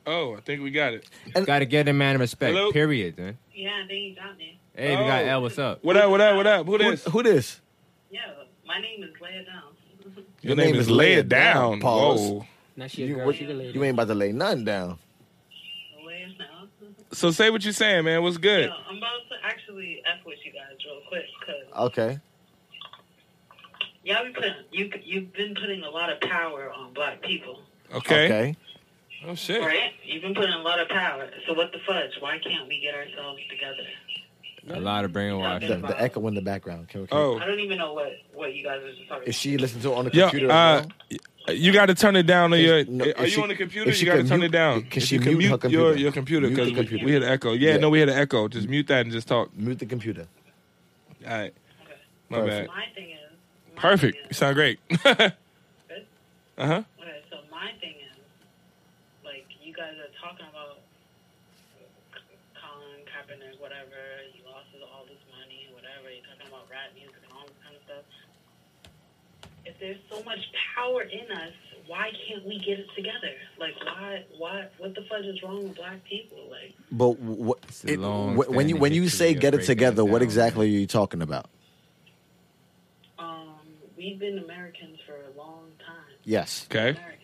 S2: Oh, I think we got it.
S4: gotta get a man of respect.
S2: Hello?
S4: Period. Then.
S9: Yeah, then you got me.
S4: Hey, we got
S2: Oh.
S4: L. What's up?
S2: What up? What up? What up? Who
S1: who,
S2: this?
S1: who this?
S9: Yeah, my name is Leah Down.
S2: Your
S1: name is Lay It Down. Pause.
S2: Whoa.
S3: Now she a
S1: You,
S3: girl,
S1: what-
S3: she a lady.
S1: you ain't about to lay nothing down.
S2: So say what you're saying, man. What's good?
S9: Yo, I'm about to actually F with you guys real quick because
S1: Okay.
S9: y'all be putting, you, you've been putting a lot of power on black people,
S2: Okay. Oh shit.
S9: right? You've been putting a lot of power. So what the fudge? Why can't we get ourselves together?
S4: A lot of
S1: The,
S4: brainwashing.
S1: the echo in the background. Can, can,
S2: Oh,
S9: I don't even know what, what you guys are just talking
S1: Is she listening to it on the
S2: yo,
S1: computer?
S2: uh,
S1: as well?
S2: you got to turn it down on your.
S1: no,
S2: are
S1: if
S2: you
S1: she-
S2: on the computer?
S1: if she
S2: You got to
S1: can
S2: turn
S1: mute-
S2: it down.
S1: can
S2: If
S1: she
S2: you
S1: mute her
S2: your
S1: computer?
S2: your computer?
S1: Mute the
S2: Because we,
S1: computer.
S2: we hear the echo. Yeah,
S1: Yeah.
S2: no, we hear the echo. Just mute that and just talk.
S1: Mute the computer.
S2: All right, my
S1: Perfect.
S2: bad.
S9: My thing is. my
S2: Perfect.
S9: thing
S2: You
S9: is-
S2: sound great. <laughs> Uh-huh. uh huh.
S9: Okay, so my thing is, like, you guys are talking about Colin Kaepernick, whatever, he lost his, all this money, whatever, you're talking about rap music and all this kind of stuff. If there's so much power in us, why can't we get it together? Like, why, why, what the fudge is wrong with black people? Like,
S1: But what,
S4: a
S1: it,
S4: long
S1: wh- when you when you
S4: standing
S1: say
S4: history
S1: get
S4: of
S1: it together,
S4: breaking it
S1: what
S4: down,
S1: exactly are you talking about?
S9: um, we've been Americans for a long time.
S1: Yes.
S2: Okay.
S9: Americans.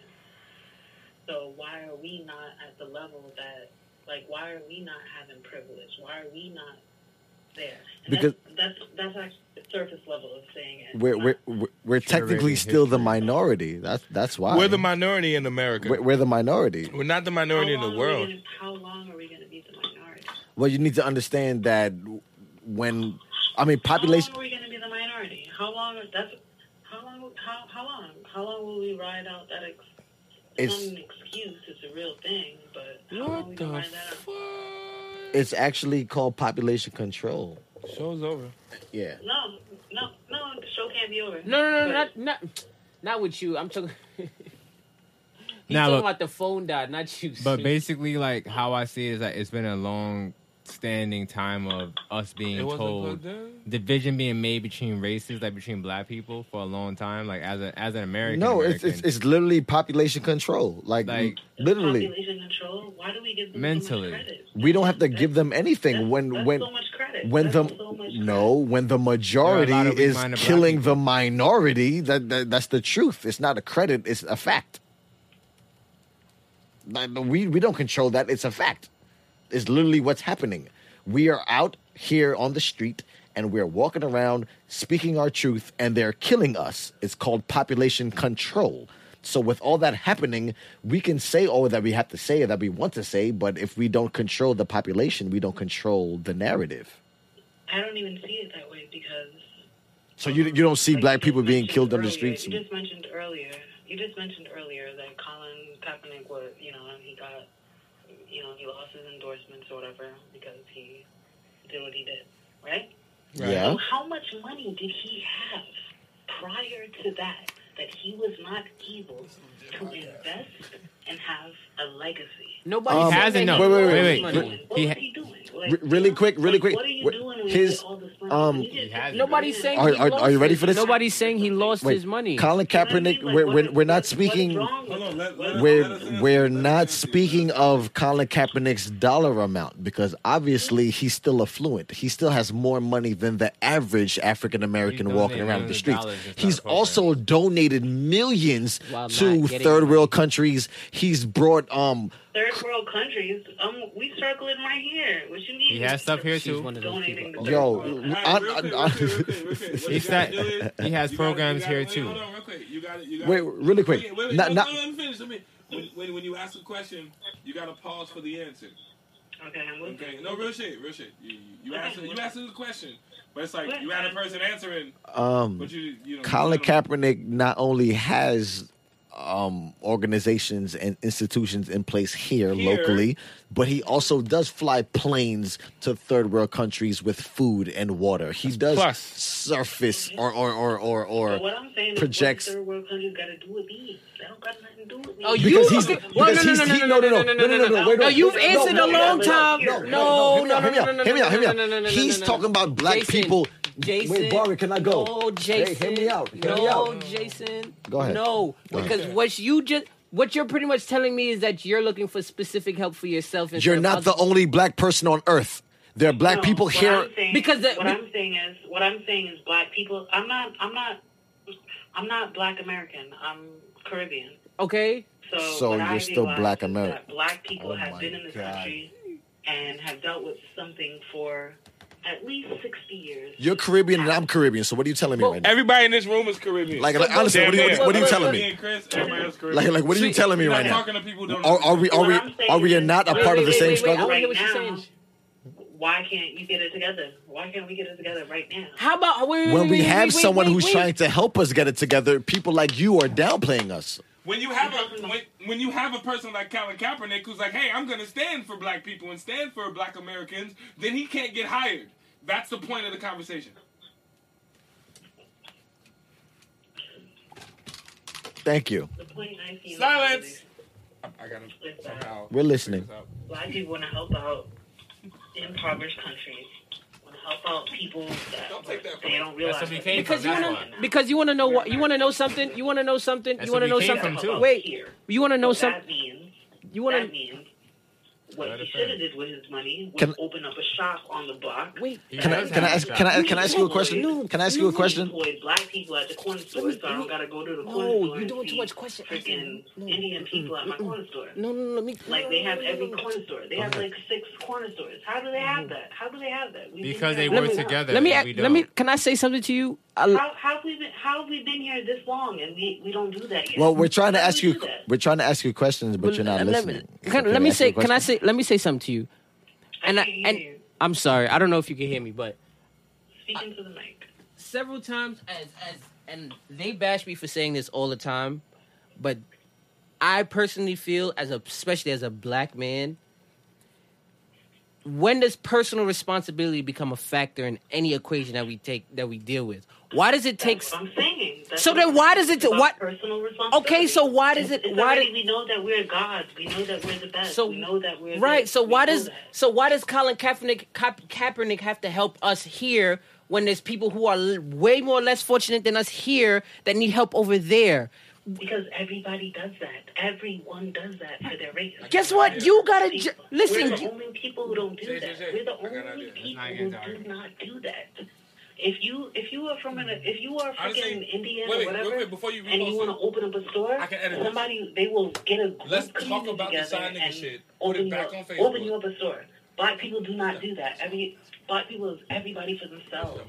S9: So why are we not at the level that, like, why are we not having privilege? Why are we not there? And
S1: Because-
S9: that's that's, that's actually the surface level of saying it.
S1: We're we're we're, we're technically still the minority. That's that's why
S2: We're the minority in America.
S1: We're- we're the minority.
S2: We're not the
S9: How
S2: minority in the
S9: long are we
S2: world.
S9: gonna- how long are we going to be the minority?
S1: Well, you need to understand that when I mean population.
S9: How long are we going to be the minority? How long? That's how long? How, how long? How long will we ride out that? Ex-
S1: It's-
S9: it's not an excuse. It's a real thing. But how long we gonna ride that out?
S1: It's actually called population control.
S2: Show's over.
S1: Yeah.
S9: No, no, no. The show can't be over.
S3: No, no, no,
S9: But-
S3: not not not with you. I'm talking. <laughs> He's
S4: Nah,
S3: talking
S4: look.
S3: about the phone dot, not you.
S4: But basically, like how I see it is that it's been a long standing time of us being
S2: It wasn't plugged
S4: told
S2: in?
S4: division being made between races, like between black people, for a long time. Like as a, as an American,
S1: No, it's, it's
S4: American,
S1: it's literally population control. Like,
S4: Like-
S1: literally,
S9: population control. Why do we give them
S4: Mentally.
S9: so much credit?
S1: we don't have to give them
S9: That's-
S1: anything when
S9: that's
S1: when
S9: so much credit.
S1: when
S9: That's
S1: the
S9: so much credit.
S1: no when the majority
S4: There are a lot of
S1: is
S4: weak-minded black
S1: killing the minority that, that that's the truth it's not a credit it's a fact Like, we we don't control that it's a fact it's literally what's happening we are out here on the street and we're walking around speaking our truth and they're killing us it's called population control so with all that happening we can say all that we have to say or that we want to say but if we don't control the population we don't control the narrative
S9: I don't even see it that way because
S1: so you you don't see
S9: like, you
S1: black
S9: just
S1: people being
S9: mentioned
S1: killed on the
S9: earlier-
S1: streets.
S9: You just mentioned earlier. You just mentioned earlier that Colin Kaepernick was, you know, he got, you know, he lost his endorsements or whatever because he did what he did, right?
S1: Yeah.
S9: So how much money did he have prior to that that he was not able to invest and have a legacy?
S3: nobody
S1: Um,
S3: said
S4: hasn't,
S3: that
S4: no.
S3: he
S4: Wait, wait,
S3: lost
S4: wait,
S3: money.
S4: wait.
S9: What
S4: He
S9: was
S4: ha-
S9: he doing?
S1: Re-
S9: Like,
S1: really quick, really
S9: like,
S1: quick.
S9: What are you
S1: Wh-
S9: doing when
S1: his,
S9: you get all this money?
S1: um,
S9: You just-
S4: hasn't.
S3: Nobody's saying.
S1: Are-
S3: he
S1: are-
S3: lost
S1: are you ready
S3: it.
S1: for this?
S3: Nobody's saying he lost
S1: Wait,
S3: his money.
S1: Colin
S9: You know what I mean?
S1: Kaepernick.
S9: Like,
S1: we're,
S9: what
S1: we're
S9: is-
S1: we're not
S9: what-
S1: speaking.
S9: What is wrong with
S8: Hold on, let- let- let us
S1: We're
S8: answer.
S1: we're
S8: Let us
S1: not
S8: answer.
S1: speaking of Colin Kaepernick's dollar amount because obviously he's still affluent. He still has more money than the average African American
S4: He's
S1: walking
S4: donated
S1: around the
S4: millions of
S1: streets.
S4: dollars into
S1: He's
S4: our program.
S1: also donated millions
S3: While
S1: to
S3: not getting
S1: third
S3: money.
S1: world countries. He's brought um
S9: Third world countries, um, we struggling right here. What you mean?
S4: He has stuff here
S3: She's
S4: too.
S3: one of those
S9: Donating
S3: people.
S9: to
S1: Yo,
S9: third world
S1: l-
S9: countries.
S8: All right, real
S1: I-
S8: quick, real quick,
S1: I-
S8: real quick,
S1: <laughs>
S8: real quick. What
S4: He's
S8: you gotta do is-
S4: not- he has
S8: you gotta-
S4: programs
S8: you gotta-
S4: here,
S8: wait,
S4: too.
S8: Hold on, real quick. You got it. You got
S1: wait
S8: it.
S1: really quick.
S8: Wait, wait,
S1: Not-
S8: no,
S1: not-
S8: no, let me finish. Let me. When, when, when you ask a question, you gotta pause for the answer.
S9: Okay, I'm listening.
S8: Okay, no real shit, real shit. You, you
S9: Okay.
S8: asked you asked the question, but it's like you had a person answering,
S1: um,
S8: but you you know.
S1: Colin
S8: you don't-
S1: Kaepernick not only has um, organizations and institutions in place here,
S8: Here.
S1: locally, but he also does fly planes to third world countries with food and water. He does
S2: plus.
S1: surface or or or or
S9: But
S1: or
S9: what I'm saying is,
S1: projects-
S9: what the third world countries got to do with me? They don't got nothing to do with me.
S3: Oh, you
S1: because
S3: don't
S1: he's
S3: think-
S1: because
S3: well, no, no,
S1: he's
S3: no, no,
S1: he-
S3: no,
S1: no no no
S3: no,
S1: no no no wait,
S3: No, you've answered a
S1: no,
S3: long
S1: no,
S3: time.
S1: no,
S3: No,
S1: hear me out, hear me out,
S3: no, no, no,
S1: hear me out, hear me
S3: no, no, no, no,
S1: out. He's
S3: no, no,
S1: talking
S3: no.
S1: about black
S3: Jason,
S1: people.
S3: Jason,
S1: Wait, Barry, can I go?
S3: No,
S1: Hey,
S3: Jason.
S1: hear me out. Hear
S3: no,
S1: me out.
S3: Jason.
S1: Go ahead.
S3: No,
S1: Go ahead.
S3: because what you just, what you're pretty much telling me is that you're looking for specific help for yourself. instead
S1: You're
S3: of
S1: not the
S3: others.
S1: only black person on earth. There are black
S9: No,
S1: people
S9: what
S1: here.
S9: I'm saying-
S3: Because the-
S9: what I'm saying is, what I'm saying is, black people. I'm not. I'm not. I'm not black American. I'm Caribbean.
S3: Okay.
S9: So,
S1: So
S9: what I
S1: you're still
S9: realize
S1: black
S9: is
S1: Ameri-
S9: that Black people
S1: Oh
S9: have
S1: my
S9: been in this
S1: God.
S9: country and have dealt with something for at least 60 years.
S1: You're Caribbean and I'm Caribbean, so what are you telling me right now?
S2: Everybody in this room is Caribbean.
S1: Like, like, honestly, what are you- what are you telling me?
S2: Caribbean, Chris, everybody else Caribbean.
S1: Like, like, what are you
S10: See,
S1: telling me
S2: You're not
S1: right now?
S2: talking to people who don't
S1: Are, are we, are
S9: What
S1: we,
S9: I'm saying
S1: are we
S9: is-
S1: not a
S9: Wait,
S1: part of the
S9: wait, wait,
S1: same
S9: wait, wait,
S1: struggle?
S3: I wanna hear what
S9: Right
S3: she's
S9: now.
S3: saying.
S9: Why can't you get it together? Why can't we get it together right now?
S3: How about wait, wait,
S1: When we
S3: wait,
S1: have
S3: wait, wait,
S1: someone
S3: wait,
S1: who's
S3: wait.
S1: trying to help us get it together, people like you are downplaying us.
S2: When you have a when, when you have a person like Colin Kaepernick who's like, "Hey, I'm going to stand for black people and stand for black Americans," then he can't get hired. That's the point of the conversation.
S1: Thank you.
S9: The point I see
S2: Silence. I got to
S9: uh,
S2: somehow.
S6: We're listening.
S9: Black people want to help out impoverished countries. Want to help out people that
S2: Don't take that from me.
S9: they don't realize.
S4: That's what we
S9: that
S4: came
S9: they
S4: from,
S3: because
S9: don't
S3: you
S4: that's
S9: realize
S3: want
S4: why.
S9: now.
S3: to because you want to know what you want to know something you want to know something
S4: That's
S3: you want to know
S4: where we came
S3: something
S4: from, too.
S3: wait
S9: Here.
S3: you want to know
S9: So That
S3: something
S9: means
S3: you want
S9: that
S3: to
S9: means what he
S4: Gotta
S9: should have
S4: think.
S9: did with his money was
S1: Can-
S9: open up a shop on the block.
S3: wait
S4: He
S1: Can I,
S4: does
S1: can I
S4: have a
S1: ask,
S4: job.
S1: can I, uh, can I ask you a
S9: No,
S1: question? Can I ask you a
S9: We
S1: question?
S9: employ black people at the corner store, so I don't gotta go to the corner
S3: No,
S9: store.
S3: you're
S9: and
S3: doing too
S9: see
S3: much question
S9: Freaking
S3: answering. No,
S9: Indian people at my corner store.
S3: no no no let me
S9: Like they have
S3: no, no,
S9: every
S3: no, no.
S9: corner store. They have like six corner stores. How do they have that? How do they have that? We've been
S4: Because they
S9: here all
S4: work
S9: along.
S4: together.
S3: Mm-hmm. let me
S4: and
S3: a-
S4: we
S3: let me
S4: don't.
S3: can I say something to you I,
S9: How, how have we been? How have we been here this long and we, we don't do that yet?
S1: Well, we're trying to
S9: How do
S1: ask
S9: we
S1: you.
S9: do that?
S1: We're trying to ask you questions, but you're not
S3: let
S1: listening.
S3: me, can,
S1: Can I
S3: let me
S1: ask you a
S3: say can I
S1: question?
S3: say let me say something to you and I,
S9: can't hear
S3: and
S9: you.
S3: I'm sorry I don't know if you can hear me but
S9: Speaking to the mic.
S3: several times as as and they bash me for saying this all the time, but I personally feel as a, especially as a black man, when does personal responsibility become a factor in any equation that we take that we deal with? Why does it take
S9: That's what I'm saying. That's
S3: So
S9: what
S3: then
S9: I'm
S3: why
S9: saying.
S3: does it-
S9: It's about
S3: what-
S9: Personal responsibility.
S3: Okay, so why does
S9: It's
S3: it why
S9: already-
S3: did
S9: we know that we're gods. We know that we're the best.
S3: so
S9: we know that we're
S3: right?
S9: this.
S3: So
S9: We
S3: why
S9: know
S3: does
S9: that.
S3: so why does Colin Kaepernick Ka- Kaepernick have to help us here when there's people who are l- way more less fortunate than us here that need help over there?
S9: Because everybody does that. Everyone does that for their race.
S3: Guess what? You gotta ju- listen.
S9: We're
S3: you-
S9: the only people who don't do
S2: Jay, Jay,
S9: that.
S2: Jay,
S9: We're
S2: I got an
S9: the only
S2: idea. Let's
S9: people
S4: not get
S9: who
S4: into
S9: do
S4: argument.
S9: not do that. If you if you are from an if you are
S2: Hmm. Honestly,
S9: freaking Indian
S2: wait, wait,
S9: or whatever,
S2: wait, before you
S9: and you
S2: repost
S9: want
S2: it,
S9: to open up a store,
S2: I can edit this.
S9: somebody they will get a group
S2: Let's
S9: community
S2: talk about the
S9: together
S2: side nigga
S9: and
S2: shit. Put
S9: Open
S2: it back
S9: you
S2: on
S9: up,
S2: Facebook.
S9: open you up a store. Black people do not do that. Every black people is everybody for themselves.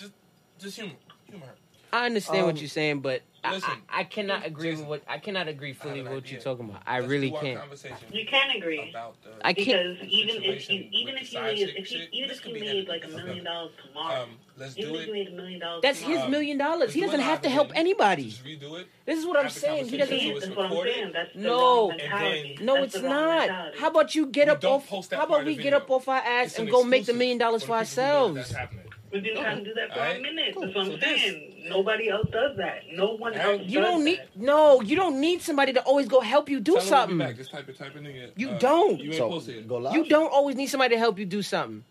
S2: Just, just humor, humor.
S3: I understand what you're saying, but I-
S2: Um, listen,
S3: I, I cannot agree
S2: Jason,
S3: with what I cannot agree fully
S2: an
S3: with what
S2: idea.
S3: you're talking about. I
S2: Let's
S3: really
S2: do our
S3: can't.
S2: conversation
S9: You can agree.
S2: about the-
S3: I
S9: because
S3: can't.
S9: even if you
S2: situation
S9: even
S2: with
S9: if
S2: the
S9: you
S2: side
S9: made
S2: chick
S9: if you,
S2: shit,
S9: even
S2: this
S9: if
S2: could
S9: you
S2: be
S9: made
S2: edited.
S9: like a
S2: This is
S9: million
S2: nothing.
S9: dollars tomorrow,
S2: Um, let's
S9: even
S2: do
S9: if
S2: it.
S9: you made a million dollars,
S3: That's
S9: tomorrow,
S3: his
S2: um,
S3: million dollars. He
S2: Let's do
S3: doesn't
S2: it
S3: have to
S2: live
S3: help
S2: again.
S3: anybody.
S2: Just redo it.
S3: This is what I'm
S2: Have the
S3: saying. He
S2: conversation so
S3: doesn't.
S9: That's
S2: it's
S9: what I'm
S2: recorded,
S9: saying. That's the
S3: No.
S9: wrong
S3: And
S9: mentality.
S2: then-
S3: No,
S9: That's
S3: it's
S9: the wrong
S3: not.
S9: mentality.
S3: How about you get
S2: We
S3: up
S2: don't
S3: off?
S2: post that
S3: How
S2: part
S3: about
S2: of
S3: we
S2: the
S3: get
S2: video.
S3: up off our ass
S2: It's an
S3: and go make the
S2: exclusive
S3: million dollars for
S2: the people who know that
S3: ourselves?
S2: That's happening.
S9: We've been trying to do that for
S2: Alright.
S9: a minute. That's what I'm
S2: So this-
S9: saying. Nobody else does that. No one
S2: Alright.
S9: else.
S3: You
S9: does
S3: don't need
S9: that.
S3: no. You don't need somebody to always go help you do
S2: Tell them we'll be back.
S3: something.
S2: Just type it, type it in here.
S3: You don't.
S2: You ain't
S1: So,
S2: posted it.
S1: go live.
S3: You don't always need somebody to help you do something.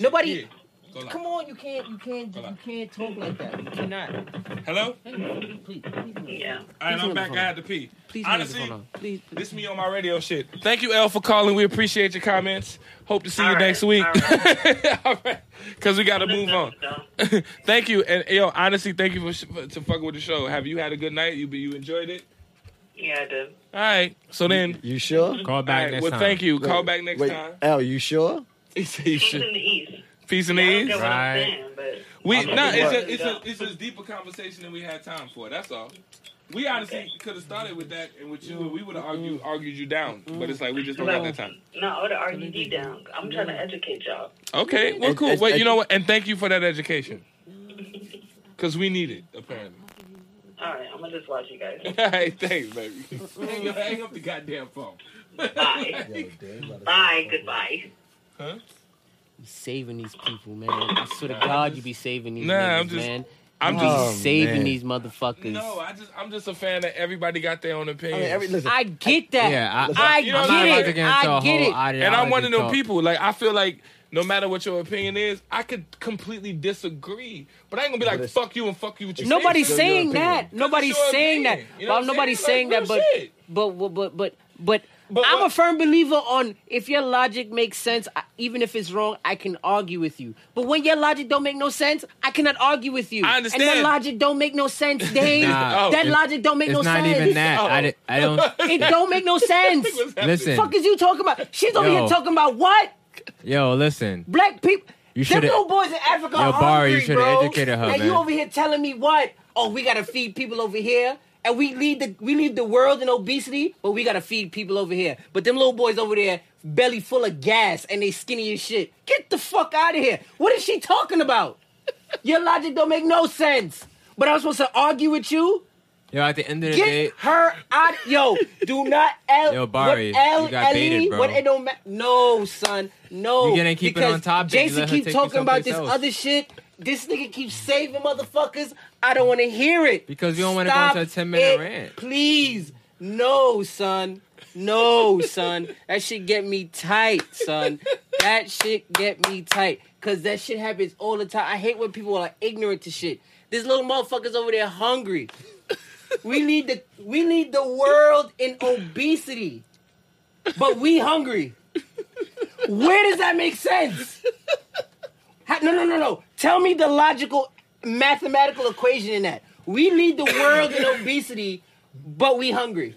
S3: Nobody.
S2: Yeah. Go live.
S3: Come on, you can't. You can't.
S2: Go
S3: You
S2: live.
S3: can't talk like that. You cannot.
S2: Hello?
S3: Please, please, please.
S9: Yeah.
S2: All right,
S3: hold
S2: I'm
S3: on,
S2: back.
S3: hold
S2: I
S3: on.
S2: had to pee.
S3: Please,
S2: Honestly,
S3: hold on. please, please.
S2: this me on my radio shit. Thank you, L, for calling. We appreciate your comments. Hope to see
S9: All
S2: you
S9: right,
S2: next week.
S9: all
S2: <laughs> All right. Because we got to move
S9: Listen,
S2: on. <laughs>
S9: though.
S2: thank you. And, yo, honestly, thank you for, sh- for to fucking with the show. Have you had a good night? You you enjoyed it?
S9: Yeah, <laughs> I did.
S2: All right. So then,
S1: You sure?
S11: Call
S2: all
S11: back
S2: right,
S11: next
S2: well,
S11: time.
S2: thank you. Call back next
S1: Wait,
S2: time. <laughs>
S1: Al, you sure?
S2: He said you
S9: He's in
S2: should.
S9: the east.
S2: Peace and
S9: I don't
S2: ease.
S9: get what I'm
S11: Right.
S9: saying, but
S2: We
S1: I'm
S2: no,
S1: not
S2: it's
S9: worried.
S2: a, it's a it's a deeper conversation than we had time for. That's all. We honestly could have started with that and with you, and we would have argued
S1: Mm-hmm.
S2: argued you down. But it's like we just don't have that time.
S9: no, I would argue you down. I'm trying to educate y'all.
S2: Okay, well,
S1: And-
S2: cool.
S1: and-
S2: Wait, you
S1: and-
S2: know what? And thank you for
S1: <laughs>
S2: that education, because we need it apparently. <laughs>
S9: All right, I'm gonna just watch you guys.
S2: All right,
S1: <laughs>
S2: thanks, baby. <laughs> hang, up, hang up the goddamn phone.
S9: Bye.
S2: <laughs>
S9: Bye. Goodbye.
S3: saving these people, man. I swear to God, you be saving these
S2: Nah,
S3: niggas,
S2: I'm just-
S3: man.
S2: I'm
S3: You
S2: just-
S3: be saving
S1: man.
S3: these motherfuckers.
S2: No, I just I'm just a fan that everybody got their own
S1: Oh. I
S2: opinion.
S1: mean, every, listen,
S3: I get that.
S11: Yeah,
S3: I,
S11: I,
S2: You know
S11: I'm
S2: what
S11: not
S2: I'm
S11: about
S3: get
S11: to
S3: it.
S11: get into a
S3: I
S11: whole
S3: get it.
S11: ideology
S2: and I'm one of them
S11: talk.
S2: people. Like I feel like no matter what your opinion is, I could completely disagree, but I ain't gonna be like
S1: it's-
S2: fuck you and fuck you. With you
S3: Nobody's
S2: Say.
S1: your
S3: saying
S1: opinion.
S3: that. Nobody's
S2: your
S3: saying that.
S2: opinion. You know what
S3: Well,
S2: I'm
S3: nobody's
S2: saying?
S3: saying
S2: Like,
S3: that.
S2: real
S3: But
S2: shit.
S3: but but but but.
S8: but
S3: I'm
S8: what-
S3: a firm believer on if your logic makes sense, I, even if it's wrong, I can argue with you. But when your logic don't make no sense, I cannot argue with you.
S2: I
S3: And
S2: understand.
S3: that logic don't make
S2: <laughs>
S3: no sense, Dave.
S4: Nah,
S3: that
S4: it-
S3: logic don't make
S4: it's
S3: no
S4: not
S3: sense.
S4: even that.
S2: Oh.
S4: I, di-
S2: <laughs>
S4: I don't.
S3: It don't make no sense.
S4: listen,
S3: fuck is you talking about? She's over
S4: Yo.
S3: here talking about what?
S4: yo, listen.
S3: Black people.
S4: You
S3: Them
S4: shoulda-
S3: little boys in Africa
S4: Yo,
S3: are
S4: Barry, you
S3: hungry,
S4: shoulda
S3: bro.
S4: educated her,
S3: and
S4: man.
S3: you over here telling me what? Oh, we gotta feed people over here, and we lead the we lead the world in obesity, but we gotta feed people over here. But them little boys over there, belly full of gas, and they skinny as shit. Get the fuck out of here! What is she talking about? Your logic don't make no sense. But I'm supposed to argue with you?
S4: Yo, at the end of the day,
S3: Get her out. Yo, do not L.
S4: Yo, Barry,
S3: what L,
S4: you got baited,
S3: Ellie,
S4: bro.
S3: What it don't ma- no, son, no.
S4: You gonna keep it
S3: because
S4: on top, then you
S3: Jason
S4: let her
S3: keep
S4: take you
S3: talking about
S4: someplace
S3: this
S4: else.
S3: other shit. This nigga keeps saving motherfuckers. I don't want to hear it
S4: Because you don't wanna go
S3: Stop
S4: into a 10 minute
S3: it,
S4: rant.
S3: Please, no, son, no, son. That shit get me tight, son. That shit get me tight. Cause that shit happens all the time. I hate when people are ignorant to shit. This little motherfuckers over there hungry. We lead the we lead the world in obesity, but we hungry. Where does that make sense? Ha- no, no, no, no. Tell me the logical, mathematical equation in that. We lead the world in obesity, but we hungry.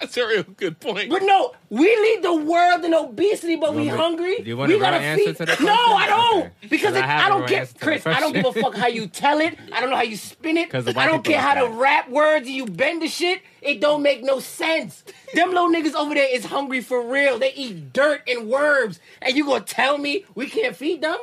S2: That's a real good point.
S3: But no, we lead the world in obesity, but we
S4: want me-
S3: hungry.
S4: do you want
S3: we
S4: a real
S3: gotta
S4: answer
S3: feed-
S4: to that
S3: No,
S4: question?
S3: I don't.
S4: Okay.
S3: Because
S4: 'Cause I
S3: it,
S4: have
S3: I,
S4: a
S3: don't
S4: real answer
S3: get
S4: to the
S3: Chris. I don't give a
S4: question.
S3: fuck how you tell it. I don't know how you spin it.
S4: 'Cause the
S3: I
S4: white
S3: don't
S4: people
S3: care how
S4: like
S3: to
S4: that.
S3: rap words and you bend the shit. It don't make no sense. Them little niggas over there is hungry for real. They eat dirt and worms, and you gonna tell me we can't feed them?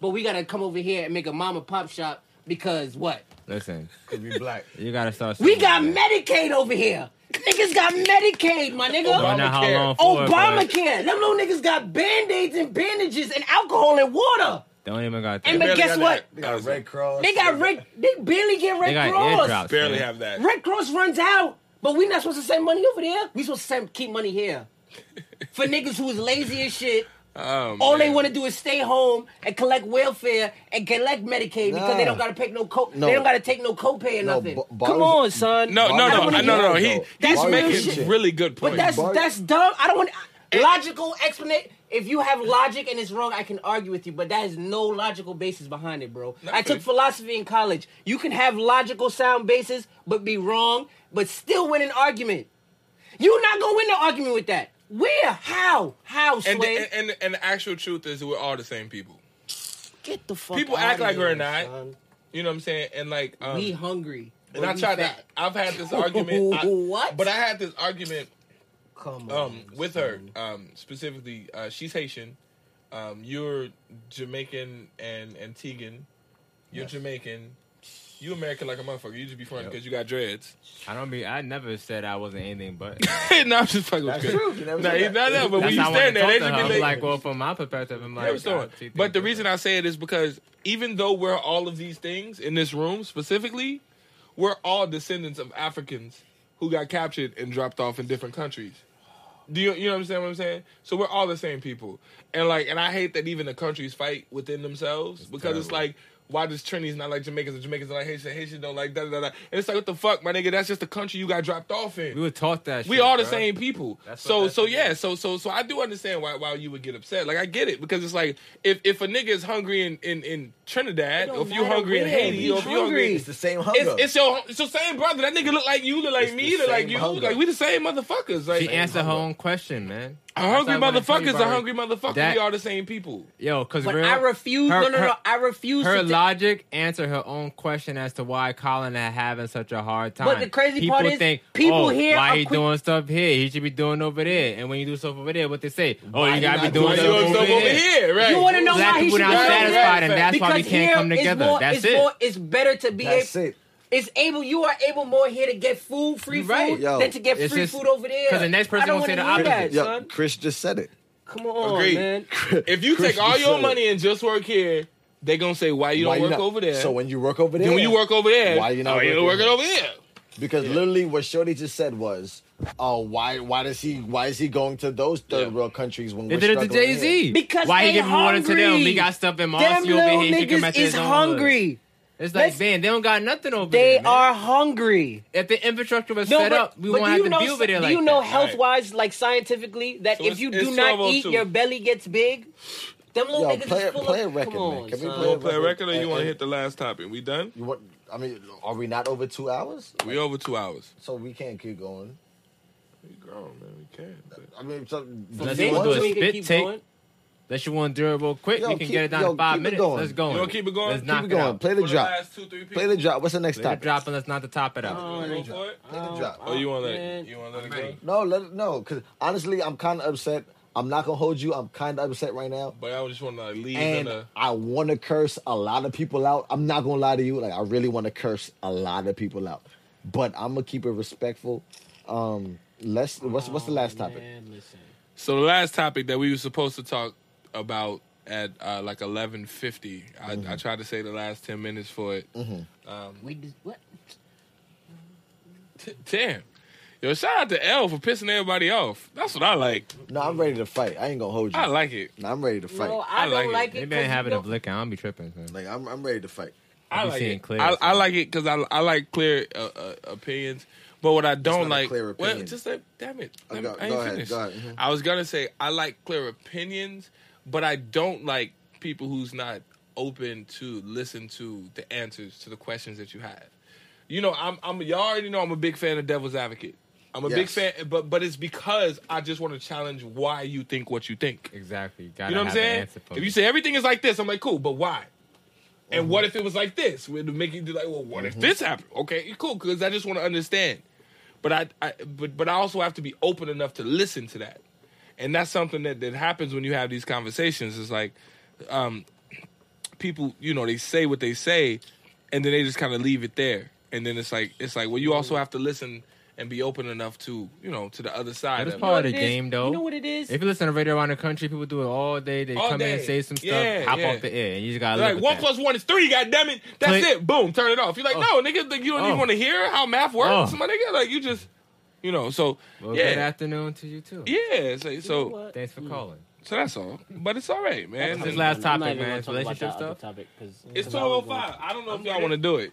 S3: But we gotta come over here and make a mom and pop shop because what?
S4: listen.
S1: We black.
S4: You gotta start.
S3: We got
S4: somewhere.
S3: Medicaid over here. Niggas got Medicaid, my nigga.
S4: Don't know how long for it, but
S3: Obamacare. Them little niggas got band-aids and bandages and alcohol and water.
S4: Don't even got.
S3: And
S4: that.
S3: guess what?
S1: They got Red Cross.
S3: They got Red they barely get
S4: They
S3: Red
S4: got
S3: Cross.
S4: airdrops.
S8: barely
S4: man.
S8: have that.
S3: Red Cross runs out, but we not supposed to send money over there. We supposed to send keep money here. For niggas who is lazy as shit.
S2: Oh,
S3: All they
S2: man.
S3: want to do is stay home and collect welfare and collect Medicaid because they
S1: Nah.
S3: don't gotta take no co-
S1: No.
S3: they don't gotta take no copay or
S1: No,
S3: nothing.
S1: Ba-
S3: Come
S1: Barry-
S3: on, son.
S2: No, no,
S1: Barry
S2: no,
S1: was
S2: no, no, no.
S1: wrong,
S2: He
S1: though.
S2: he's
S3: That's
S2: making
S3: bullshit.
S2: really good
S3: But
S2: points.
S3: that's
S1: Barry-
S3: that's dumb. I don't want logical explanation. If you have logic and it's wrong, I can argue with you, but that is no logical basis behind it, bro. I took philosophy in college. You can have logical sound basis, but be wrong, but still win an argument. You're not gonna win the argument with that. Where? How? How? Sway?
S2: and, and and and the actual truth is we're all the same people.
S3: Get the fuck.
S2: people
S3: outta
S2: act like
S3: here,
S2: we're not.
S3: son.
S2: You know what I'm saying? And like um,
S3: We hungry.
S2: and I
S3: We
S2: tried to
S3: fat.
S2: I've had
S3: <laughs>
S2: this argument I-
S3: What?
S2: But I had this argument
S3: Come on.
S2: um with her um specifically uh she's Haitian. Um you're Jamaican and Antiguan. You're Jamaican. You American like a motherfucker. You just be funny because you got dreads. <laughs>
S4: I don't be. I never said I wasn't anything but.
S2: no, I'm just fucking with
S1: That's
S2: you.
S1: true. You never
S2: Nah,
S1: said
S2: he's
S1: that.
S2: not that. But when
S4: That's
S2: you
S4: how I wanna
S2: stand there,
S4: talk
S2: they
S4: to
S2: just
S4: her.
S2: be
S4: I'm
S2: like,
S4: like, well, from my perspective, I'm
S2: Yeah,
S4: like,
S2: we still
S4: I
S2: want-
S4: see things
S2: But the
S4: different.
S2: reason I say it is because even though we're all of these things in this room specifically, we're all descendants of Africans who got captured and dropped off in different countries. Do you you know what I'm saying? What I'm saying? So we're all the same people, and like, and I hate that even the countries fight within themselves because it's
S4: terrible.
S2: like. Why does Trinity's not like Jamaicans and Jamaicans not like Haitians? and Haitians don't like da da da. da. And it's like, what the fuck, my nigga? That's just the country you got dropped off in.
S4: we were taught that.
S2: We
S4: shit,
S2: all the
S4: bruh.
S2: same people.
S4: That's what-
S2: so
S4: that's
S2: so
S4: what it
S2: yeah,
S4: is.
S2: so so so I do understand why why you would get upset. Like I get it because it's like if if a nigga is hungry in in, in Trinidad,
S3: It
S2: or
S3: don't
S2: if you
S3: matter
S2: hungry in
S3: where.
S2: Haiti,
S3: We
S2: or if you hungry,
S3: hungry.
S1: It's the same hunger.
S2: it's, it's your it's your same brother. That nigga look like you, look like
S1: It's
S2: me,
S1: the
S2: look like
S1: same
S2: you.
S1: hunger.
S2: Like we the same motherfuckers. Like
S4: She answered her own question, man.
S2: a hungry
S4: That's what I wanna tell you,
S2: motherfuckers, a
S4: Barry.
S2: hungry motherfucker.
S4: That-
S2: we are the same people.
S4: Yo, because
S3: But I refuse.
S4: Her-
S3: no, no, no.
S4: her-
S3: I refuse.
S4: Her
S3: to ta-
S4: logic answered her own question as to why Colin is having such a hard time.
S3: But the crazy
S4: people
S3: part is,
S4: think,
S3: people
S4: oh,
S3: here
S4: why
S3: are
S4: he
S3: quick-
S4: doing stuff here? He should be doing over there. And when you do stuff over there, what they say? Oh,
S1: Why
S4: you
S1: you
S4: gotta be
S1: not
S4: doing
S2: Like,
S4: stuff
S2: you
S1: doing
S4: over,
S2: over
S4: here.
S2: here, right?
S3: You want to know
S4: Black
S3: why he
S4: people
S3: should
S4: not
S3: be over
S4: satisfied,
S3: there?
S4: and that's why we
S3: Because
S4: can't
S3: here
S4: come
S3: is
S4: together.
S3: More,
S4: That's
S3: it's
S4: it.
S3: More, it's better to be
S1: That's
S3: able.
S1: it.
S3: It's able. You are able more here to get food, free
S4: You right.
S3: food,
S1: Yo,
S3: than to get
S4: it's
S3: free
S4: just-
S3: food over there.
S4: 'cause the next person
S3: I don't
S4: gonna say
S3: wanna
S4: the
S3: hear
S4: opposite.
S3: that,
S1: Yo,
S3: son.
S1: Chris just said it.
S3: Come on,
S2: Agreed.
S3: man.
S2: if you
S1: Chris,
S2: take all
S1: you
S2: your
S1: said
S2: money and just work here, they gonna say why you don't
S1: Why you
S2: work
S1: not-
S2: over there.
S1: So when you work over there,
S2: then when you work over there,
S1: Why you not
S2: oh,
S1: working
S2: working
S1: here?
S2: over there?
S1: Because literally, what Shorty just said was, "Oh, why? Why does he? Why is he going to those third
S2: Yeah.
S1: world countries when
S4: They
S1: we're
S4: did it to
S1: struggling
S4: Jay
S1: here?
S4: Z.
S3: Because
S4: why he
S3: they
S4: giving water to them?
S3: hungry.
S4: He got stuff in Marcy
S3: Them
S4: over
S3: little
S4: here. He should come
S3: niggas
S4: at his
S3: is
S4: own
S3: hungry.
S4: It's like,
S3: Let's-
S4: man, they don't got nothing over
S3: They
S4: there. man.
S3: are hungry.
S4: If the infrastructure was
S3: No,
S4: set
S3: but,
S4: up, we
S3: but
S4: won't
S3: do
S4: have
S3: you
S4: to
S3: know,
S4: be over there
S3: do
S4: like
S3: you know
S4: that.
S3: health wise, like scientifically, that
S2: So
S3: if
S2: it's-
S3: you
S2: it's
S3: do not
S2: 12:02.
S3: eat, your belly gets big? Them little
S1: Yo,
S3: niggas
S1: play-
S3: is full
S1: play a
S3: of,
S1: record,
S3: come on,
S1: man. Can we
S3: son.
S2: You want to play a
S1: Record.
S2: record or you want to
S1: Uh,
S2: hit the last topic? We done?
S1: You want? I mean, are we not over two hours?
S2: We over two hours.
S1: So we can't keep going.
S2: We grown, man. We can. But
S1: I mean, so, do
S4: Let's
S1: you
S4: do
S1: want
S4: a
S1: to?
S3: we can
S4: spit
S3: keep
S4: take.
S3: going.
S4: Unless you want to do it real quick,
S1: Yo,
S4: we can
S1: keep-
S4: get it down
S1: yo,
S4: in five
S1: keep it
S4: minutes.
S1: going.
S4: Let's go.
S2: You wanna keep it going?
S4: Let's
S2: Keep
S4: knock
S1: Keep
S4: it
S1: going.
S4: out.
S1: Play the
S2: For the
S1: drop.
S2: last two, three people.
S1: Play the drop. What's the next
S4: Let it
S1: topic?
S4: drop and let's not the top it out.
S3: Oh,
S2: Go
S3: man.
S2: for it.
S1: Play the drop.
S2: Oh, you want to
S3: man.
S2: you want to let it
S4: ready.
S2: go?
S1: No, let it no. Because honestly, I'm kind of upset. I'm not gonna hold you. I'm kind of upset right now,
S2: But I just want to leave uh, in
S1: and
S2: a.
S1: I want to curse a lot of people out. I'm not gonna lie to you. Like I really want to curse a lot of people out, but I'm gonna keep it respectful. Um, let's. What's what's the last topic?
S3: Oh, Man, listen.
S2: So the last topic that we were supposed to talk about at uh, like eleven fifty, I,
S1: Mm-hmm.
S2: I tried to say the last ten minutes for it. Um,
S3: We just, what?
S2: T- Damn, yo! Shout out to L for pissing everybody off. That's what I like.
S1: No, I'm ready to fight. I ain't gonna hold you.
S2: I like it.
S1: No, I'm ready to fight.
S3: No,
S2: I
S3: I,
S2: like
S3: don't
S2: it.
S3: like it.
S4: Maybe I ain't
S3: 'cause
S4: having
S3: you
S4: a
S3: know-
S4: lick. I don't be tripping. man.
S1: like I'm, I'm ready to fight.
S2: I
S4: be
S2: like
S4: seeing
S2: it.
S4: clear,
S2: I,
S4: so-
S2: I like it because I I like clear uh, uh, opinions. But what I don't
S1: not a
S2: like,
S1: clear
S2: well,
S1: opinion.
S2: just like, damn it,
S1: Oh,
S2: Let
S1: go-
S2: me- I ain't
S1: go ahead,
S2: finished.
S1: go ahead, mhm.
S2: I was gonna say I like clear opinions, but I don't like people who's not open to listen to the answers to the questions that you have. You know, I'm I'm y'all already know I'm a big fan of Devil's Advocate. I'm a big
S1: Yes.
S2: fan, but but it's because I just want to challenge why you think what you think.
S4: Exactly. You, gotta
S2: You know what I'm
S4: have an
S2: saying?
S4: answer for
S2: If
S4: me. Mm-hmm.
S2: you say everything is like this, I'm like, cool, but why? And what if it was like this? We're making you like, well, what if this happened? Okay, cool, because I just want to understand. But I, I but but I also have to be open enough to listen to that. And that's something that, that happens when you have these conversations. It's like um, people, you know, they say what they say and then they just kind of leave it there. And then it's like it's like, well, you also have to listen and be open enough to, you know, to the other side.
S4: Mm. That is
S2: of it.
S4: part of
S3: You
S4: the
S3: know what it is?
S4: game, though.
S3: You know what it is?
S4: If you listen to radio around the country, people do it all day. They
S2: All
S4: come in
S2: day.
S4: and say some stuff,
S2: Yeah,
S4: hop
S2: yeah.
S4: off the air, and you just gotta
S2: They're like
S4: live with
S2: one
S4: that.
S2: plus one is three. God damn it, that's
S4: Click.
S2: it. Boom, turn it off. You're like,
S4: Oh.
S2: no, nigga, like, you don't
S4: Oh.
S2: even want to hear how math works,
S4: Oh.
S2: my nigga. Like you just, you know. So
S4: Well, good
S2: yeah,
S4: afternoon to you too.
S2: yeah. So
S3: You know
S2: so,
S3: what?
S4: Thanks for calling.
S2: so that's all. But it's all right, man.
S4: This
S2: And-
S4: last
S3: I'm not
S4: topic,
S3: even
S4: man,
S3: gonna
S4: it's
S3: talk about
S4: relationship
S3: that other
S4: stuff.
S3: Topic, 'cause-
S2: it's
S3: 'cause I was
S2: 12:05. I don't know if
S4: I'm
S2: y'all
S4: good.
S2: want to do it.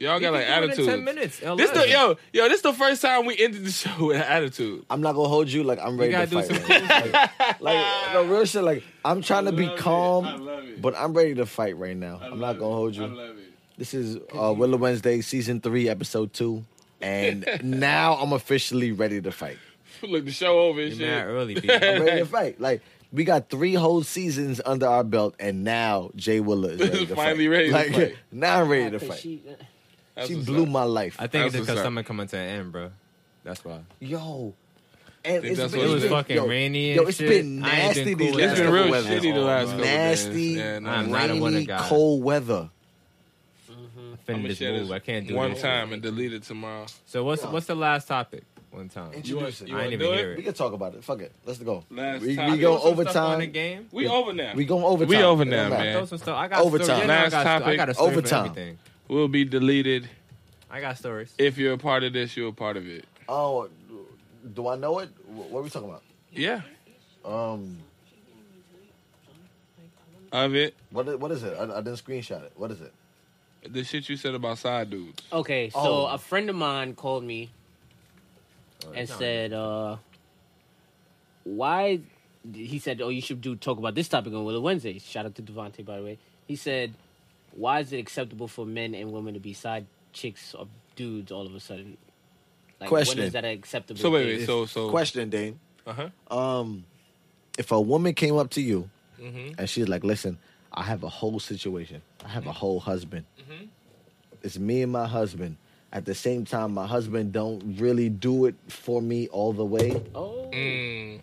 S2: Y'all got like
S4: attitude. Ten
S2: attitude.
S4: minutes.
S2: This the
S4: Eleven.
S2: yo yo. This the first time we ended the <laughs> show with an attitude. <laughs>
S1: I'm not gonna hold you. Like I'm ready to
S4: gotta do
S1: fight.
S4: some
S1: right now. like, <laughs> like no real shit. Like I'm trying to be
S2: love it. I love
S1: calm,
S2: it.
S1: but I'm ready to fight right now. I'm not gonna hold you. This is uh, Willow Wednesday, season three, episode two,
S4: <laughs>
S1: and now I'm officially ready to fight.
S2: Look, the show over and
S4: You're mad
S2: shit.
S4: early, B.
S1: I'm ready to fight. Like we got three whole seasons under our belt, and now Jay Willa
S2: <laughs>
S1: is ready to
S2: Finally
S1: fight.
S2: ready to
S1: like,
S2: fight.
S1: <laughs> Now I'm ready to
S3: 'cause
S1: fight. She,
S3: she- uh,
S2: That's what's
S1: blew
S2: up.
S1: my life.
S4: I think
S2: That's
S4: it's because
S2: what's up.
S4: summer coming to an end, bro. That's why.
S1: Yo. And
S2: Think
S1: it's
S2: that's
S1: been-
S2: what
S4: It was
S2: Yo,
S4: fucking
S1: yo,
S4: rainy and
S1: Yo, it's
S4: shit.
S1: been
S4: I ain't
S1: nasty
S4: been
S1: these
S4: cool
S1: last
S2: It's been
S1: couple
S2: real
S1: weathers.
S2: shitty the last couple days.
S1: Nasty,
S2: Yeah, no.
S4: I'm not a weather
S1: rainy,
S4: guy.
S1: cold weather.
S4: I'm
S2: I'ma
S4: finna just
S2: share
S4: move.
S2: this
S4: I can't do
S2: one
S4: this.
S2: time and delete it tomorrow.
S4: So what's
S1: Yeah.
S4: what's the last topic? One time.
S1: Introduce
S2: You
S1: it.
S2: want you
S4: I
S2: want
S4: ain't
S2: to
S4: even
S2: do
S4: hear
S2: it?
S4: it.
S1: We can talk about it. Fuck it. Let's go.
S2: Last
S1: we
S2: topic.
S1: we go
S4: Throw some stuff on the
S1: overtime.
S4: game.
S2: We over now.
S1: We going overtime.
S2: We over
S1: It don't
S2: now,
S1: matter.
S4: Throw
S2: man.
S4: some stuff. I got
S1: Overtime.
S4: stories. You know,
S2: Last
S4: I got sto- I
S2: topic.
S4: got a story
S1: Overtime.
S4: for everything.
S2: We'll be deleted.
S4: I got stories.
S2: If you're a part of this, you're a part of it.
S1: Oh, do I know it? Wh- What are we talking about?
S2: Yeah,
S1: Um,
S2: of it.
S1: what i- what is it? I, I didn't screenshot it. What is it?
S2: The shit you said about side dudes.
S3: Okay, so
S1: Oh.
S3: a friend of mine called me and said, uh, "Why?" He said, "Oh, you should do talk about this topic on Willow Wednesday." Shout out to Devontae, by the way. He said, "Why is it acceptable for men and women to be side chicks or dudes all of a sudden?" Like,
S1: Question.
S3: When is that acceptable?
S2: So wait, wait.
S3: thing?
S2: So so.
S1: Question, Dane.
S2: Uh huh.
S1: Um, if a woman came up to you
S2: Mhm.
S1: and she's like, "Listen, I have a whole situation. I have a whole husband. It's me and my husband. At the same time, my husband don't really do it for me all the way.
S3: Oh,
S2: Mm,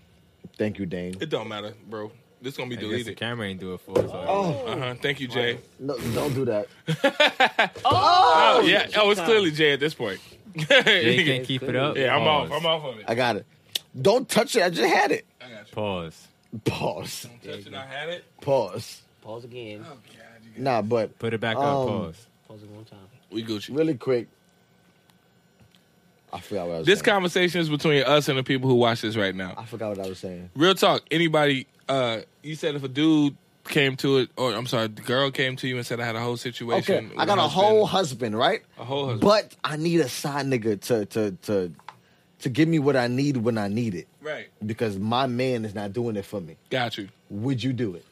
S1: Thank you, Dane.
S2: it don't matter, bro. This gonna be
S4: I guess the
S2: deleted.
S4: camera ain't do it for us. Oh.
S1: Oh,
S2: Uh huh. Thank you, Jay.
S1: no, don't do that.
S2: Oh, yeah. Oh, it's clearly Jay at this point. <laughs>
S4: Jay can't keep it up.
S2: yeah, I'm
S4: Pause.
S2: off. I'm off of it.
S1: I got it. Don't touch it. I just had it.
S2: I got you.
S4: Pause.
S1: Pause.
S2: Don't touch it. I had it.
S1: Pause.
S3: pause again.
S2: Oh, God, you got-
S1: Nah, but
S4: Put it back
S1: Um,
S4: up. Pause.
S3: Pause it one time.
S2: We Gucci.
S1: really quick. I forgot what I was
S2: This
S1: saying.
S2: conversation is between us and the people who watch this right now.
S1: I forgot what I was saying.
S2: Real talk. Anybody? uh You said if a dude came to it, or I'm sorry, the girl came to you and said I had a whole situation.
S1: Okay,
S2: with
S1: I got a
S2: husband."
S1: whole husband, right?
S2: A whole husband.
S1: But I need a side nigga to to to to give me what I need when I need it
S2: right.
S1: because my man is not doing it for me.
S2: Got you.
S1: Would you do it?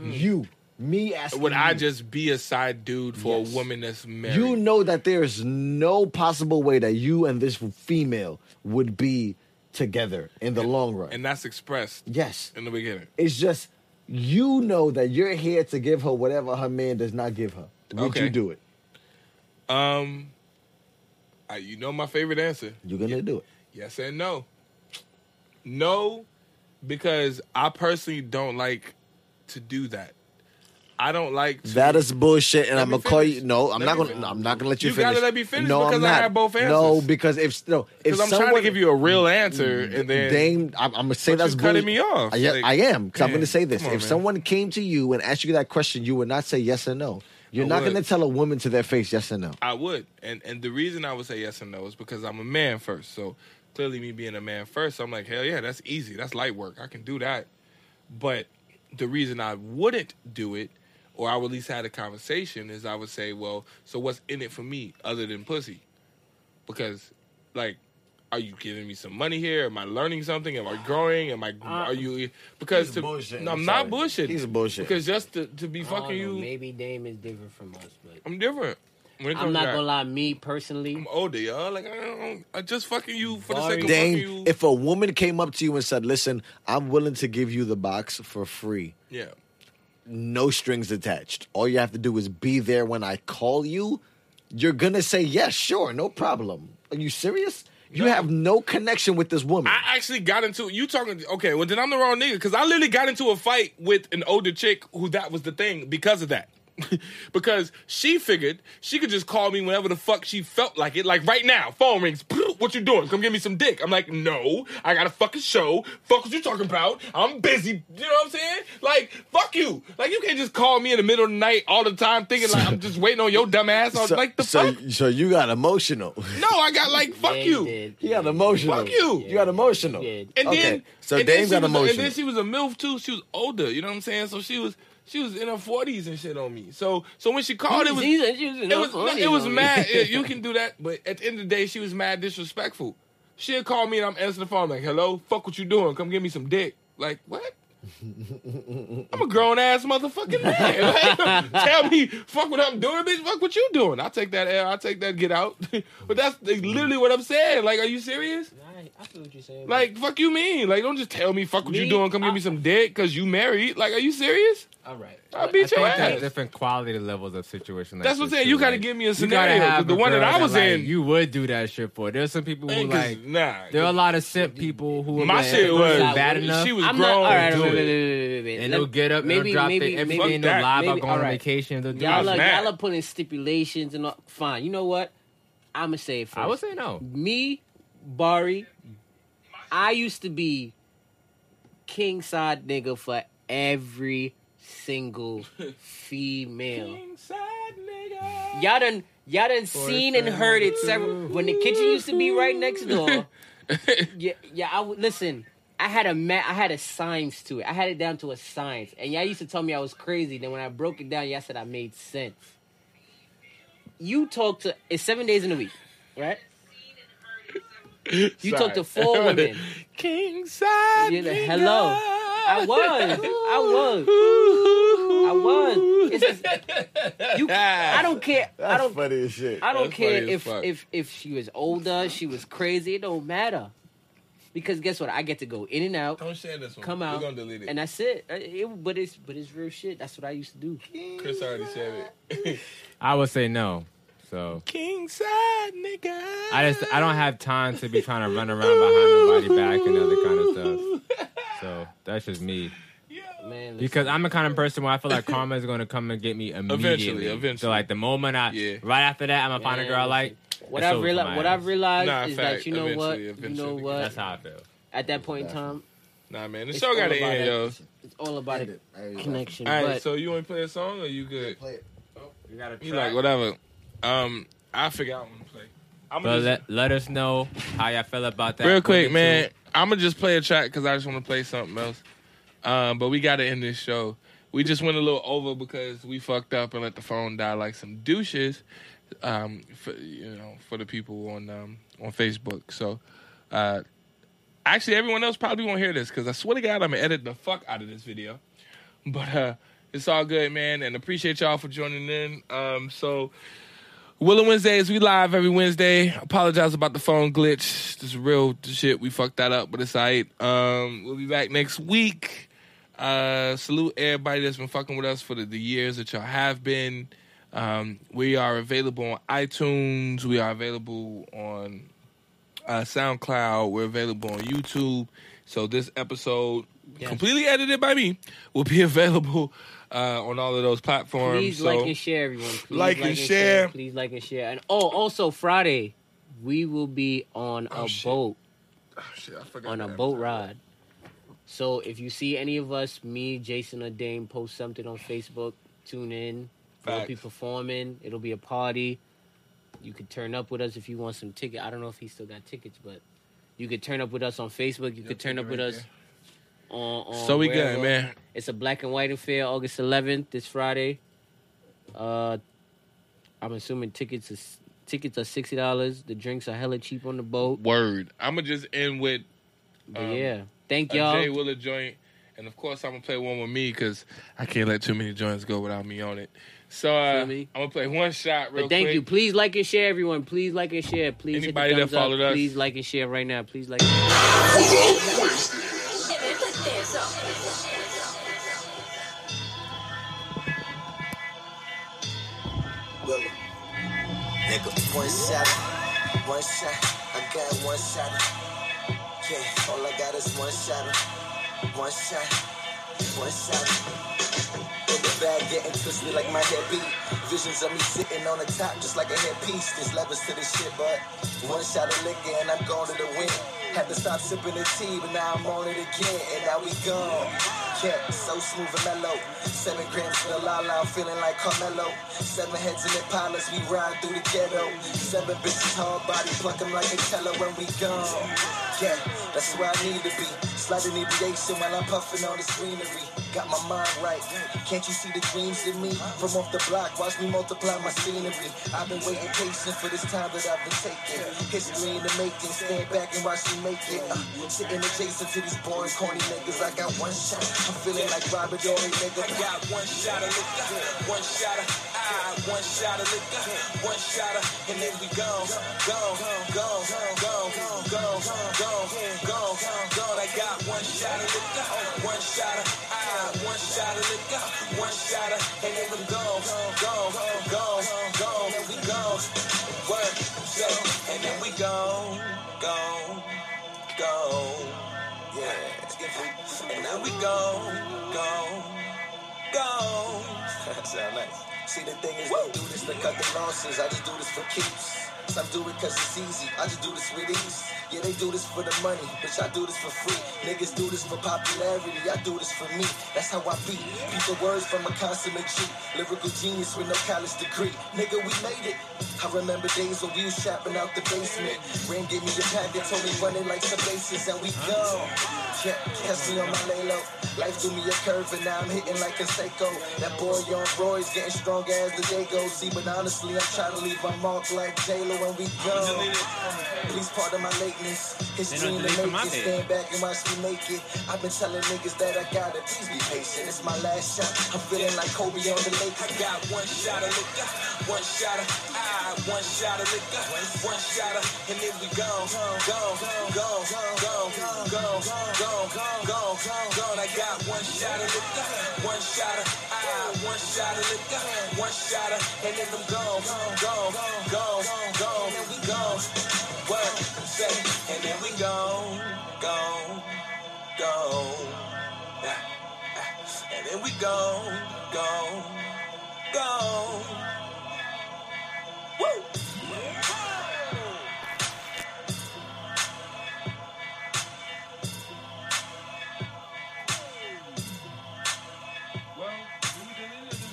S1: You, me asking.
S2: Mm. Would I
S1: you.
S2: just be a side dude for
S1: Mm-hmm. Yes.
S2: a woman that's married?
S1: You know that there's no possible way that you and this female would be together in the long run.
S2: and that's expressed
S1: yes,
S2: in the beginning.
S1: it's just you know that you're here to give her whatever her man does not give her. Would
S2: Okay.
S1: you do it?
S2: Um, I, you know my favorite answer.
S1: You're gonna do it.
S2: Yes and no. No, because I personally don't like to do that. I don't like to.
S12: That is bullshit, and
S2: Let
S12: I'm
S2: me
S12: gonna call you.
S2: finish.
S12: No, I'm
S2: Let
S12: not
S2: me
S12: gonna.
S2: finish.
S12: no, I'm not gonna let you,
S2: You gotta
S12: finish.
S2: let me finish
S12: no,
S2: because
S12: I'm
S2: I
S12: not.
S2: had both
S12: No,
S2: answers.
S12: because if no, if
S2: Because
S1: someone-
S2: I'm
S1: Mm-hmm.
S2: trying to give you a real answer, and then
S1: Dame, I'm, I'm gonna say
S2: But
S1: that's
S2: you're cutting
S1: bullsh-
S2: me off.
S1: I, yeah,
S2: Like,
S1: I am. 'cause I'm
S2: man,
S1: gonna say this.
S2: come on,
S1: if
S2: man.
S1: someone came to you and asked you that question, you would not say yes or no. You're
S2: I
S1: not
S2: would.
S1: gonna tell a woman to their face yes or no.
S2: I would. And and the reason I would say yes and no is because I'm a man first. So clearly me being a man first, I'm like, hell yeah, that's easy. That's light work. I can do that. But the reason I wouldn't do it, or I would at least had a conversation, is I would say, Well, so what's in it for me other than pussy? Because like are you giving me some money here? Am I learning something? Am I growing? Am I? Are you? Because
S12: Uh, He's
S2: to,
S12: bullshitting.
S2: no, I'm
S12: I'm
S2: not
S12: sorry.
S2: bullshitting.
S12: He's bullshitting.
S2: Because just to, to be fucking you,
S3: Maybe Dame is different from us, but
S2: I'm different. When it
S3: I'm
S2: comes
S3: not
S2: to that.
S3: gonna lie. Me personally,
S2: I'm older, y'all. Like I don't, I just fucking you for the
S3: Sorry.
S2: sake of fucking
S1: Dame,
S2: you.
S1: if a woman came up to you and said, "Listen, I'm willing to give you the box for free,
S2: yeah,
S1: no strings attached. All you have to do is be there when I call you," you're gonna say yes, sure, no problem. Are you serious? You
S2: No.
S1: have no connection with this woman.
S2: I actually got into you talking. Okay, well then I'm the wrong nigga because I literally got into a fight with an older chick who that was the thing because of that. <laughs> because she figured she could just call me whenever the fuck she felt like it. Like right now, phone rings. <laughs> What you doing? Come give me some dick. I'm like, no, I got a fucking show. Fuck what you talking about? I'm busy. You know what I'm saying? Like, fuck you. Like you can't just call me in the middle of the night all the time thinking like I'm just waiting on your dumb ass. I was
S1: so,
S2: like the
S1: so,
S2: fuck.
S1: so you got emotional. <laughs>
S2: No, I got like fuck
S3: Dame
S2: you.
S3: did.
S1: You got emotional.
S2: Fuck you.
S1: You got emotional.
S3: He did.
S2: And
S1: Okay,
S2: then
S1: so
S2: and
S1: Dame
S2: she
S1: got
S2: was a- And
S1: emotional.
S2: then she was a MILF too. She was older, you know what I'm saying? So she was she was in her forties and shit on me. So so when she called it was
S3: He's- he's- he's in
S2: it
S3: her
S2: was no,
S3: 40s
S2: it was
S3: on me.
S2: mad. Yeah, you can do that, but at the end of the day, she was mad disrespectful. She'll call me and I'm answering the phone like, "Hello, fuck what you doing? Come give me some dick." Like
S1: <laughs>
S2: what? I'm a grown ass motherfucking man. Like, <laughs> tell me, fuck what I'm doing, bitch. Fuck what you doing. I take that L. I take that get out. <laughs> but that's literally what I'm saying. Like, are you serious?
S3: I, I feel what you're saying.
S2: Like, fuck you mean? Like, don't just tell me, fuck what you
S3: Me,
S2: doing, come give
S3: I-
S2: me some dick, cause you married. Like, are you serious?
S3: all right.
S2: I'll
S4: I
S2: beat
S4: think
S2: your
S4: there's
S2: ass.
S4: different quality levels of situation. like
S2: That's what I'm
S4: this,
S2: saying. You
S4: too.
S2: gotta
S4: Like,
S2: give me a
S4: you gotta
S2: scenario, 'cause
S4: have
S2: the
S4: a
S2: one that
S4: girl
S2: I was
S4: like,
S2: in-
S4: you would do that shit for. There's some people who
S2: And 'cause-
S4: like.
S2: nah.
S4: There are a lot of simp people who
S2: My
S4: like,
S2: shit
S4: if it
S2: was-
S4: wasn't bad
S3: she
S4: enough.
S2: was
S3: I'm
S2: grown,
S3: not. All right.
S2: do
S3: Wait, wait,
S2: it.
S3: wait, wait, wait, wait.
S4: and
S3: Let-
S4: they'll get up, maybe, they'll drop
S3: maybe,
S4: their
S3: maybe-
S4: everything,
S2: Fuck
S4: they'll
S2: that.
S4: lie about
S3: Maybe-
S4: going on
S3: alright.
S4: vacation, they'll do
S2: I
S3: Y'all
S2: was
S4: that
S3: like
S4: shit.
S2: mad.
S3: y'all are putting stipulations and all. Fine, you know what? I'ma say it first.
S4: I would say no.
S3: me, Bari. I used to be king side nigga for every single female. Y'all done y'all done seen and heard it several. When the kitchen used to be right next door. yeah, yeah. I would listen. I had a ma- I had a science to it. I had it down to a science, and y'all used to tell me I was crazy. Then when I broke it down, y'all said I made sense. You talk to it's seven days in a week, right? You talk to four women.
S2: <laughs> King side.
S3: You're the
S2: nigga.
S3: hello.
S2: <laughs>
S3: I was. I was. I was. It's just, you, I don't care. I
S12: That's
S3: don't.
S12: funny as shit.
S3: I don't
S2: That's funny
S3: care
S2: as
S3: if
S2: fuck.
S3: if if she was older, she was crazy. It don't matter. Because guess what? I get to go in and out,
S2: Don't share this one.
S3: come
S2: We're
S3: out,
S2: gonna delete it.
S3: and that's it. Uh, it. But it's but it's real shit. That's what I used to do.
S2: Chris already said it.
S4: I would say no. So
S2: King side nigga.
S4: I just I don't have time to be trying to run around behind nobody back and other kind of stuff. So that's just me
S3: Man, listen.
S4: because I'm the kind of person where I feel like karma is going to come and get me immediately.
S2: Eventually, eventually.
S4: So like the moment I
S2: Yeah.
S4: right after that, I'm gonna find a
S3: Man,
S4: girl I like.
S3: what
S4: It's
S3: I
S4: over for
S3: realized
S4: my
S3: what I
S4: ass.
S3: realized
S2: Nah,
S3: is
S2: fact,
S3: that you know what
S2: eventually,
S3: you know
S2: eventually.
S3: what
S4: That's how I feel.
S3: at that point in time
S2: Nah, man, the
S3: it's
S2: show
S3: all
S2: gotta
S3: about
S2: end,
S3: that-
S2: yo.
S3: It's all about
S1: End
S3: a
S1: it. I ain't
S3: connection.
S2: All right,
S3: but
S2: so you want to play a song or you good?
S1: Play it.
S4: You gotta
S2: You like whatever. Um, I figure out when to play. I'm
S4: But
S2: gonna just,
S4: let, let us know how y'all feel about that.
S2: real quick,
S4: Forty-two.
S2: man. I'm gonna just play a track because I just want to play something else. Um, but we got to end this show. We just went a little over because we fucked up and let the phone die like some douches. Um, for, you know, for the people on um, on Facebook. So, uh, actually, everyone else probably won't hear this because I swear to God, I'm gonna edit the fuck out of this video. But uh, it's all good, man, and appreciate y'all for joining in. Um, so. Willow Wednesdays, we live every Wednesday. Apologize about the phone glitch. This is real shit. We fucked that up, but it's alright. Um, we'll be back next week. Uh, salute everybody that's been fucking with us for the, the years that y'all have been. Um, we are available on iTunes. We are available on uh, SoundCloud. We're available on YouTube. So this episode, completely edited by me, will be <laughs> available uh, on all of those platforms.
S3: Please
S2: so,
S3: like and share, everyone. Please
S2: Like and share.
S3: Please like and share. And oh, also Friday, we will be on
S2: Oh,
S3: a
S2: shit.
S3: boat
S2: Oh, shit, I forgot
S3: on a
S2: that.
S3: boat ride. So if you see any of us, me, Jason, or Dame, post something on Facebook, tune in. We'll be
S2: Facts.
S3: performing. It'll be a party. You could turn up with us if you want some ticket. I don't know if he still got tickets, but you could turn up with us on Facebook. You could turn
S2: ticket
S3: up with
S2: right
S3: us on, on.
S2: So we good,
S3: wherever.
S2: man.
S3: It's a black and white affair, August 11th, this Friday. Uh, I'm assuming tickets is tickets are sixty dollars. The drinks are hella cheap on the boat.
S2: Word. I'm gonna just end with
S3: But
S2: Um,
S3: yeah, thank
S2: a Jay
S3: y'all.
S2: Willa joint, and of course I'm gonna play one with me because I can't let too many joints go without me on it. So uh,
S3: Feel
S2: I'm
S3: me?
S2: gonna play one shot real
S3: But thank
S2: quick.
S3: you. Please like and share, everyone. Please like and share. Please hit the
S2: Anybody that
S3: thumbs up.
S2: followed us.
S3: Please like and share right now. Please like.
S6: Willie. Nigga, one shot, one shot. I got one shot. Yeah, all I got is one shot. One shot, one shot. In the bag, getting twisted like my head beat. Visions of me sitting on the top, just like a headpiece. There's levels to this shit, but one shot of liquor and I'm going to the wind. Had to stop sipping the tea, but now I'm on it again, and now we gone. Yeah, so smooth and mellow. Seven grams for the la la, I'm feeling like Carmelo. Seven heads in Impalas, we ride through the ghetto. Seven bitches hard body, pluck 'em like a teller when we gone. Yeah, that's where I need to be. Slight inebriation while I'm puffing on this greenery. Got my mind right. Can't you see the dreams in me? From off the block, watch me multiply my scenery. I've been waiting patient for this time that I've been taking. History in the making, stand back and watch me make it. Uh, sitting adjacent to these boring, corny niggas. I got one shot. I'm feeling like Robert Dory, nigga. I got one shot of liquor, one shot of I, one shot of liquor, one shot of, and then we gone, gone, gone, gone, gone, gone, gone, gone, gone. I got one shot of liquor, one shot of I, one shot of liquor, one shot of, and then we gone, gone, gone, gone, and we gone. Work, so, and then we gone, gone, gone. Yeah, and now we gone, gone go. <laughs> Sound nice. See, the thing is, don't do this to cut the losses. I just do this for keeps. Some do it because it's easy. I just do this with ease. Yeah, they do this for the money, bitch. I do this for free. Niggas do this for popularity. I do this for me. That's how I be. Beat the words from a consummate G. Lyrical genius with no college degree. Nigga, we made it. I remember days when we was shopping out the basement. Ram gave me a packet, told me run it like some bases, and we go. Yeah, catch me on my lay low. Life threw me a curve and now I'm hitting like a Seiko. That boy young Roy's getting strong as the day goes. See, but honestly, I'm trying to leave my mark like J-Lo when we go. Please pardon my lateness. History in the making. Stand back and watch me make it. I've been telling niggas that I got it. Please be patient. It's my last shot. I'm feeling like Kobe on the Lakers. I got one shot of liquor, one shot of I, one shot of liquor, one shot of, and then we gone, gone, gone, gone, gone, gone, gone, gone, gone, gone. I got one shot of liquor, one shot of I, one shot of liquor, one shot of, and then I'm gone, gone, gone, gone, and we gone work, say, and then we go, go, go. Ah, ah, And then we go, go, go. Woo!
S13: Well, we done ended this.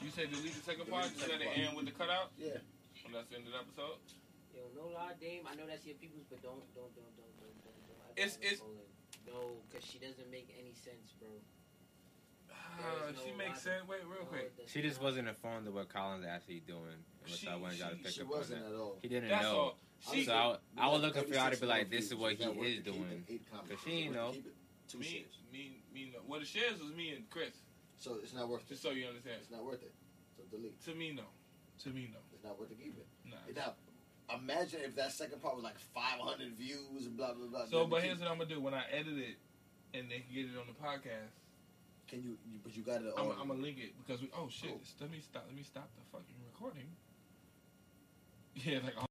S13: You said delete the second part, just let it end with the cutout? Yeah.
S2: And that's the end of the episode.
S3: Yo, no lie, Dame. I know that's your people's, but don't, don't, don't, don't, don't, don't. don't. I
S2: It's-
S3: gotta
S2: it's-
S3: roll it. no, because she doesn't make any sense, bro.
S2: Ah,
S3: There's
S2: she
S3: no
S2: makes
S3: logic.
S2: sense. Wait, real
S3: No,
S2: quick.
S3: it doesn't.
S4: She just wasn't informed of what Colin's actually doing. and
S2: She-
S4: so I wanted y'all to
S2: she-
S4: pick
S1: she
S4: up on
S1: wasn't
S4: that.
S1: at all.
S4: He didn't
S2: That's
S4: know.
S2: all. She-
S4: so I, I was looking for y'all to be
S1: 36
S4: like, this is
S1: million
S4: what he
S1: views. That
S4: is
S1: worth to keep
S4: doing.
S1: it. Eight comments.
S4: Because she ain't
S1: Worth
S4: know.
S1: to keep it. Two
S2: Me,
S1: shares.
S2: me, me. no. Well, the shares was me and Chris.
S1: So it's not worth
S2: Just
S1: it.
S2: so you understand.
S1: It's not worth it. So delete.
S2: To me, no. To me, no.
S1: It's not worth to keep it.
S2: Nah.
S1: Now, imagine if that second part was like 500 views and blah blah blah.
S2: So,
S1: Then
S2: but
S1: keep-
S2: here's what I'm gonna do when I edit it, and they can get it on the podcast.
S1: can you? you- But you got it.
S2: I'm,
S1: all-
S2: I'm gonna link it because we. Oh shit!
S1: Cool.
S2: Let me stop. Let me stop the fucking recording. <laughs> Yeah, like. oh,